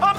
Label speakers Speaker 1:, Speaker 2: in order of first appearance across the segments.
Speaker 1: I'm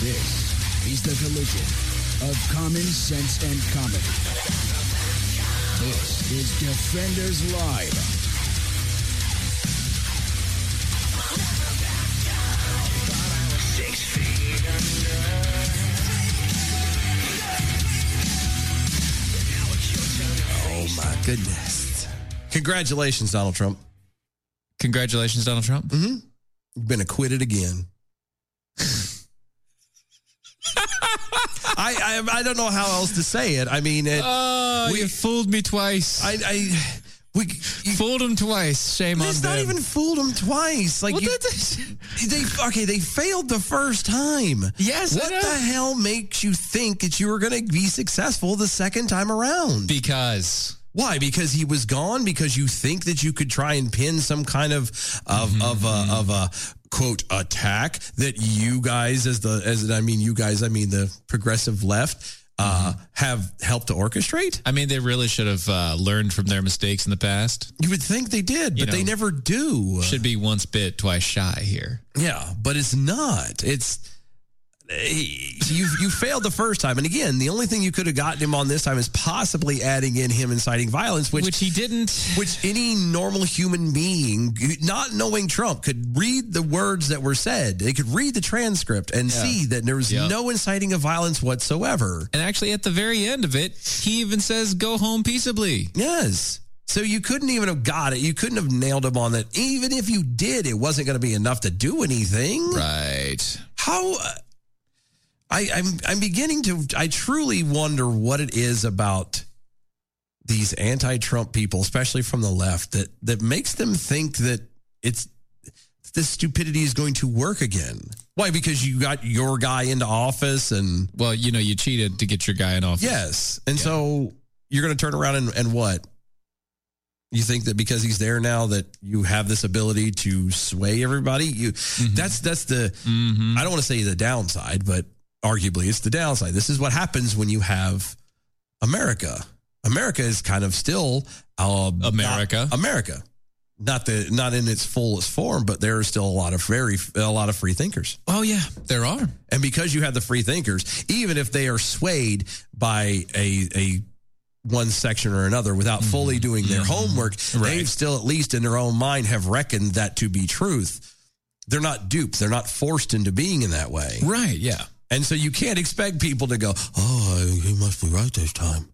Speaker 2: This is the collision of common sense and comedy. This is Defenders Live.
Speaker 3: Oh my goodness. Congratulations, Donald Trump. Mm-hmm.
Speaker 4: Congratulations, Donald Trump.
Speaker 3: You've been acquitted again. I, I I don't know how else to say it. I mean, it,
Speaker 4: Oh,
Speaker 3: We-
Speaker 4: you fooled me twice.
Speaker 3: I I we you,
Speaker 4: fooled him twice. Shame on
Speaker 3: it's not
Speaker 4: them.
Speaker 3: even fooled them twice. Like
Speaker 4: Well,
Speaker 3: you,
Speaker 4: that's-
Speaker 3: they okay, they failed the first time.
Speaker 4: Yes, I
Speaker 3: What
Speaker 4: know.
Speaker 3: the hell makes you think that you were going to be successful the second time around?
Speaker 4: because
Speaker 3: Why? Because he was gone. Because you think that you could try and pin some kind of of
Speaker 4: Mm-hmm,
Speaker 3: of a, of a quote attack that you guys as the as in, I mean you guys I mean the progressive left uh,
Speaker 4: Mm-hmm.
Speaker 3: have helped to orchestrate.
Speaker 4: I mean, they really should have uh, learned from their mistakes in the past.
Speaker 3: You would think they did,
Speaker 4: You
Speaker 3: but they
Speaker 4: know,
Speaker 3: never do.
Speaker 4: Should be once bit, twice shy here.
Speaker 3: Yeah, but it's not. It's you you failed the first time, and again, the only thing you could have gotten him on this time is possibly adding in him inciting violence, which.
Speaker 4: Which,
Speaker 3: which
Speaker 4: he didn't.
Speaker 3: any normal human being, not knowing Trump, could read the words that were said. They could read the transcript and see that there was
Speaker 4: Yep.
Speaker 3: no inciting of violence whatsoever.
Speaker 4: And actually, at the very end of it, he even says, go home peaceably.
Speaker 3: Yes. So you couldn't even have got it. You couldn't have nailed him on that. Even if you did, it wasn't going to be enough to do anything.
Speaker 4: Right.
Speaker 3: how uh, I, I'm I'm beginning to I truly wonder what it is about these anti-Trump people, especially from the left, that that makes them think that it's this stupidity is going to work again. Why? Because you got your guy into office and
Speaker 4: Well, you know, you cheated to get your guy in office.
Speaker 3: yes. And so you're gonna turn around and, and what? You think that because he's there now that you have this ability to sway everybody? You that's that's the
Speaker 4: hmm
Speaker 3: I don't want to say the downside, but arguably it's the downside. This is what happens when you have America. America is kind of still uh, not-
Speaker 4: America.
Speaker 3: America, not the not in its fullest form, but there are still a lot of very a lot of free thinkers.
Speaker 4: Oh, yeah, there are.
Speaker 3: And because you have the free thinkers, even if they are swayed by a a one section or another without
Speaker 4: Mm-hmm.
Speaker 3: fully doing their homework, they've still at least in their own mind have reckoned that to be truth. They're not duped. They're not forced into being in that way.
Speaker 4: Right, yeah.
Speaker 3: And so you can't expect people to go, oh, he must be right this time.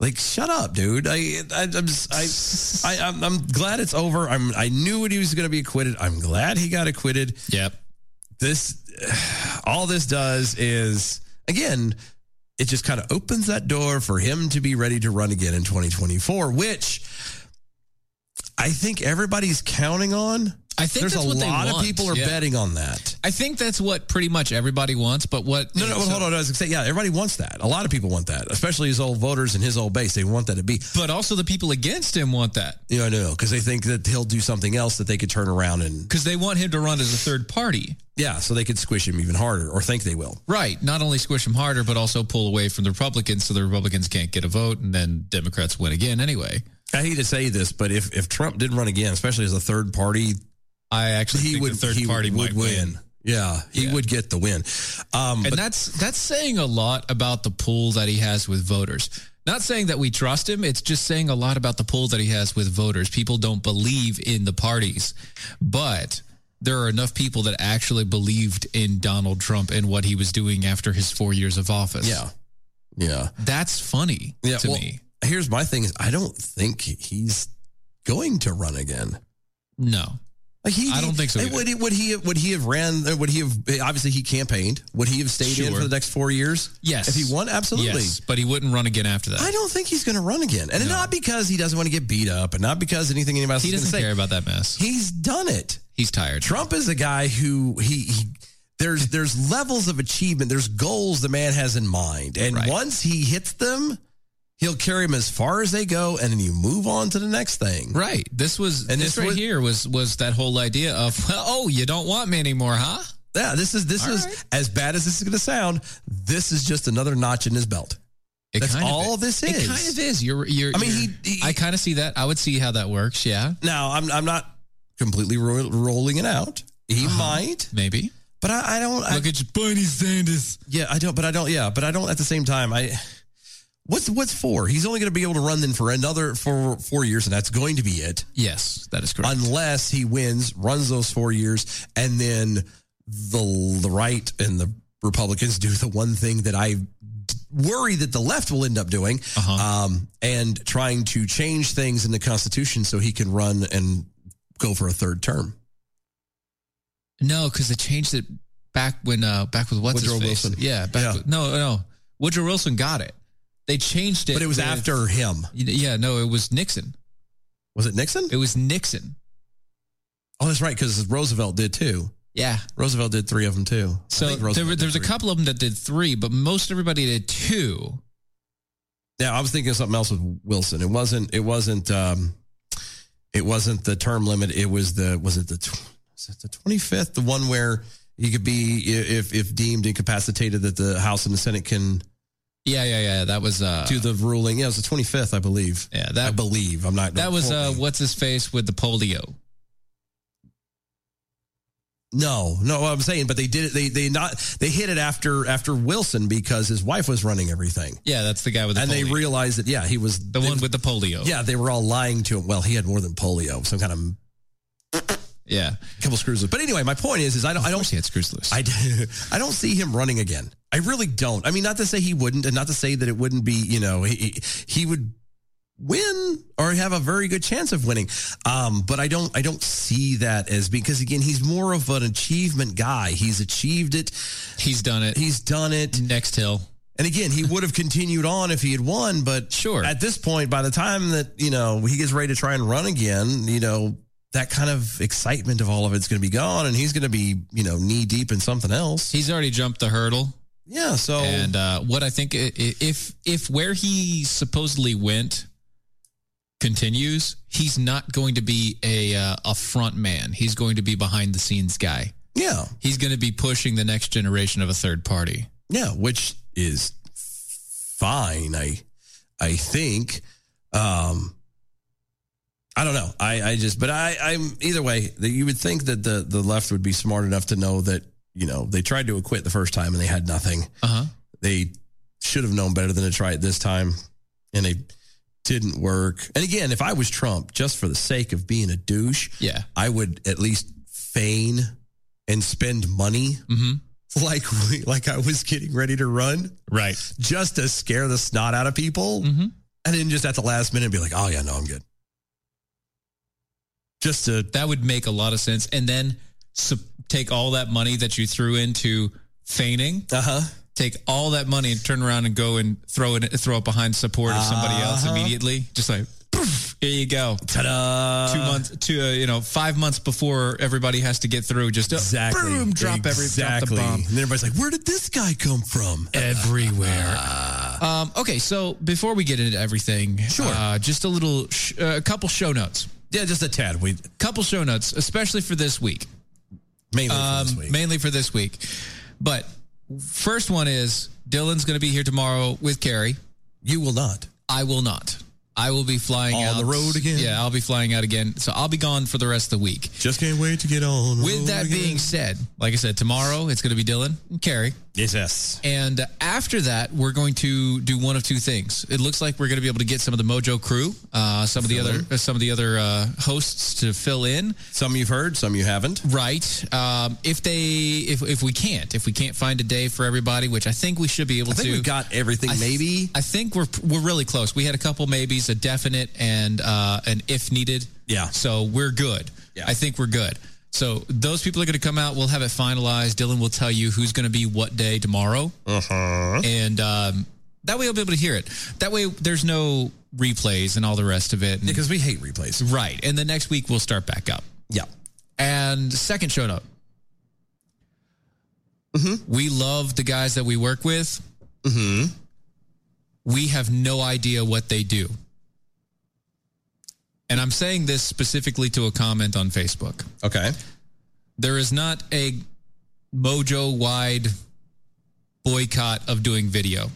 Speaker 3: Like, shut up, dude. I, I, I'm, s- I, I, am I'm glad it's over. I'm, I knew he was going to be acquitted. I'm glad he got acquitted.
Speaker 4: Yep.
Speaker 3: This, all this does is, again, it just kind of opens that door for him to be ready to run again in 2024, which I think everybody's counting on.
Speaker 4: I think
Speaker 3: There's
Speaker 4: that's
Speaker 3: a
Speaker 4: what they
Speaker 3: lot of
Speaker 4: want,
Speaker 3: people are
Speaker 4: yeah.
Speaker 3: betting on that.
Speaker 4: I think that's what pretty much everybody wants, but what.
Speaker 3: No, no, well, hold on. I was gonna say, yeah, everybody wants that. A lot of people want that, especially his old voters and his old base. They want that to be,
Speaker 4: But also, the people against him want that
Speaker 3: you know, no, because they think that he'll do something else that they could turn around and,
Speaker 4: because they want him to run as a third party.
Speaker 3: yeah, so they could squish him even harder or think they will.
Speaker 4: Right. Not only squish them harder, but also pull away from the Republicans so the Republicans can't get a vote and then Democrats win again anyway.
Speaker 3: I hate to say this, but if, if Trump did run again, especially as a third party,
Speaker 4: I actually
Speaker 3: he
Speaker 4: think
Speaker 3: would
Speaker 4: the third
Speaker 3: he
Speaker 4: party might
Speaker 3: would
Speaker 4: win.
Speaker 3: Yeah, he would get the win. Um,
Speaker 4: And
Speaker 3: but
Speaker 4: that's that's saying a lot about the pool that he has with voters. Not saying that we trust him, it's just saying a lot about the pool that he has with voters. People don't believe in the parties, but there are enough people that actually believed in Donald Trump and what he was doing after his 4 years of office.
Speaker 3: yeah, yeah,
Speaker 4: That's funny
Speaker 3: yeah.
Speaker 4: to
Speaker 3: well,
Speaker 4: me.
Speaker 3: here's my thing: is I don't think he's going to run again.
Speaker 4: No.
Speaker 3: Like he,
Speaker 4: I don't think so
Speaker 3: and
Speaker 4: either.
Speaker 3: Would he, would he would he have ran? uh, Would he have obviously he campaigned? Would he have stayed in
Speaker 4: Sure.
Speaker 3: for the next four years?
Speaker 4: Yes.
Speaker 3: if he won, absolutely.
Speaker 4: Yes, but he wouldn't run again after that.
Speaker 3: I don't think he's going to run again, and not because he doesn't want to get beat up, and not because anything anybody else
Speaker 4: he
Speaker 3: is
Speaker 4: doesn't
Speaker 3: going to
Speaker 4: care
Speaker 3: say.
Speaker 4: about that mess.
Speaker 3: He's done it.
Speaker 4: He's tired.
Speaker 3: Trump is a guy who he, he there's there's levels of achievement, there's goals the man has in mind, and
Speaker 4: Right.
Speaker 3: once he hits them, he'll carry them as far as they go, and then you move on to the next thing.
Speaker 4: Right. This was
Speaker 3: And
Speaker 4: and this,
Speaker 3: this
Speaker 4: right
Speaker 3: was-
Speaker 4: here was was that whole idea of well, oh, you don't want me anymore, huh?
Speaker 3: Yeah, this is this is as bad as this is going to sound. This is just another notch in his belt.
Speaker 4: It
Speaker 3: That's all this
Speaker 4: It
Speaker 3: is.
Speaker 4: kind of is. You're. you're
Speaker 3: I mean,
Speaker 4: you're-
Speaker 3: he- he-
Speaker 4: I kind of see that. I would see how that works. Yeah,
Speaker 3: Now, I'm I'm not completely ro- rolling it out. He might,
Speaker 4: maybe.
Speaker 3: but I, I don't. I,
Speaker 4: Uh-huh. Look at you, Bernie Sanders.
Speaker 3: yeah, I don't. But I don't. Yeah, but I don't. At the same time, I. What's what's for? He's only going to be able to run then for another for four years, and that's going to be it.
Speaker 4: Yes, that is correct.
Speaker 3: unless he wins, runs those four years, and then the the right and the Republicans do the one thing that I d- worry that the left will end up doing,
Speaker 4: Uh-huh.
Speaker 3: um, and trying to change things in the Constitution so he can run and go for a third term.
Speaker 4: no, because they changed it back when uh back with what's
Speaker 3: Woodrow
Speaker 4: his face.
Speaker 3: Wilson.
Speaker 4: Yeah. Back
Speaker 3: Yeah.
Speaker 4: With, no, no. Woodrow Wilson got it. They changed it,
Speaker 3: But it was
Speaker 4: with-
Speaker 3: after him.
Speaker 4: Yeah, no, it was Nixon.
Speaker 3: Was it Nixon?
Speaker 4: It was Nixon.
Speaker 3: Oh, that's right, because Roosevelt did too.
Speaker 4: Yeah.
Speaker 3: Roosevelt did three of them too. I
Speaker 4: So
Speaker 3: think
Speaker 4: there,
Speaker 3: Roosevelt
Speaker 4: were-
Speaker 3: did
Speaker 4: there's a
Speaker 3: three.
Speaker 4: couple of them that did three, but most everybody did two.
Speaker 3: Yeah, I was thinking of something else with Wilson. It wasn't. It wasn't. Um, it wasn't the term limit. It was the. Was it the? tw- Was it the twenty fifth? The one where you could be i- if if deemed incapacitated that the House and the Senate can
Speaker 4: Yeah, yeah, yeah. That was uh,
Speaker 3: do the ruling. Yeah, it was the twenty fifth, I believe.
Speaker 4: Yeah,
Speaker 3: I
Speaker 4: that
Speaker 3: believe. I'm not.
Speaker 4: that
Speaker 3: don't
Speaker 4: was
Speaker 3: quote
Speaker 4: uh,
Speaker 3: me.
Speaker 4: what's his face with the polio.
Speaker 3: No, no. I'm saying, but they did it. They they not they hit it after after Wilson because his wife was running everything,
Speaker 4: Yeah, that's the guy with the
Speaker 3: and
Speaker 4: polio.
Speaker 3: they realized that yeah he was
Speaker 4: the one with the polio.
Speaker 3: yeah they were all lying to him. Well, he had more than polio, some kind of
Speaker 4: yeah.
Speaker 3: couple screws loose. But anyway, my point is, is I don't, I
Speaker 4: Of
Speaker 3: don't,
Speaker 4: course he had screws loose.
Speaker 3: I, d- I don't see him running again. I really don't. I mean, not to say he wouldn't, and not to say that it wouldn't be, you know, he he- he would win or have a very good chance of winning. Um, but I don't, I don't see that as because again, he's more of an achievement guy. He's achieved it.
Speaker 4: He's done it.
Speaker 3: He's done it.
Speaker 4: Next hill.
Speaker 3: And again, he would have continued on if he had won, but
Speaker 4: Sure.
Speaker 3: At this point, by the time that, you know, he gets ready to try and run again, you know, that kind of excitement of all of it's going to be gone and he's going to be, you know, knee deep in something else.
Speaker 4: He's already jumped the hurdle.
Speaker 3: Yeah, so
Speaker 4: And uh, what I think, i- i- if if where he supposedly went continues, he's not going to be a uh, a front man. He's going to be behind the scenes guy.
Speaker 3: yeah.
Speaker 4: He's going to be pushing the next generation of a third party.
Speaker 3: Yeah, which is fine. I I think. Um I don't know. I, I just but I, I'm either way, that you would think that the, the left would be smart enough to know that, you know, they tried to acquit the first time and they had nothing.
Speaker 4: Uh huh.
Speaker 3: they should have known better than to try it this time and they didn't work and again if i was trump just for the sake of being a douche
Speaker 4: Yeah.
Speaker 3: i would at least feign and spend money
Speaker 4: Mm-hmm.
Speaker 3: like like i was getting ready to run
Speaker 4: Right.
Speaker 3: just to scare the snot out of people
Speaker 4: Mm-hmm.
Speaker 3: and then just at the last minute be like oh yeah no i'm good just to
Speaker 4: that would make a lot of sense. And then sup- take all that money that you threw into feigning,
Speaker 3: uh-huh
Speaker 4: take all that money and turn around and go and throw it throw it behind support of somebody
Speaker 3: Uh-huh.
Speaker 4: else immediately. Just like poof, here you go.
Speaker 3: ta-da
Speaker 4: Two months, two uh, you know, five months before everybody has to get through. Just uh,
Speaker 3: exactly
Speaker 4: boom, drop
Speaker 3: exactly
Speaker 4: every drop the
Speaker 3: and
Speaker 4: bomb
Speaker 3: then everybody's like where did this guy come from
Speaker 4: everywhere. um, okay, so before we get into everything,
Speaker 3: Sure.
Speaker 4: uh, just a little, sh- uh, a couple show notes,
Speaker 3: yeah just a tad we
Speaker 4: couple show notes, especially for this week.
Speaker 3: Mainly
Speaker 4: um, mainly for this week. But first one is Dylan's going to be here tomorrow with Carrie.
Speaker 3: you will not.
Speaker 4: I will not. I will be flying
Speaker 3: On
Speaker 4: out
Speaker 3: the road again?
Speaker 4: Yeah, I'll be flying out again. So I'll be gone for the rest of the week.
Speaker 3: Just can't wait to get on.
Speaker 4: With that being said, like I said, tomorrow it's going to be Dylan and Carrie.
Speaker 3: yes, yes.
Speaker 4: And uh, after that, we're going to do one of two things. It looks like we're going to be able to get some of the Mojo crew, uh, some of the other uh, some of the other uh, hosts to fill in.
Speaker 3: Some you've heard, some you haven't.
Speaker 4: Right. Um, if they if if we can't if we can't find a day for everybody, which I think we should be able
Speaker 3: I think
Speaker 4: to.
Speaker 3: we got everything.
Speaker 4: I th-
Speaker 3: maybe
Speaker 4: I think we're we're really close. We had a couple maybes, a definite, and uh, an if needed.
Speaker 3: Yeah.
Speaker 4: So we're good.
Speaker 3: Yeah.
Speaker 4: I think we're good. So those people are going to come out. We'll have it finalized. Dylan will tell you who's going to be what day tomorrow,
Speaker 3: Uh-huh.
Speaker 4: and um, that way you'll be able to hear it. That way there's no replays and all the rest of it. And-
Speaker 3: because we hate replays.
Speaker 4: right. And the next week we'll start back up.
Speaker 3: Yeah.
Speaker 4: And second show note.
Speaker 3: Mm-hmm.
Speaker 4: We love the guys that we work with. We have no idea what they do. And I'm saying this specifically to a comment on Facebook.
Speaker 3: Okay.
Speaker 4: There is not a mojo wide boycott of doing video.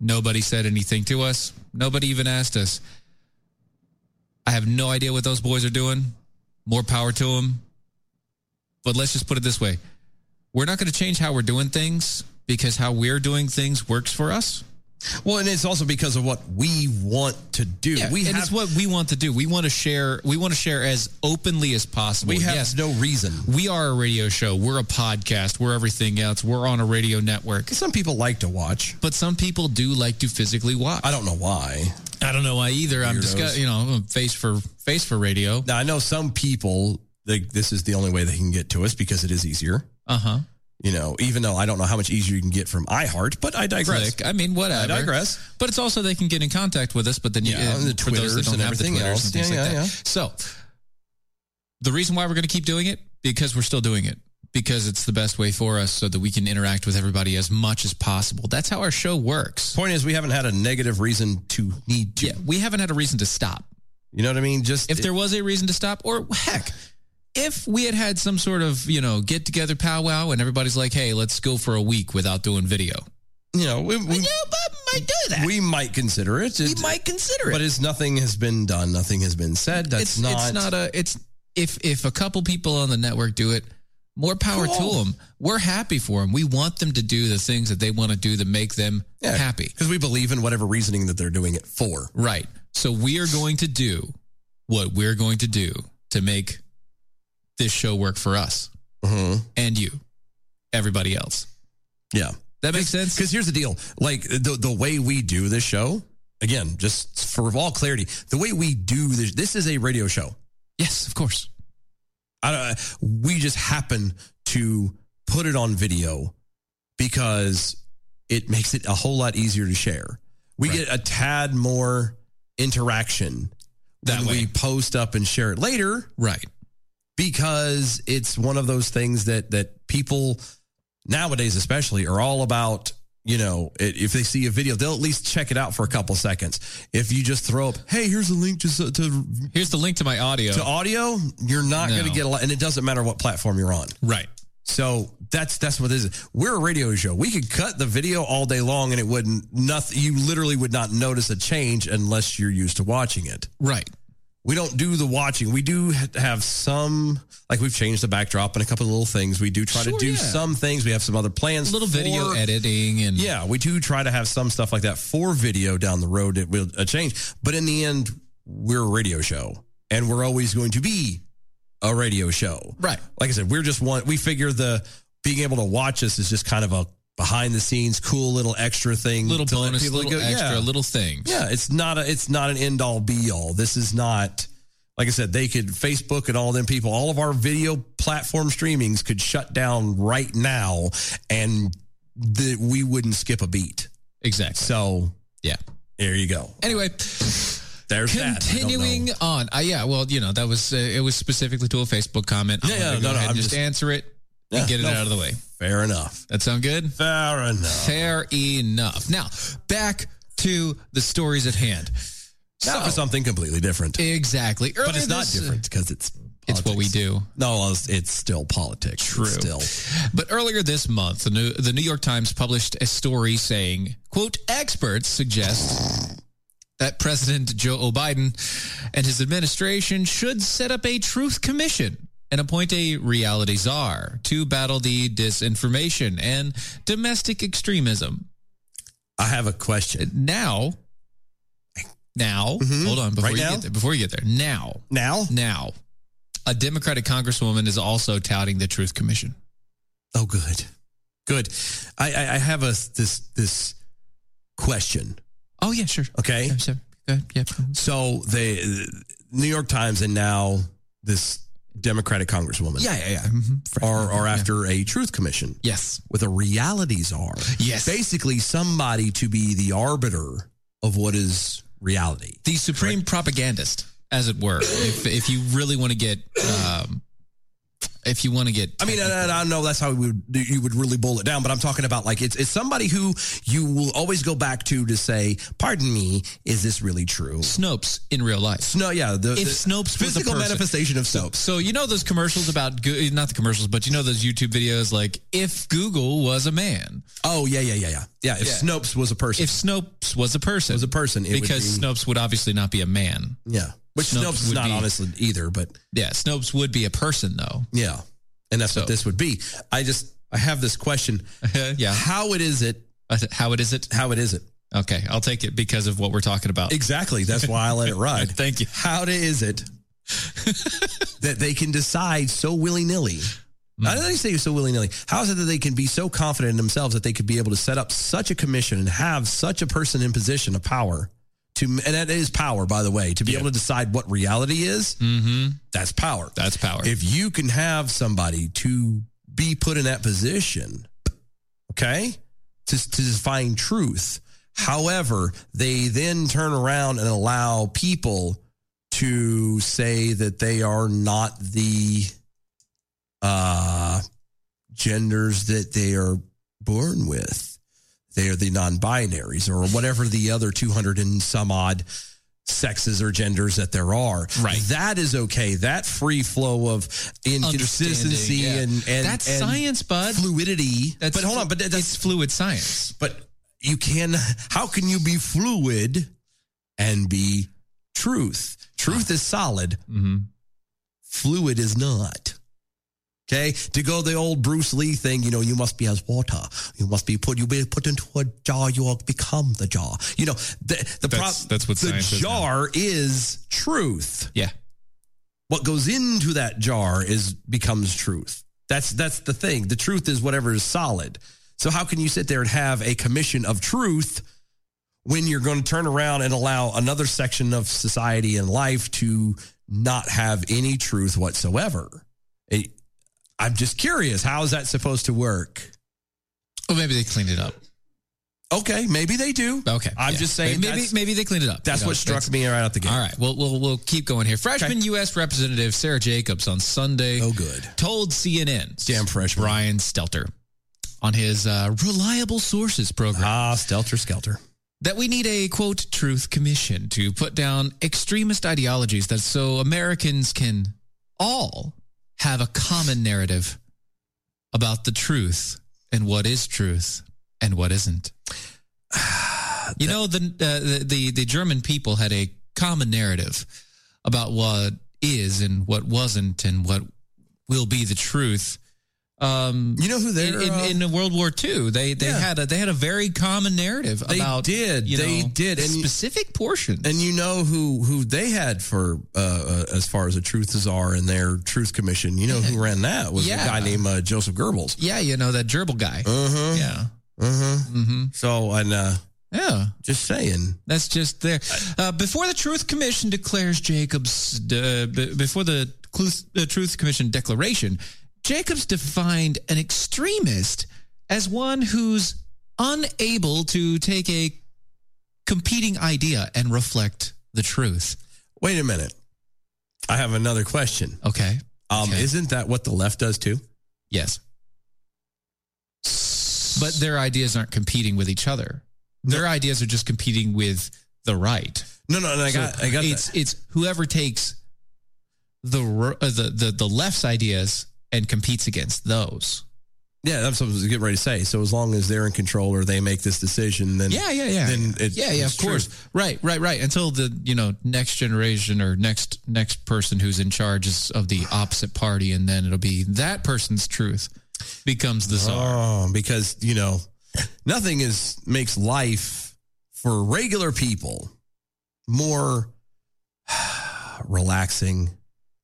Speaker 4: Nobody said anything to us. Nobody even asked us. I have no idea what those boys are doing. More power to them. But let's just put it this way we're not going to change how we're doing things because how we're doing things works for us.
Speaker 3: Well, and it's also because of what we want to do. we
Speaker 4: and
Speaker 3: have
Speaker 4: it's what we want to do. We want to share. We want to share as openly as possible.
Speaker 3: we have
Speaker 4: yes,
Speaker 3: no reason.
Speaker 4: we are a radio show. We're a podcast. We're everything else. We're on a radio network.
Speaker 3: Some people like to watch.
Speaker 4: But some people do like to physically watch.
Speaker 3: I don't know why.
Speaker 4: I don't know why either. I'm discuss, you know, face for face for radio.
Speaker 3: Now I know some people like this is the only way they can get to us because it is easier.
Speaker 4: Uh huh.
Speaker 3: You know, even though I don't know how much easier you can get from iHeart, but I digress.
Speaker 4: Click. I mean, whatever.
Speaker 3: I digress.
Speaker 4: But it's also they can get in contact with us. But then you,
Speaker 3: Yeah, and the
Speaker 4: for those that
Speaker 3: Twitters
Speaker 4: don't
Speaker 3: and
Speaker 4: have the
Speaker 3: everything
Speaker 4: Twitters
Speaker 3: else.
Speaker 4: and things
Speaker 3: Yeah,
Speaker 4: like
Speaker 3: yeah,
Speaker 4: that.
Speaker 3: yeah.
Speaker 4: So the reason why we're going to keep doing it because we're still doing it because it's the best way for us so that we can interact with everybody as much as possible. That's how our show works.
Speaker 3: Point is, we haven't had a negative reason to need to.
Speaker 4: Yeah, we haven't had a reason to stop.
Speaker 3: You know what I mean? Just
Speaker 4: if there was a reason to stop, or heck, if we had had some sort of you know get together powwow and everybody's like, hey, let's go for a week without doing video.
Speaker 3: you know, we, we,
Speaker 4: might do that.
Speaker 3: we might consider it.
Speaker 4: We
Speaker 3: It-
Speaker 4: might consider it.
Speaker 3: but it's nothing has been done. Nothing has been said. That's
Speaker 4: it's
Speaker 3: not.
Speaker 4: it's not a it's if if a couple people on the network do it. More power to
Speaker 3: Cool.
Speaker 4: them. We're happy for them. We want them to do the things that they want to do to make them happy.
Speaker 3: because we believe in whatever reasoning that they're doing it for.
Speaker 4: Right. So we are going to do what we're going to do to make this show work for us and you, everybody else.
Speaker 3: Yeah,
Speaker 4: That makes sense.
Speaker 3: because here's the deal: like the the way we do this show. Again, just for all clarity, the way we do this, this is a radio show.
Speaker 4: Yes, of course.
Speaker 3: I don't, we just happen to put it on video because it makes it a whole lot easier to share. We get a tad more interaction
Speaker 4: That
Speaker 3: when
Speaker 4: way.
Speaker 3: we post up and share it later
Speaker 4: Right.
Speaker 3: because it's one of those things that that people nowadays especially are all about you know i- if they see a video they'll at least check it out for a couple seconds if you just throw up hey here's a link to to,
Speaker 4: Here's the link to my audio.
Speaker 3: to audio you're not
Speaker 4: No.
Speaker 3: going to get a lot and it doesn't matter what platform you're on
Speaker 4: right.
Speaker 3: so that's that's what this is. We're a radio show. We could cut the video all day long, and it wouldn't. Nothing. You literally would not notice a change unless you're used to watching it.
Speaker 4: Right.
Speaker 3: We don't do the watching. We do ha- have some, like we've changed the backdrop and a couple of little things. We do try
Speaker 4: Sure,
Speaker 3: to do
Speaker 4: yeah.
Speaker 3: some things. We have some other plans.
Speaker 4: little video
Speaker 3: for-
Speaker 4: editing and
Speaker 3: Yeah, we do try to have some stuff like that for video down the road. It will uh, change, but in the end, we're a radio show, and we're always going to be a radio show.
Speaker 4: Right.
Speaker 3: Like I said, we're just one. We figure the being able to watch us is just kind of a behind the scenes, cool little extra thing.
Speaker 4: little
Speaker 3: to let
Speaker 4: bonus,
Speaker 3: people
Speaker 4: little
Speaker 3: go,
Speaker 4: extra,
Speaker 3: yeah.
Speaker 4: little things.
Speaker 3: Yeah, it's not a it's not an end all be all. This is not like I said, they could Facebook and all them people, all of our video platform streamings could shut down right now and the, we wouldn't skip a beat.
Speaker 4: Exactly.
Speaker 3: So
Speaker 4: Yeah.
Speaker 3: there you go.
Speaker 4: Anyway,
Speaker 3: There's that. I don't
Speaker 4: continuing
Speaker 3: know.
Speaker 4: on. Uh, yeah, well, you know, that was uh, it was specifically to a Facebook comment.
Speaker 3: Yeah,
Speaker 4: I'm gonna
Speaker 3: yeah,
Speaker 4: go
Speaker 3: no, no,
Speaker 4: ahead and
Speaker 3: I'm
Speaker 4: just,
Speaker 3: just-
Speaker 4: answer it and
Speaker 3: Yeah,
Speaker 4: get it
Speaker 3: no.
Speaker 4: out of the way.
Speaker 3: Fair enough.
Speaker 4: That sound good?
Speaker 3: Fair enough.
Speaker 4: Fair enough. Now, back to the stories at hand.
Speaker 3: Now for something completely different.
Speaker 4: Exactly.
Speaker 3: but
Speaker 4: Earlier
Speaker 3: it's not
Speaker 4: this-
Speaker 3: different because it's
Speaker 4: It's what we
Speaker 3: politics.
Speaker 4: do.
Speaker 3: No, it's- it's still politics. True. still.
Speaker 4: But earlier this month, the New, the New York Times published a story saying, quote, experts suggest that President Joe Biden and his administration should set up a truth commission and appoint a reality czar to battle the disinformation and domestic extremism.
Speaker 3: I have a question.
Speaker 4: Now, now,
Speaker 3: Mhm.
Speaker 4: hold on before
Speaker 3: Right
Speaker 4: you
Speaker 3: now?
Speaker 4: get there. Before you get there, now,
Speaker 3: Now?
Speaker 4: now, a Democratic Congresswoman is also touting the Truth Commission.
Speaker 3: Oh, good, good. I, I, I have a this this question.
Speaker 4: Oh yeah, sure.
Speaker 3: Okay,
Speaker 4: Yeah, sure. Go ahead. Yeah.
Speaker 3: so they, the New York Times and now this Democratic Congresswoman,
Speaker 4: Yeah, yeah, yeah.
Speaker 3: mm-hmm.
Speaker 4: Mhm.
Speaker 3: are are after a truth commission
Speaker 4: Yes.
Speaker 3: with a reality czar.
Speaker 4: Yes.
Speaker 3: basically somebody to be the arbiter of what is reality.
Speaker 4: The supreme propagandist, as it were. if if you really want to get um if you want to get
Speaker 3: I mean, uh, I, I- I know that's how we would, you would really boil it down, but I'm talking about like it's, it's somebody who you will always go back to to say, "Pardon me, is this really true?"
Speaker 4: Snopes in real life.
Speaker 3: No, yeah, the,
Speaker 4: If
Speaker 3: the
Speaker 4: Snopes was a
Speaker 3: physical
Speaker 4: person.
Speaker 3: manifestation of Snopes.
Speaker 4: So you know those commercials about Goo- not the commercials, but you know those YouTube videos like if Google was a man,
Speaker 3: Oh yeah, yeah, yeah, yeah, yeah. If
Speaker 4: Yeah.
Speaker 3: Snopes was a person,
Speaker 4: if Snopes was a person,
Speaker 3: was a person, it would
Speaker 4: because
Speaker 3: be-
Speaker 4: Snopes would obviously not be a man.
Speaker 3: yeah, which
Speaker 4: Snopes
Speaker 3: Snopes, is
Speaker 4: would
Speaker 3: not
Speaker 4: be-
Speaker 3: honestly either, but
Speaker 4: Yeah, Snopes would be a person though.
Speaker 3: yeah, and that's
Speaker 4: So-
Speaker 3: what this would be. I just I have this question:
Speaker 4: yeah,
Speaker 3: How it is it?
Speaker 4: how it is it?
Speaker 3: How it is it?
Speaker 4: Okay, I'll take it because of what we're talking about.
Speaker 3: Exactly. That's why I let it ride.
Speaker 4: Thank you.
Speaker 3: How to, is it that they can decide so willy nilly?
Speaker 4: Hmm.
Speaker 3: I don't say so willy nilly. How is it that they can be so confident in themselves that they could be able to set up such a commission and have such a person in position of power to, and that is power, by the way, to be able to decide what reality is? Mm-hmm. That's power.
Speaker 4: That's power.
Speaker 3: If you can have somebody to be put in that position, okay, to, to find truth. However, they then turn around and allow people to say that they are not the uh, genders that they are born with. They are the non binaries or whatever the other 200 and some odd sexes or genders that there are.
Speaker 4: Right.
Speaker 3: That is okay. That free flow of inconsistency
Speaker 4: Understanding, yeah.
Speaker 3: and, and
Speaker 4: That's
Speaker 3: and
Speaker 4: science, bud.
Speaker 3: Fluidity.
Speaker 4: That's
Speaker 3: but hold on, but that, that's
Speaker 4: it's fluid science.
Speaker 3: but you can how can you be fluid and be truth truth is solid
Speaker 4: Mm-hmm.
Speaker 3: fluid is not okay to go the old bruce lee thing you know you must be as water you must be put you be put into a jar you will become the jar you know the the
Speaker 4: That's- that's what
Speaker 3: the
Speaker 4: science is now.
Speaker 3: jar is truth
Speaker 4: Yeah,
Speaker 3: what goes into that jar is becomes truth. That's that's the thing. The truth is whatever is solid. So how can you sit there and have a commission of truth when you're going to turn around and allow another section of society and life to not have any truth whatsoever? It- I'm just curious. How is that supposed to work?
Speaker 4: or maybe they cleaned it up.
Speaker 3: Okay, maybe they do.
Speaker 4: Okay,
Speaker 3: I'm
Speaker 4: yeah.
Speaker 3: just saying.
Speaker 4: Maybe
Speaker 3: that's,
Speaker 4: maybe they cleaned it up.
Speaker 3: that's
Speaker 4: You know,
Speaker 3: what struck me right out the gate.
Speaker 4: All right, well, we'll we'll keep going here. Freshman U.S. Representative Sarah Jacobs on Sunday
Speaker 3: Oh, good.
Speaker 4: told CNN,
Speaker 3: Damn freshman.
Speaker 4: Brian Stelter, on his uh, reliable sources program,
Speaker 3: Ah, stelter skelter.
Speaker 4: that we need a quote truth commission to put down extremist ideologies that so Americans can all have a common narrative about the truth and what is truth and what isn't. You know the uh, the, the the German people had a common narrative about what is and what wasn't and what will be the truth. Um,
Speaker 3: You know who they're
Speaker 4: in,
Speaker 3: uh,
Speaker 4: in, in World War II, they they
Speaker 3: Yeah.
Speaker 4: had a they had a very common narrative
Speaker 3: They
Speaker 4: about
Speaker 3: did. They did. And-
Speaker 4: specific portions.
Speaker 3: And you know who who they had for uh, uh, as far as the truth czar and their truth commission. You know who ran that was
Speaker 4: Yeah.
Speaker 3: a guy named uh, Joseph Goebbels.
Speaker 4: yeah, you know that gerbil guy.
Speaker 3: Uh huh.
Speaker 4: yeah,
Speaker 3: Uh huh.
Speaker 4: hmm
Speaker 3: So and uh,
Speaker 4: yeah.
Speaker 3: just saying,
Speaker 4: That's just there. Uh, before the Truth Commission declares Jacob's, uh, b- before the Cluth- uh, Truth Commission declaration, Jacobs defined an extremist as one who's unable to take a competing idea and reflect the truth.
Speaker 3: wait a minute. I have another question.
Speaker 4: Okay.
Speaker 3: Um,
Speaker 4: Okay.
Speaker 3: Isn't that what the left does too?
Speaker 4: Yes. But their ideas aren't competing with each other. Their ideas are just competing with the right.
Speaker 3: No, no. And I
Speaker 4: So
Speaker 3: got I got
Speaker 4: it's
Speaker 3: that.
Speaker 4: it's whoever takes the r- uh, the the the left's ideas and competes against those.
Speaker 3: Yeah, that's what I was getting ready to say. So as long as they're in control or they make this decision, then
Speaker 4: Yeah, yeah, yeah.
Speaker 3: Then it-
Speaker 4: yeah, yeah,
Speaker 3: it's
Speaker 4: of course.
Speaker 3: true.
Speaker 4: Right, right, right. Until the you know next generation or next next person who's in charge is of the opposite party, and then it'll be that person's truth becomes the czar.
Speaker 3: Oh, because you know, nothing is makes life for regular people more relaxing,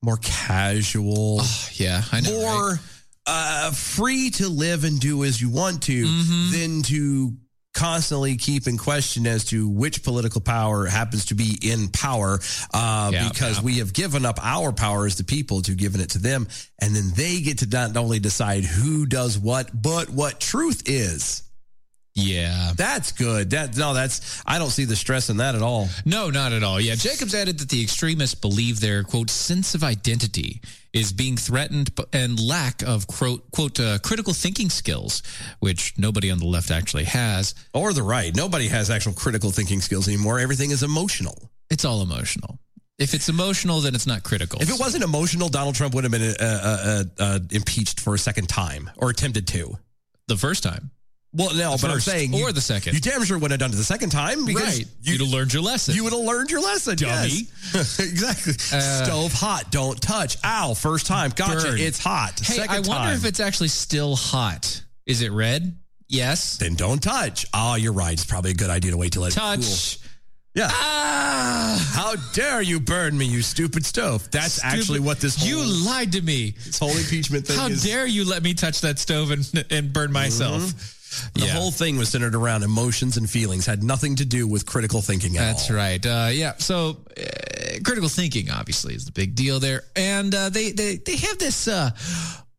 Speaker 3: more casual,
Speaker 4: yeah, I know. right?
Speaker 3: more uh, free to live and do as you want to
Speaker 4: Mm-hmm.
Speaker 3: than to constantly keep in question as to which political power happens to be in power uh,
Speaker 4: Yeah,
Speaker 3: because
Speaker 4: yeah.
Speaker 3: we have given up our power as the people to giving it to them and then they get to not only decide who does what but what truth is
Speaker 4: Yeah.
Speaker 3: that's good that no that's i don't see the stress in that at all
Speaker 4: No, not at all. Yeah. Jacobs added that the extremists believe their, quote, sense of identity is being threatened b- and lack of, quote, quote uh, critical thinking skills, which nobody on the left actually has.
Speaker 3: or the right nobody has actual critical thinking skills anymore everything is emotional
Speaker 4: It's all emotional. If it's emotional, then it's not critical.
Speaker 3: If it wasn't emotional, Donald Trump would have been uh, uh, uh, uh, impeached for a second time or attempted to.
Speaker 4: the first time
Speaker 3: Well, no, but i I'm
Speaker 4: first
Speaker 3: saying
Speaker 4: or the second.
Speaker 3: You damn sure wouldn't have done it the second time because
Speaker 4: right, you'd
Speaker 3: you
Speaker 4: have learned your lesson.
Speaker 3: you would have learned your lesson,
Speaker 4: Dummy.
Speaker 3: yes. exactly.
Speaker 4: Uh,
Speaker 3: Stove hot, don't touch. Ow, first time, gotcha.
Speaker 4: Burn.
Speaker 3: It's hot.
Speaker 4: hey,
Speaker 3: second
Speaker 4: I wonder
Speaker 3: time,
Speaker 4: if it's actually still hot. Is it red? Yes.
Speaker 3: then don't touch. Oh, you're right. It's probably a good idea to wait till it cool.
Speaker 4: Touch.
Speaker 3: Yeah.
Speaker 4: Ah.
Speaker 3: How dare you burn me, you stupid stove? That's actually
Speaker 4: Stupid-
Speaker 3: what this whole,
Speaker 4: You lied to me.
Speaker 3: this whole impeachment thing
Speaker 4: How
Speaker 3: is.
Speaker 4: dare you let me touch that stove and, and burn myself?
Speaker 3: Mm-hmm. The
Speaker 4: Yeah.
Speaker 3: whole thing was centered around emotions and feelings, had nothing to do with critical thinking at
Speaker 4: That's
Speaker 3: all.
Speaker 4: right. Uh, yeah. So, uh, critical thinking obviously is the big deal there, and uh, they they they have this uh,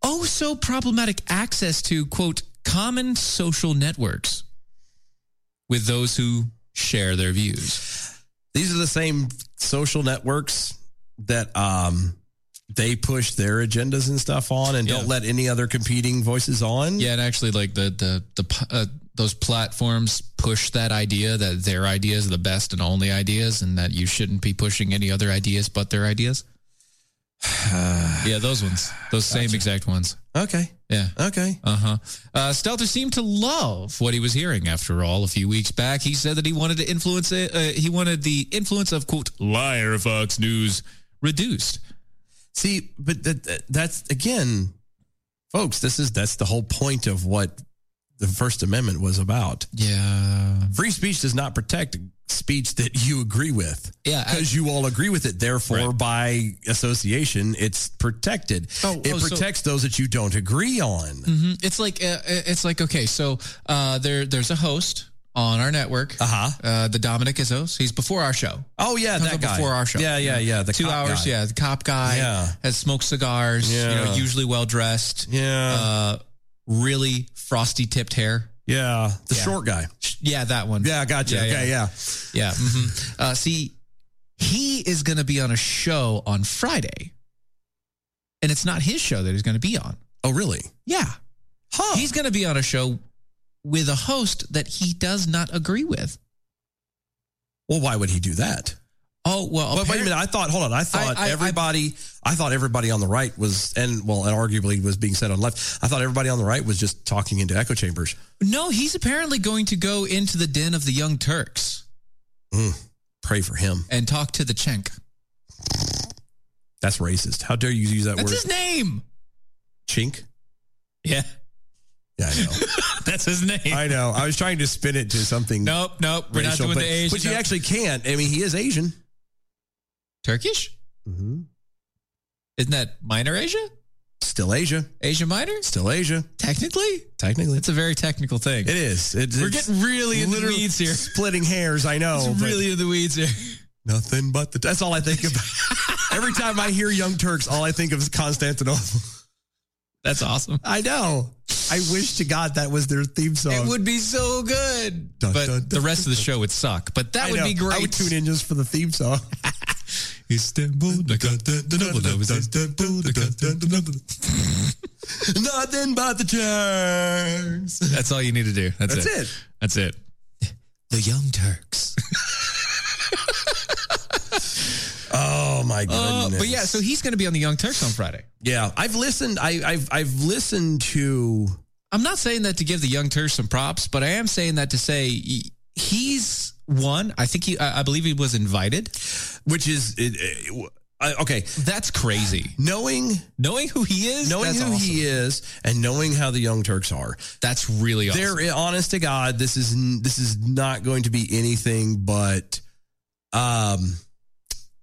Speaker 4: oh so problematic access to quote common social networks with those who share their views.
Speaker 3: These are the same social networks that um, they push their agendas and stuff on and
Speaker 4: Yeah.
Speaker 3: don't let any other competing voices on.
Speaker 4: Yeah, and actually, like the the the p- uh, those platforms push that idea that their ideas are the best and only ideas, and that you shouldn't be pushing any other ideas but their ideas. yeah, those ones, those same exact ones.
Speaker 3: Okay.
Speaker 4: Yeah.
Speaker 3: Okay.
Speaker 4: Uh-huh. Uh Stelter seemed to love what he was hearing after all. A few weeks back, he said that he wanted to influence it. Uh, he wanted the influence of quote liar Fox News reduced.
Speaker 3: See, but that, that- that's again, folks, this is that's the whole point of what the First Amendment was about.
Speaker 4: Yeah.
Speaker 3: Free speech does not protect speech that you agree with.
Speaker 4: Yeah, I-
Speaker 3: Because you all agree with it. Therefore,
Speaker 4: Right.
Speaker 3: by association, it's protected.
Speaker 4: Oh,
Speaker 3: it
Speaker 4: oh, so-
Speaker 3: protects those that you don't agree on.
Speaker 4: hmm It's like uh, it's like okay, so uh there there's a host on our network.
Speaker 3: Uh-huh.
Speaker 4: Uh the Dominic is host. He's before our show.
Speaker 3: Oh, yeah,
Speaker 4: Comes
Speaker 3: that
Speaker 4: up
Speaker 3: guy.
Speaker 4: before our show.
Speaker 3: Yeah, yeah, yeah. The
Speaker 4: Two
Speaker 3: cop
Speaker 4: hours,
Speaker 3: guy.
Speaker 4: yeah. The cop guy
Speaker 3: Yeah.
Speaker 4: has smoked cigars, you know,
Speaker 3: Yeah.
Speaker 4: usually well dressed.
Speaker 3: Yeah.
Speaker 4: Uh really frosty tipped hair.
Speaker 3: yeah. The
Speaker 4: Yeah.
Speaker 3: short guy.
Speaker 4: Yeah, that one.
Speaker 3: Yeah, gotcha.
Speaker 4: Yeah,
Speaker 3: okay, yeah.
Speaker 4: Yeah. mhm. Uh, see, he is going to be on a show on Friday, and it's not his show that he's going to be on.
Speaker 3: Oh, really?
Speaker 4: Yeah.
Speaker 3: Huh.
Speaker 4: He's going to be on a show with a host that he does not agree with.
Speaker 3: well, why would he do that?
Speaker 4: Oh, well.
Speaker 3: But wait a
Speaker 4: apparent-
Speaker 3: minute. I thought. Hold on. I thought
Speaker 4: I- I-
Speaker 3: everybody. I, thought everybody on the right was, and well, and arguably was being said on the left. I thought everybody on the right was just talking into echo chambers.
Speaker 4: No, he's apparently going to go into the den of the Young Turks
Speaker 3: Pray for him.
Speaker 4: and talk to the Chenk.
Speaker 3: That's racist. How dare you use that
Speaker 4: That's
Speaker 3: word?
Speaker 4: his name.
Speaker 3: Chink.
Speaker 4: Yeah.
Speaker 3: Yeah, I know.
Speaker 4: That's his name.
Speaker 3: I know. I was trying to spin it to something.
Speaker 4: nope, nope. We're
Speaker 3: racial,
Speaker 4: not doing
Speaker 3: but,
Speaker 4: the Asian.
Speaker 3: But you
Speaker 4: no.
Speaker 3: actually can't. I mean, he is Asian.
Speaker 4: Turkish?
Speaker 3: Mm-hmm.
Speaker 4: Isn't that minor Asia?
Speaker 3: Still Asia.
Speaker 4: Asia minor?
Speaker 3: Still Asia.
Speaker 4: Technically?
Speaker 3: Technically,
Speaker 4: It's a very technical thing.
Speaker 3: it is. It,
Speaker 4: We're
Speaker 3: it's
Speaker 4: getting really in the
Speaker 3: literally
Speaker 4: weeds here.
Speaker 3: Splitting hairs. I know.
Speaker 4: It's
Speaker 3: Oh, but
Speaker 4: really in the weeds here.
Speaker 3: nothing but the. That's all I think about. Every time I hear Young Turks, all I think of is Constantinople.
Speaker 4: That's awesome.
Speaker 3: I know. I wish to God that was their theme song.
Speaker 4: It would be so good.
Speaker 3: Oh. Dun,
Speaker 4: but
Speaker 3: dun, dun,
Speaker 4: the rest of the show would suck. But that
Speaker 3: I
Speaker 4: would
Speaker 3: know.
Speaker 4: be great.
Speaker 3: I would tune in just for the theme song.
Speaker 4: Istanbul, the Constantinople, that was Istanbul, the Constantinople.
Speaker 3: Nothing but the Turks.
Speaker 4: That's all you need to do. That's,
Speaker 3: That's
Speaker 4: it.
Speaker 3: it.
Speaker 4: That's it. The Young Turks.
Speaker 3: Oh my
Speaker 4: Uh,
Speaker 3: goodness.
Speaker 4: but yeah, so he's going to be on the Young Turks on Friday.
Speaker 3: Yeah, I've listened. I, I've I've listened to
Speaker 4: I'm not saying that to give the young turf some props, but I am saying that to say he- he's one. I think he, I I believe he was invited.
Speaker 3: which is it, it, I, okay.
Speaker 4: That's crazy.
Speaker 3: Knowing
Speaker 4: Knowing who he is,
Speaker 3: knowing
Speaker 4: that's
Speaker 3: who he is and knowing how the Young Turks are,
Speaker 4: that's really awesome.
Speaker 3: they're eh, honest to God. This is n- this is not going to be anything but, um,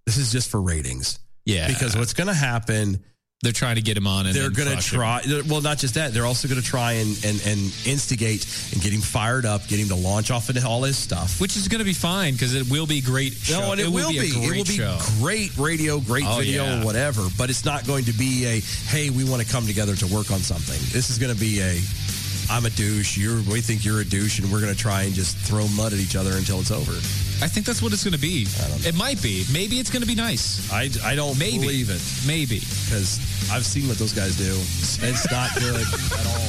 Speaker 3: this is just for ratings
Speaker 4: yeah,
Speaker 3: because what's going to happen
Speaker 4: they're trying to get him on, and
Speaker 3: they're
Speaker 4: then
Speaker 3: going to
Speaker 4: crush him.
Speaker 3: try. they're- Well, not just that. They're also going to try and, and, and instigate and get him fired up, get him to launch off into all his stuff.
Speaker 4: which is going to be fine because it will be great. Show.
Speaker 3: No, and it, will, be.
Speaker 4: A great
Speaker 3: it will be
Speaker 4: show.
Speaker 3: great radio, great
Speaker 4: Oh,
Speaker 3: video,
Speaker 4: yeah.
Speaker 3: whatever. But it's not going to be a hey, we want to come together to work on something. This is going to be a I'm a douche. You're we think you're a douche, and we're going to try and just throw mud at each other until it's over.
Speaker 4: I think that's what it's going to be. It might be. Maybe it's going to be nice.
Speaker 3: I, I don't
Speaker 4: Maybe.
Speaker 3: believe it
Speaker 4: Maybe.
Speaker 3: because I've seen what those guys do. It's not good at all.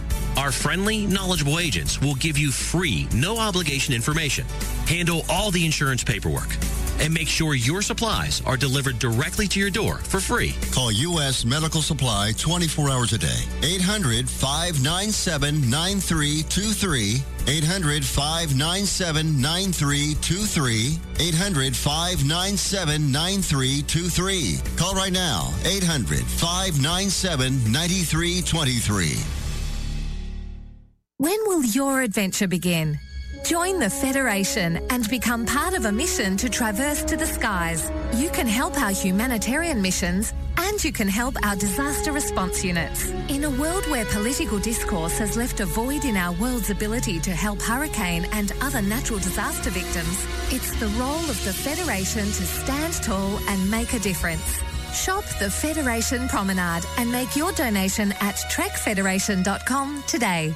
Speaker 5: Our friendly, knowledgeable agents will give you free, no obligation information, handle all the insurance paperwork, and make sure your supplies are delivered directly to your door for free.
Speaker 6: Call U.S. Medical Supply 24 hours a day. 800 597 9323. 800 597 9323. 800 597 9323. Call right now. 800 597 9323.
Speaker 7: When will your adventure begin? Join the Federation and become part of a mission to traverse to the skies. You can help our humanitarian missions and you can help our disaster response units. In a world where political discourse has left a void in our world's ability to help hurricane and other natural disaster victims, it's the role of the Federation to stand tall and make a difference. Shop the Federation Promenade and make your donation at trekfederation.com today.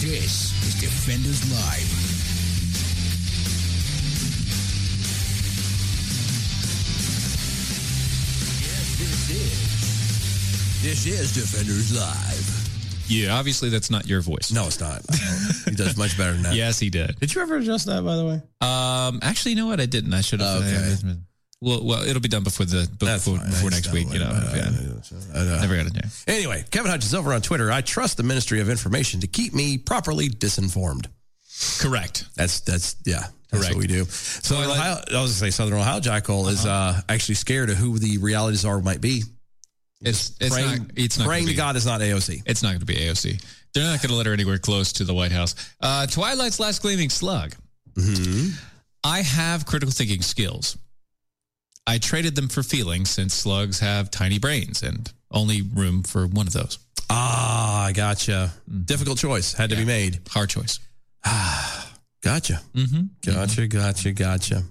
Speaker 2: This is Defenders Live.
Speaker 3: This is Defenders Live.
Speaker 4: Yeah, obviously that's not your voice.
Speaker 3: No, it's not. he does much better than that.
Speaker 4: Yes, he did.
Speaker 3: Did you ever adjust that, by the way?
Speaker 4: Um, actually, you know what? I didn't. I should have.
Speaker 3: Oh, Okay.
Speaker 4: Well, well, it'll be done before the before,
Speaker 3: fine.
Speaker 4: before
Speaker 3: It's
Speaker 4: next
Speaker 3: done
Speaker 4: week. You know,
Speaker 3: later,
Speaker 4: yeah.
Speaker 3: I know.
Speaker 4: never got it there.
Speaker 3: Anyway, Kevin Hutch is over on Twitter. I trust the Ministry of Information to keep me properly disinformed.
Speaker 4: Correct.
Speaker 3: That's that's yeah. That's
Speaker 4: Correct.
Speaker 3: what we do. So
Speaker 4: I like- Uh-huh.
Speaker 3: Ohio, I was gonna say Southern Ohio Jackal is uh, actually scared of who the realities are might be.
Speaker 4: It's it's
Speaker 3: praying
Speaker 4: not. It's not
Speaker 3: praying
Speaker 4: gonna
Speaker 3: to
Speaker 4: be-
Speaker 3: God is not AOC.
Speaker 4: It's not going to be AOC. They're not going to let her anywhere close to the White House. Uh, Twilight's last gleaming slug.
Speaker 3: Mm-hmm.
Speaker 4: I have critical thinking skills. I traded them for feelings since slugs have tiny brains and only room for one of those.
Speaker 3: Ah, I gotcha.
Speaker 4: Mm-hmm.
Speaker 3: Difficult choice had to be made.
Speaker 4: Hard choice.
Speaker 3: Gotcha. Mm-hmm. Gotcha. Gotcha. Gotcha.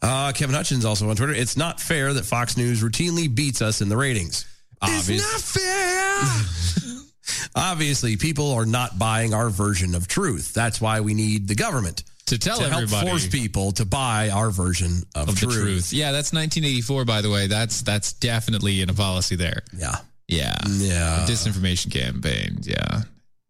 Speaker 3: Uh, Kevin Hutchins also on Twitter. It's not fair that Fox News routinely beats us in the ratings. Obvious- Obviously, people are not buying our version of truth. That's why we need the government.
Speaker 4: to tell
Speaker 3: to help
Speaker 4: everybody.
Speaker 3: force people to buy our version of,
Speaker 4: of
Speaker 3: truth.
Speaker 4: the truth. Yeah, that's 1984, by the way. That's that's definitely in a policy there.
Speaker 3: Yeah.
Speaker 4: Yeah.
Speaker 3: Yeah.
Speaker 4: Disinformation campaigns. Yeah.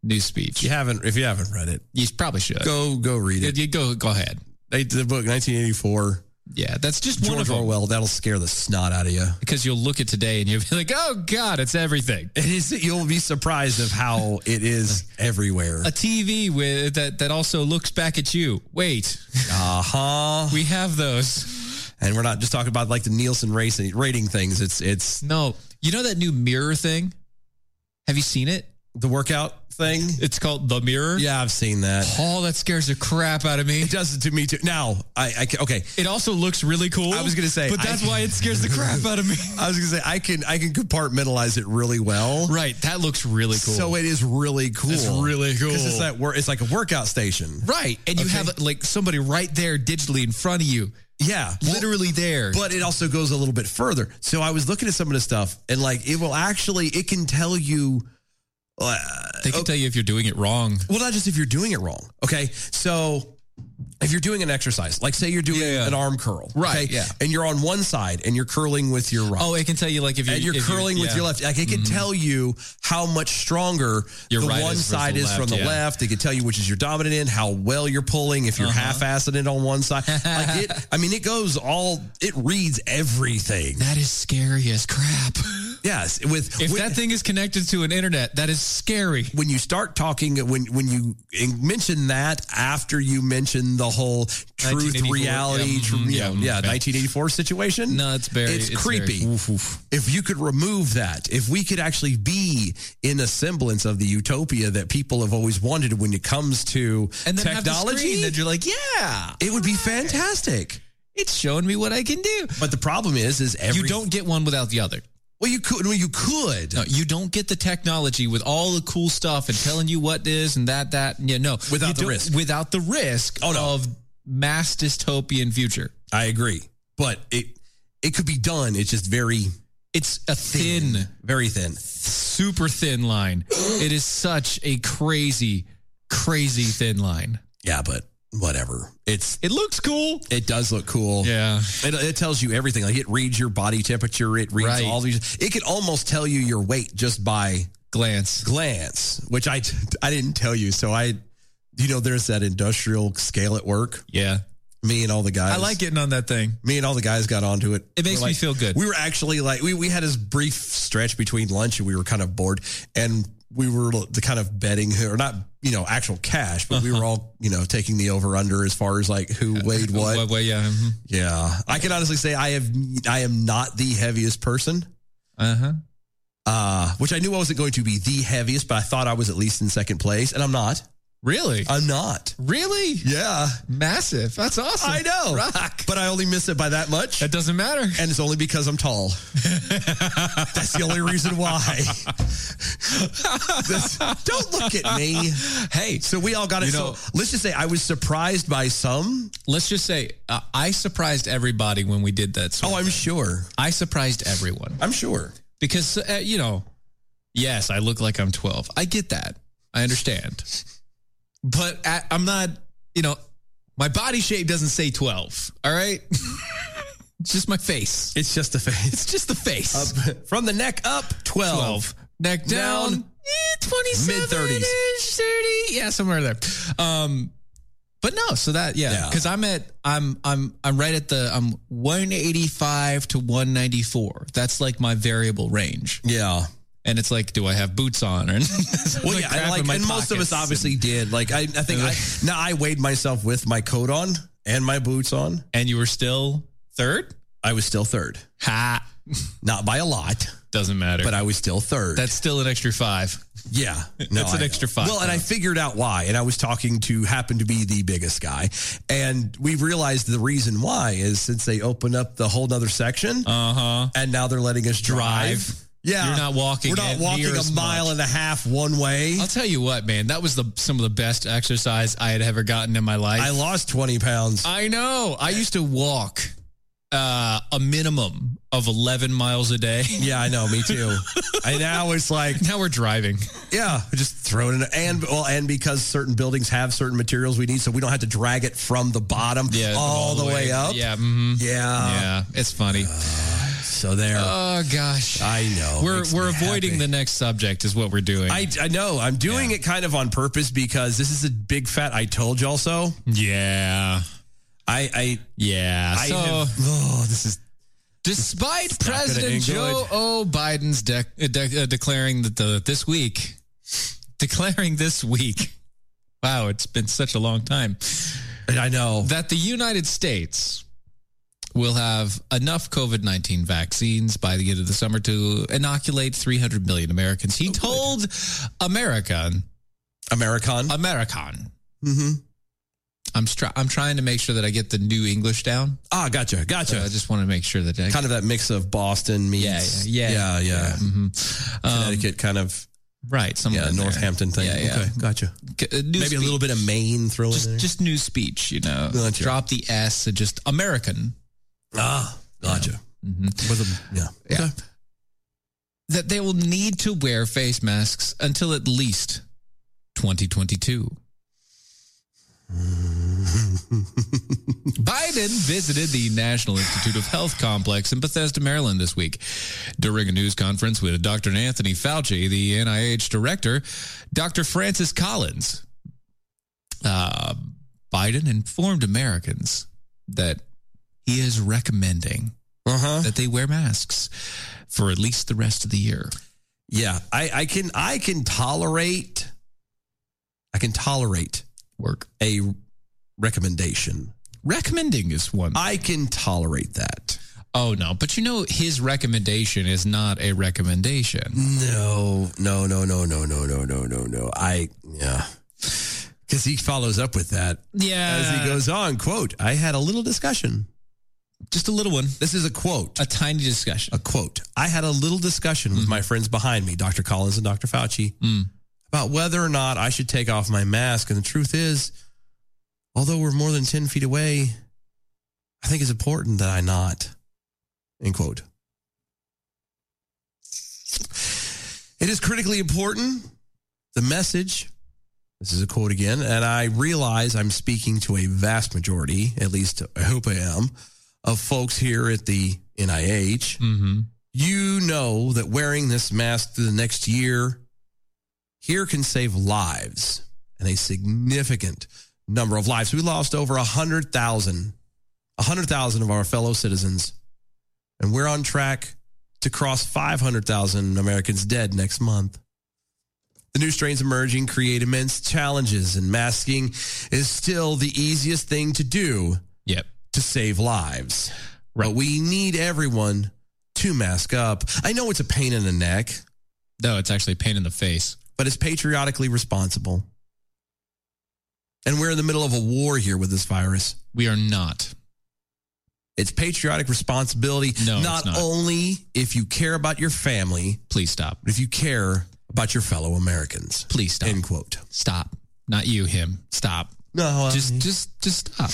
Speaker 4: New speech.
Speaker 3: You haven't if you haven't read it,
Speaker 4: You probably should.
Speaker 3: go go read
Speaker 4: You-
Speaker 3: it.
Speaker 4: you go, go ahead.
Speaker 3: They- The book 1984.
Speaker 4: Yeah, that's just one of
Speaker 3: George
Speaker 4: them.
Speaker 3: Orwell. That'll scare the snot out of you.
Speaker 4: Because you'll look at today and you'll be like, oh, God, it's everything.
Speaker 3: It is. You'll be surprised of how it is everywhere.
Speaker 4: A TV with that, that also looks back at you. Wait,
Speaker 3: Uh huh.
Speaker 4: we have those.
Speaker 3: And we're not just talking about like the Nielsen racing rating things. It's it's
Speaker 4: No, you know that new mirror thing? Have you seen it?
Speaker 3: the workout thing.
Speaker 4: It's called The Mirror.
Speaker 3: Yeah, I've seen that.
Speaker 4: Oh, that scares the crap out of me.
Speaker 3: It does it to me too. Now I, I can, okay.
Speaker 4: It also looks really cool.
Speaker 3: I was gonna say,
Speaker 4: but that's
Speaker 3: I-
Speaker 4: why it scares the crap out of me.
Speaker 3: I was gonna say I can I can compartmentalize it really well.
Speaker 4: right, that looks really cool.
Speaker 3: So it is really cool.
Speaker 4: It's really cool.
Speaker 3: because it's that wor- it's like a workout station.
Speaker 4: right, and you
Speaker 3: Okay.
Speaker 4: have like somebody right there digitally in front of you,
Speaker 3: Yeah,
Speaker 4: literally there.
Speaker 3: But it also goes a little bit further. So I was looking at some of the stuff, and like it will actually it can tell you. Uh,
Speaker 4: they can tell you if you're doing it wrong.
Speaker 3: Well, not just if you're doing it wrong. Okay. So if you're doing an exercise, like say you're doing
Speaker 4: Yeah, yeah.
Speaker 3: an arm curl.
Speaker 4: Right,
Speaker 3: Okay?
Speaker 4: yeah.
Speaker 3: And you're on one side and you're curling with your right.
Speaker 4: Oh, it can tell you like if you're
Speaker 3: and you're
Speaker 4: if
Speaker 3: curling with
Speaker 4: yeah. Mm-hmm.
Speaker 3: your left. Like it can tell you how much stronger
Speaker 4: Your
Speaker 3: the
Speaker 4: right
Speaker 3: one
Speaker 4: is versus
Speaker 3: side
Speaker 4: the
Speaker 3: is
Speaker 4: left,
Speaker 3: from the
Speaker 4: yeah.
Speaker 3: left. It can tell you which is your dominant end, how well you're pulling, if you're
Speaker 4: Uh-huh.
Speaker 3: half-assing it on one side. Like it, I mean, it goes all. It reads everything.
Speaker 4: That is scary as crap.
Speaker 3: Yes, with
Speaker 4: if
Speaker 3: with-
Speaker 4: that thing is connected to an internet, that is scary.
Speaker 3: when you start talking when when you mention that after you mention the whole truth
Speaker 4: 1984,
Speaker 3: reality
Speaker 4: yeah,
Speaker 3: tr-
Speaker 4: mhm,
Speaker 3: yeah,
Speaker 4: yeah,
Speaker 3: yeah,
Speaker 4: okay.
Speaker 3: 1984 situation
Speaker 4: No, it's very-
Speaker 3: it's,
Speaker 4: it's very-
Speaker 3: creepy if you could remove that if we could actually be in a semblance of the utopia that people have always wanted when it comes to
Speaker 4: And then have the
Speaker 3: technology
Speaker 4: screen that you're like, yeah,
Speaker 3: it would be fantastic
Speaker 4: it's showing me what I can do.
Speaker 3: but the problem is is every
Speaker 4: you don't get one without the other.
Speaker 3: well you could well you could
Speaker 4: No, you don't get the technology with all the cool stuff and telling you what this and that, that. Yeah, no.
Speaker 3: Without
Speaker 4: You
Speaker 3: the
Speaker 4: don't-
Speaker 3: risk.
Speaker 4: Without the risk
Speaker 3: Oh, no.
Speaker 4: of mass dystopian future.
Speaker 3: i agree but it it could be done it's just very
Speaker 4: It's a thin,
Speaker 3: very thin
Speaker 4: super thin line. it is such a crazy, crazy thin line.
Speaker 3: Yeah, but whatever. It's
Speaker 4: It looks cool.
Speaker 3: it does look cool.
Speaker 4: Yeah.
Speaker 3: It, it tells you everything. Like it reads your body temperature. It reads
Speaker 4: Right.
Speaker 3: all these. It could almost tell you your weight just by
Speaker 4: Glance.
Speaker 3: glance, which I I didn't tell you. So I, you know, there's that industrial scale at work.
Speaker 4: Yeah.
Speaker 3: Me and all the guys.
Speaker 4: I like getting on that thing.
Speaker 3: Me and all the guys got onto it.
Speaker 4: It makes
Speaker 3: We're
Speaker 4: me
Speaker 3: like-
Speaker 4: feel good.
Speaker 3: We were actually like we we had this brief stretch between lunch and we were kind of bored and we were the kind of betting who or not you know actual cash but
Speaker 4: Uh-huh.
Speaker 3: we were all you know taking the over under as far as like who weighed what
Speaker 4: Well, yeah. mhm.
Speaker 3: yeah, I can honestly say I have I am not the heaviest person,
Speaker 4: Uh-huh.
Speaker 3: uh, which I knew I wasn't going to be the heaviest, but I thought I was at least in second place, and I'm not.
Speaker 4: Really?
Speaker 3: I'm not.
Speaker 4: really?
Speaker 3: Yeah,
Speaker 4: Massive. That's awesome.
Speaker 3: I know.
Speaker 4: Rock.
Speaker 3: But I only miss it by that much,
Speaker 4: That doesn't matter.
Speaker 3: and it's only because I'm tall. That's the only reason why. This- don't look at me. Hey, so we all got it.
Speaker 4: you know-
Speaker 3: so let's just say I was surprised by some.
Speaker 4: Let's just say uh, I surprised everybody when we did that. sort
Speaker 3: Oh,
Speaker 4: of
Speaker 3: I'm
Speaker 4: thing.
Speaker 3: sure.
Speaker 4: I surprised everyone
Speaker 3: I'm sure.
Speaker 4: because uh, you know, yes, I look like I'm 12. I get that. I understand. But I, I'm not, you know, my body shape doesn't say 12. All right? it's just my face.
Speaker 3: It's just a face.
Speaker 4: It's just the face.
Speaker 3: Up, from the neck up, 12.
Speaker 4: Neck down,
Speaker 3: Down.
Speaker 4: eh, 27
Speaker 3: Mid-thirties.
Speaker 4: 30. Yeah, somewhere there. Um but no, so that yeah,
Speaker 3: Yeah.
Speaker 4: because I'm at I'm I'm I'm right at the I'm 185 to 194. That's like my variable range,
Speaker 3: Yeah.
Speaker 4: and it's like, do I have boots on? Or
Speaker 3: Well,
Speaker 4: like
Speaker 3: yeah,
Speaker 4: crap
Speaker 3: and,
Speaker 4: in
Speaker 3: like,
Speaker 4: my
Speaker 3: and most of
Speaker 4: pockets
Speaker 3: us obviously
Speaker 4: and,
Speaker 3: did. Like, I, I think I, now I weighed myself with my coat on and my boots on.
Speaker 4: and you were still third.
Speaker 3: I was still third,
Speaker 4: Ha,
Speaker 3: not by a lot,
Speaker 4: doesn't matter.
Speaker 3: but I was still third.
Speaker 4: that's still an extra five.
Speaker 3: yeah,
Speaker 4: that's an
Speaker 3: I
Speaker 4: extra five
Speaker 3: Well, and I
Speaker 4: pounds.
Speaker 3: figured out why. And I was talking to happened to be the biggest guy, and we realized the reason why is since they opened up the whole nother section,
Speaker 4: Uh huh.
Speaker 3: and now they're letting us drive.
Speaker 4: Drive.
Speaker 3: Yeah,
Speaker 4: You're not walking
Speaker 3: We're not
Speaker 4: it
Speaker 3: walking
Speaker 4: near
Speaker 3: a
Speaker 4: as
Speaker 3: mile
Speaker 4: much.
Speaker 3: and a half one way.
Speaker 4: I'll tell you what, man, that was the some of the best exercise I had ever gotten in my life. Uh,
Speaker 3: I lost twenty pounds.
Speaker 4: I know. I used to walk uh, a minimum of 11 miles a day.
Speaker 3: Yeah, I know. Me too. I now it's like
Speaker 4: now we're driving.
Speaker 3: Yeah, just throw it in, and well, and because certain buildings have certain materials we need, so we don't have to drag it from the bottom
Speaker 4: Yeah,
Speaker 3: all, the way, up.
Speaker 4: Yeah, mhm.
Speaker 3: yeah,
Speaker 4: yeah. It's funny.
Speaker 3: So there.
Speaker 4: oh gosh,
Speaker 3: I know.
Speaker 4: we're
Speaker 3: Makes
Speaker 4: we're
Speaker 3: me
Speaker 4: avoiding
Speaker 3: happy.
Speaker 4: the next subject is what we're doing.
Speaker 3: I, I know. I'm doing it kind of on purpose because this is a big fat. I told y'all so.
Speaker 4: yeah,
Speaker 3: I I
Speaker 4: yeah.
Speaker 3: I
Speaker 4: so,
Speaker 3: have- oh, this is
Speaker 4: despite
Speaker 3: not gonna
Speaker 4: President
Speaker 3: end good.
Speaker 4: Joe O. Biden's dec uh, de- uh, declaring that the this week, declaring this week, wow, it's been such a long time
Speaker 3: I know.
Speaker 4: that the United States will have enough COVID nineteen vaccines by the end of the summer to inoculate three hundred million Americans.
Speaker 3: Oh,
Speaker 4: He told American
Speaker 3: American.
Speaker 4: American.
Speaker 3: mm-hmm.
Speaker 4: I'm str- I'm trying to make sure that I get the new English down.
Speaker 3: Ah, gotcha, gotcha.
Speaker 4: So I just want to make sure that I
Speaker 3: kind of that mix of Boston
Speaker 4: yeah,
Speaker 3: meets
Speaker 4: yeah,
Speaker 3: yeah, yeah. Mm.
Speaker 4: mhm. Um,
Speaker 3: Connecticut kind of
Speaker 4: right? Some
Speaker 3: yeah Northampton thing.
Speaker 4: Yeah, yeah.
Speaker 3: Okay, gotcha.
Speaker 4: Maybe
Speaker 3: Maybe a little bit of Maine thrown in
Speaker 4: just
Speaker 3: there.
Speaker 4: just new speech, you know.
Speaker 3: Gotcha.
Speaker 4: Drop the s and just American.
Speaker 3: ah, gotcha. With a yeah.
Speaker 4: Yeah.
Speaker 3: Okay.
Speaker 4: That they will need to wear face masks until at least 2022. Biden visited the National Institute of Health complex in Bethesda, Maryland this week. During a news conference with Dr. Anthony Fauci, the NIH director, Dr. Francis Collins, uh, Biden informed Americans that he is recommending
Speaker 3: Uh huh.
Speaker 4: that they wear masks for at least the rest of the year.
Speaker 3: Yeah. I I can I can tolerate. I can tolerate
Speaker 4: Work.
Speaker 3: a recommendation.
Speaker 4: Recommending is one.
Speaker 3: I can tolerate that.
Speaker 4: oh no, but you know his recommendation is not a recommendation.
Speaker 3: No, no, no, no, no, no, no, no, no, no. I yeah. Because he follows up with that
Speaker 4: Yeah,
Speaker 3: as he goes on. Quote: I had a little discussion.
Speaker 4: just a little one,
Speaker 3: This is a quote.
Speaker 4: a tiny discussion. Mm.
Speaker 3: a quote. I had a little discussion with my friends behind me, Dr. Collins and Dr. Fauci, about whether or not I should take off my mask. And the truth is, although we're more than 10 feet away, I think it's important that I not. End quote. It is critically important. The message, this is a quote again, and I realize I'm speaking to a vast majority, at least I hope I am, of folks here at the NIH
Speaker 4: Mm-hmm.
Speaker 3: you know that wearing this mask through the next year here can save lives and a significant number of lives. We lost over 100,000, 100,000 of our fellow citizens, and we're on track to cross 500,000 Americans dead next month. The new strains emerging create immense challenges, and masking is still the easiest thing to do
Speaker 4: Yep.
Speaker 3: to save lives. But we need everyone to mask up. I know it's a pain in the neck,
Speaker 4: No, it's actually a pain in the face.
Speaker 3: but it's patriotically responsible. And we're in the middle of a war here with this virus.
Speaker 4: We are not.
Speaker 3: It's patriotic responsibility,
Speaker 4: No, it's
Speaker 3: not,
Speaker 4: not.
Speaker 3: only if you care about your family,
Speaker 4: Please stop.
Speaker 3: but if you care about your fellow Americans.
Speaker 4: Please stop.
Speaker 3: End quote.
Speaker 4: Stop. Not you, him. Stop.
Speaker 3: No, uh, I-
Speaker 4: just just just stop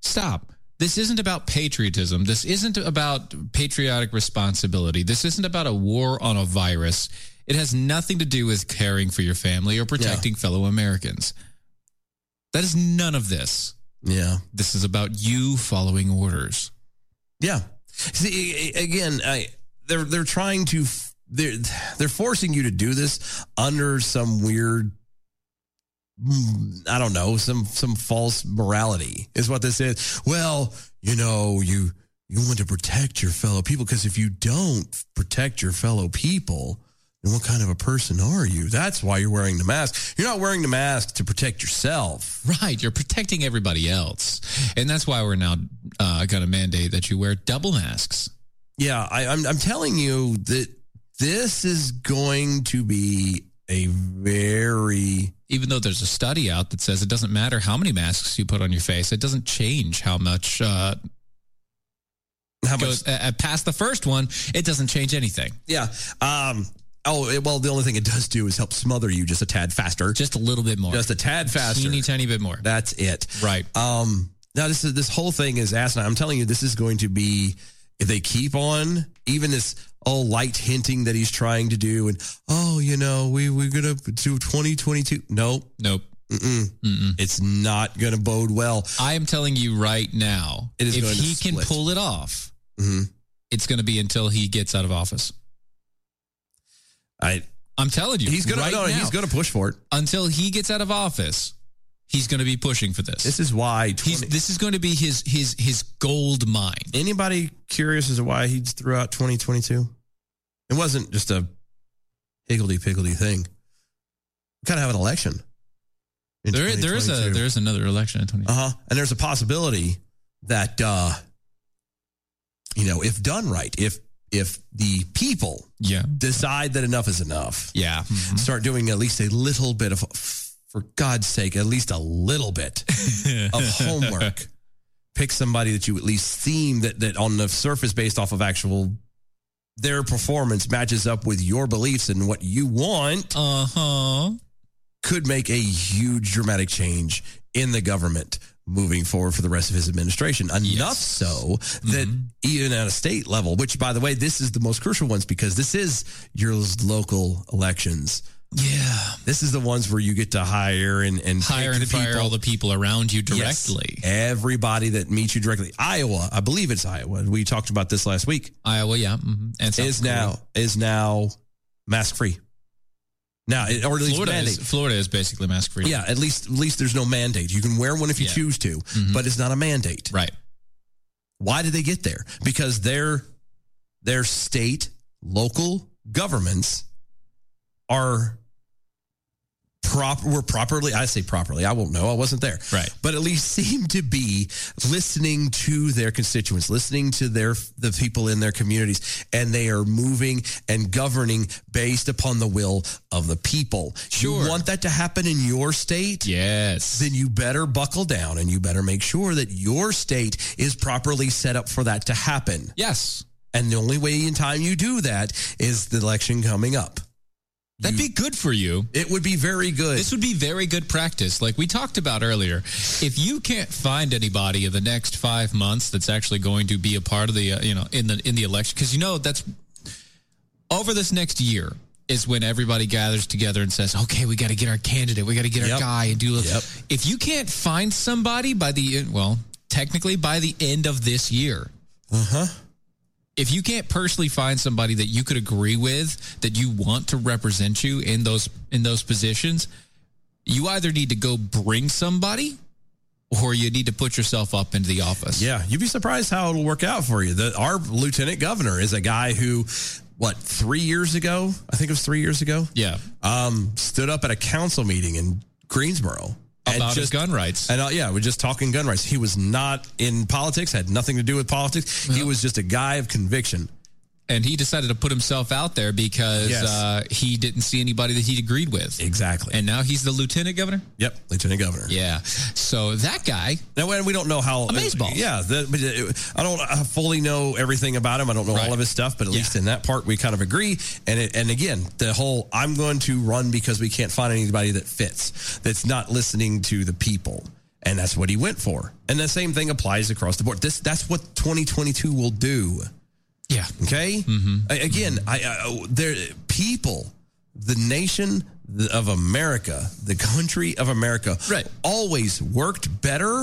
Speaker 4: stop this isn't about patriotism this isn't about patriotic responsibility this isn't about a war on a virus it has nothing to do with caring for your family or protecting fellow americans that is none of this
Speaker 3: yeah.
Speaker 4: this is about you following orders
Speaker 3: Yeah. See, a- a- again, I, they're they're trying to f- they're they're forcing you to do this under some weird mm, I don't know, some some false morality is what this is. Well, you know, you you want to protect your fellow people because if you don't protect your fellow people, then what kind of a person are you? That's why you're wearing the mask. You're not wearing the mask to protect yourself.
Speaker 4: right you're protecting everybody else and that's why we're now uh, going to mandate that you wear double masks
Speaker 3: Yeah, I, I'm I'm telling you that this is going to be a very
Speaker 4: even though there's a study out that says it doesn't matter how many masks you put on your face, it doesn't change how much uh,
Speaker 3: how much
Speaker 4: goes uh, uh, past the first one. It doesn't change anything.
Speaker 3: yeah um oh it- well the only thing it does do is help smother you just a tad faster
Speaker 4: Just a little bit more.
Speaker 3: just a tad faster
Speaker 4: teeny tiny bit more.
Speaker 3: that's it
Speaker 4: right.
Speaker 3: um Now this is this whole thing is asinine. I'm telling you, this is going to be if they keep on even this all light hinting that he's trying to do, and oh, you know, we we're gonna do 2022. Nope,
Speaker 4: nope.
Speaker 3: Mm-mm. It's not going to bode well.
Speaker 4: I am telling you right now,
Speaker 3: It is
Speaker 4: if
Speaker 3: going to
Speaker 4: he can
Speaker 3: split.
Speaker 4: pull it off,
Speaker 3: Mhm.
Speaker 4: it's going to be until he gets out of office.
Speaker 3: I,
Speaker 4: I'm telling you,
Speaker 3: He's gonna
Speaker 4: right
Speaker 3: no,
Speaker 4: now,
Speaker 3: he's gonna push for it.
Speaker 4: until he gets out of office. He's going to be pushing for this.
Speaker 3: This is why
Speaker 4: He's,
Speaker 3: 20
Speaker 4: this is going to be his his his gold mine.
Speaker 3: Anybody curious as to why he threw out 2022? It wasn't just a higgledy piggledy thing. We kind of have an election. in
Speaker 4: There there is a
Speaker 3: 2022.
Speaker 4: there is another election in 20.
Speaker 3: Uh huh. And there's a possibility that uh you know, if done right, if if the people
Speaker 4: yeah
Speaker 3: decide that enough is enough,
Speaker 4: yeah, Mm-hmm.
Speaker 3: start doing at least a little bit of, for God's sake, at least a little bit
Speaker 4: Mm-hmm.
Speaker 3: of homework. Pick somebody that you at least seem that that on the surface, based off of actual their performance, matches up with your beliefs and what you want.
Speaker 4: Uh huh.
Speaker 3: Could make a huge dramatic change in the government moving forward for the rest of his administration. Enough so that
Speaker 4: Mm-hmm.
Speaker 3: even at a state level, which by the way, this is the most crucial ones because this is your local elections.
Speaker 4: Yeah.
Speaker 3: This is the ones where you get to hire and and
Speaker 4: Hire
Speaker 3: pick
Speaker 4: and fire all the people around you
Speaker 3: Yes.
Speaker 4: directly.
Speaker 3: everybody that meets you directly. Iowa, I believe it's Iowa. We talked about this last week.
Speaker 4: Iowa, yeah, mhm. and South
Speaker 3: is
Speaker 4: Dakota.
Speaker 3: now is now mask free. Now, it- or at least
Speaker 4: Florida is,
Speaker 3: mandate.
Speaker 4: Florida is basically mask free.
Speaker 3: Yeah, at least at least there's no mandate. You can wear one if you
Speaker 4: Yeah. Mm-hmm.
Speaker 3: choose to, but it's not a mandate.
Speaker 4: right.
Speaker 3: Why did they get there? Because their their state, local governments are proper were properly I say properly, I won't know. I wasn't there.
Speaker 4: Right.
Speaker 3: But at least seem to be listening to their constituents, listening to their the people in their communities, and they are moving and governing based upon the will of the people.
Speaker 4: Sure.
Speaker 3: You want that to happen in your state?
Speaker 4: Yes.
Speaker 3: then you better buckle down and you better make sure that your state is properly set up for that to happen.
Speaker 4: yes.
Speaker 3: And the only way in time you do that is the election coming up.
Speaker 4: That'd be good for you.
Speaker 3: It would be very good.
Speaker 4: This would be very good practice. Like we talked about earlier, if you can't find anybody in the next five months that's actually going to be a part of the, uh, you know, in the in the election, because you know that's over this next year is when everybody gathers together and says, "Okay, we got to get our candidate, we got to get our
Speaker 3: Yep.
Speaker 4: guy," and do.
Speaker 3: Yep.
Speaker 4: If you can't find somebody by the e, well, technically by the end of this year,
Speaker 3: Uh huh.
Speaker 4: if you can't personally find somebody that you could agree with that you want to represent you in those in those positions you either need to go bring somebody or you need to put yourself up into the office
Speaker 3: Yeah, you'd be surprised how it'll work out for you. The, our lieutenant governor is a guy who, what, three years ago? I think it was three years ago.
Speaker 4: yeah
Speaker 3: Um, stood up at a council meeting in Greensboro and
Speaker 4: about his
Speaker 3: just-
Speaker 4: gun rights
Speaker 3: And uh, yeah, we're just talking gun rights. He was not in politics, had nothing to do with politics. He was just a guy of conviction.
Speaker 4: and he decided to put himself out there because
Speaker 3: Yes.
Speaker 4: uh, he didn't see anybody that he agreed with
Speaker 3: Exactly.
Speaker 4: and now he's the lieutenant governor
Speaker 3: yep, lieutenant governor.
Speaker 4: yeah so that guy
Speaker 3: Now, and we don't know how
Speaker 4: Amazeballs.
Speaker 3: Yeah, the, but it- I don't I fully know everything about him. I don't know
Speaker 4: Right.
Speaker 3: all of his stuff, but at
Speaker 4: Yeah.
Speaker 3: least in that part we kind of agree. And it, and again, the whole I'm going to run because we can't find anybody that fits. That's not listening to the people. And that's what he went for. And the same thing applies across the board. This that's what 2022 will do.
Speaker 4: yeah Mm-hmm.
Speaker 3: Okay. A- again, I, I there people, the nation th- of America, the country of America,
Speaker 4: Right.
Speaker 3: always worked better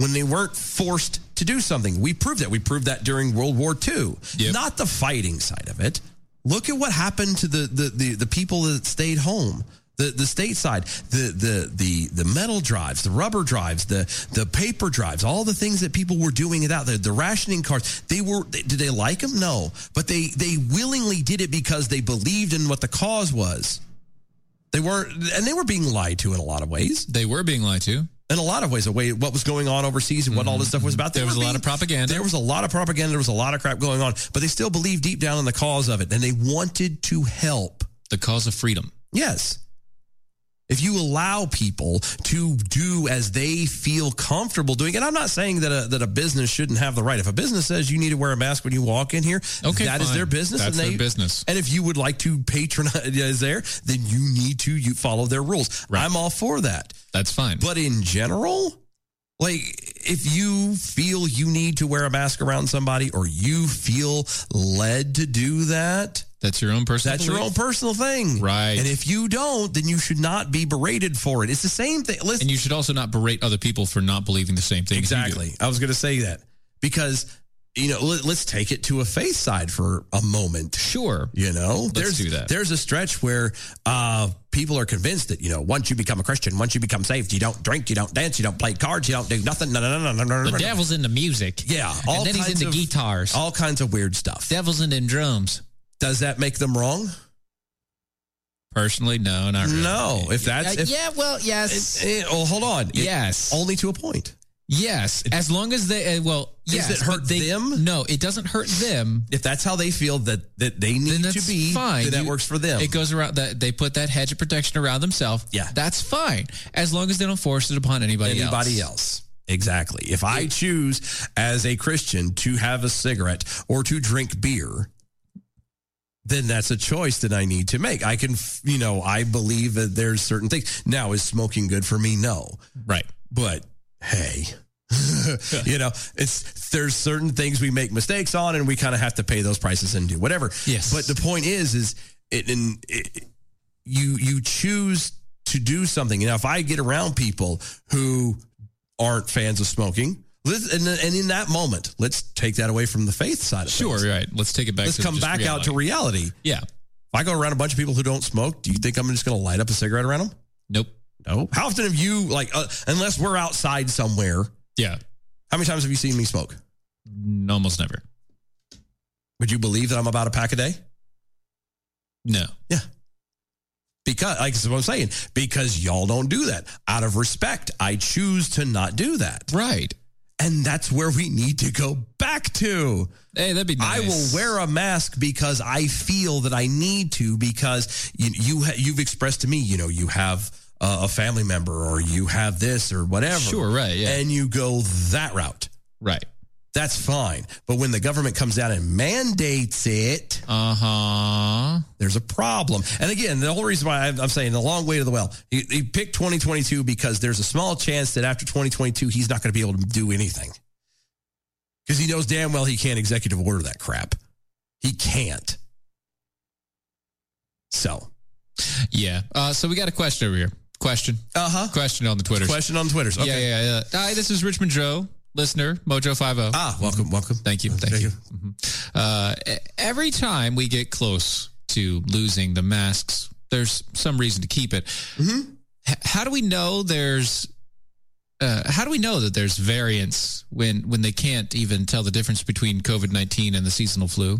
Speaker 3: when they weren't forced to do something. We proved that. We proved that during World War II.
Speaker 4: Yep.
Speaker 3: Not the fighting side of it. Look at what happened to the the the, the people that stayed home. The, the state side, the, the the the metal drives, the rubber drives, the the paper drives, all the things that people were doing it out there, the rationing cards. They were they, did they like them? No, but they they willingly did it because they believed in what the cause was. They weren't, and they were being lied to in a lot of ways.
Speaker 4: they were being lied to
Speaker 3: In a lot of ways, the way what was going on overseas and what all this stuff was about. They
Speaker 4: Mm-hmm. There was
Speaker 3: were
Speaker 4: a lot of propaganda.
Speaker 3: There was a lot of propaganda. There was a lot of crap going on, but they still believed deep down in the cause of it, and they wanted to help.
Speaker 4: the cause of freedom
Speaker 3: Yes. If you allow people to do as they feel comfortable doing, and I'm not saying that a, that a business shouldn't have the right. If a business says you need to wear a mask when you walk in here,
Speaker 4: Okay,
Speaker 3: that is
Speaker 4: fine.
Speaker 3: their business.
Speaker 4: That's
Speaker 3: and
Speaker 4: their
Speaker 3: they-
Speaker 4: business.
Speaker 3: And if you would like to patronize there, then you need to you follow their rules. I'm all for that.
Speaker 4: that's fine
Speaker 3: But in general, like if you feel you need to wear a mask around somebody or you feel led to do that,
Speaker 4: that's your own personal.
Speaker 3: That's your own
Speaker 4: belief.
Speaker 3: personal thing.
Speaker 4: Right.
Speaker 3: And if you don't, then you should not be berated for it. It's the same thing. Listen,
Speaker 4: and you should also not berate other people for not believing the same thing.
Speaker 3: Exactly. I was going to say that because you know, let, us take it to a faith side for a moment.
Speaker 4: Sure.
Speaker 3: You know,
Speaker 4: Let's
Speaker 3: there's
Speaker 4: do that.
Speaker 3: there's a stretch where uh, people are convinced that you know, once you become a Christian, once you become saved, you don't drink, you don't dance, you don't play cards, you don't do nothing. No, no, no, no, no, no.
Speaker 4: The
Speaker 3: no.
Speaker 4: devil's into music.
Speaker 3: Yeah, all
Speaker 4: all and then he's
Speaker 3: kinds
Speaker 4: into
Speaker 3: of-
Speaker 4: guitars.
Speaker 3: all kinds of weird stuff.
Speaker 4: devil's into drums.
Speaker 3: Does that make them wrong?
Speaker 4: Personally, no, not really.
Speaker 3: No. If that's
Speaker 4: Yeah,
Speaker 3: if,
Speaker 4: yeah, well, yes,
Speaker 3: Eh, oh, hold on. It-
Speaker 4: yes,
Speaker 3: only to a point.
Speaker 4: yes. As long as they, uh, well,
Speaker 3: Does
Speaker 4: yes,
Speaker 3: it hurt
Speaker 4: but they-
Speaker 3: them?
Speaker 4: No, it doesn't hurt them.
Speaker 3: If that's how they feel that that they need
Speaker 4: Then
Speaker 3: to
Speaker 4: that's
Speaker 3: be,
Speaker 4: fine.
Speaker 3: then that
Speaker 4: You-
Speaker 3: works for them.
Speaker 4: It goes around that they put that hedge of protection around themselves.
Speaker 3: Yeah.
Speaker 4: that's fine as long as they don't force it upon anybody,
Speaker 3: anybody else. Exactly. If I choose as a Christian to have a cigarette or to drink beer, then that's a choice that I need to make. I can, f- you know, I believe that there's certain things. Now, is smoking good for me? No.
Speaker 4: Right.
Speaker 3: But hey, you know, it's there's certain things we make mistakes on and we kind of have to pay those prices and do whatever.
Speaker 4: Yes.
Speaker 3: But the point is, is it, and it, you you choose to do something. Now, if I get around people who aren't fans of smoking, let's- and, and in that moment, let's take that away from the faith side of
Speaker 4: Sure.
Speaker 3: things.
Speaker 4: Right. Let's take it back.
Speaker 3: Let's
Speaker 4: to
Speaker 3: come
Speaker 4: just
Speaker 3: back out to
Speaker 4: reality.
Speaker 3: reality.
Speaker 4: Yeah.
Speaker 3: If I go around a bunch of people who don't smoke, do you think I'm just going to light up a cigarette around them?
Speaker 4: Nope.
Speaker 3: No. How often have you like, uh, unless we're outside somewhere?
Speaker 4: Yeah.
Speaker 3: How many times have you seen me smoke?
Speaker 4: N- Almost never.
Speaker 3: Would you believe that I'm about a pack a day?
Speaker 4: No.
Speaker 3: Yeah. Because, like that's what I'm saying, because y'all don't do that. Out of respect, I choose to not do that.
Speaker 4: Right.
Speaker 3: And that's where we need to go back to.
Speaker 4: Hey, that'd be nice.
Speaker 3: I will wear a mask because I feel that I need to because you, you ha- you've expressed to me, you know, you have uh, a family member or you have this or whatever.
Speaker 4: Sure, right, yeah.
Speaker 3: And you go that route.
Speaker 4: Right.
Speaker 3: That's fine. But when the government comes down and mandates it,
Speaker 4: Uh huh.
Speaker 3: there's a problem. And again, the whole reason why I'm I'm saying the long way to the well, he, he picked 2022 because there's a small chance that after 2022, he's not going to be able to do anything because he knows damn well he can't executive order that crap. He can't. So,
Speaker 4: Yeah. Uh, so we got a question over here. Question.
Speaker 3: uh huh.
Speaker 4: Question on the Twitter.
Speaker 3: Question on Twitter's. Okay.
Speaker 4: Yeah, yeah, yeah. Hi, this is Richmond Joe, listener, Mojo50.
Speaker 3: Ah, welcome, welcome.
Speaker 4: Thank you. Thank, you. Mhm. Uh, e- every time we get close to losing the masks, there's some reason to keep it.
Speaker 3: Mm-hmm.
Speaker 4: H- how do we know there's. Uh, how do we know that there's variance when, when they can't even tell the difference between COVID 19 and the seasonal flu?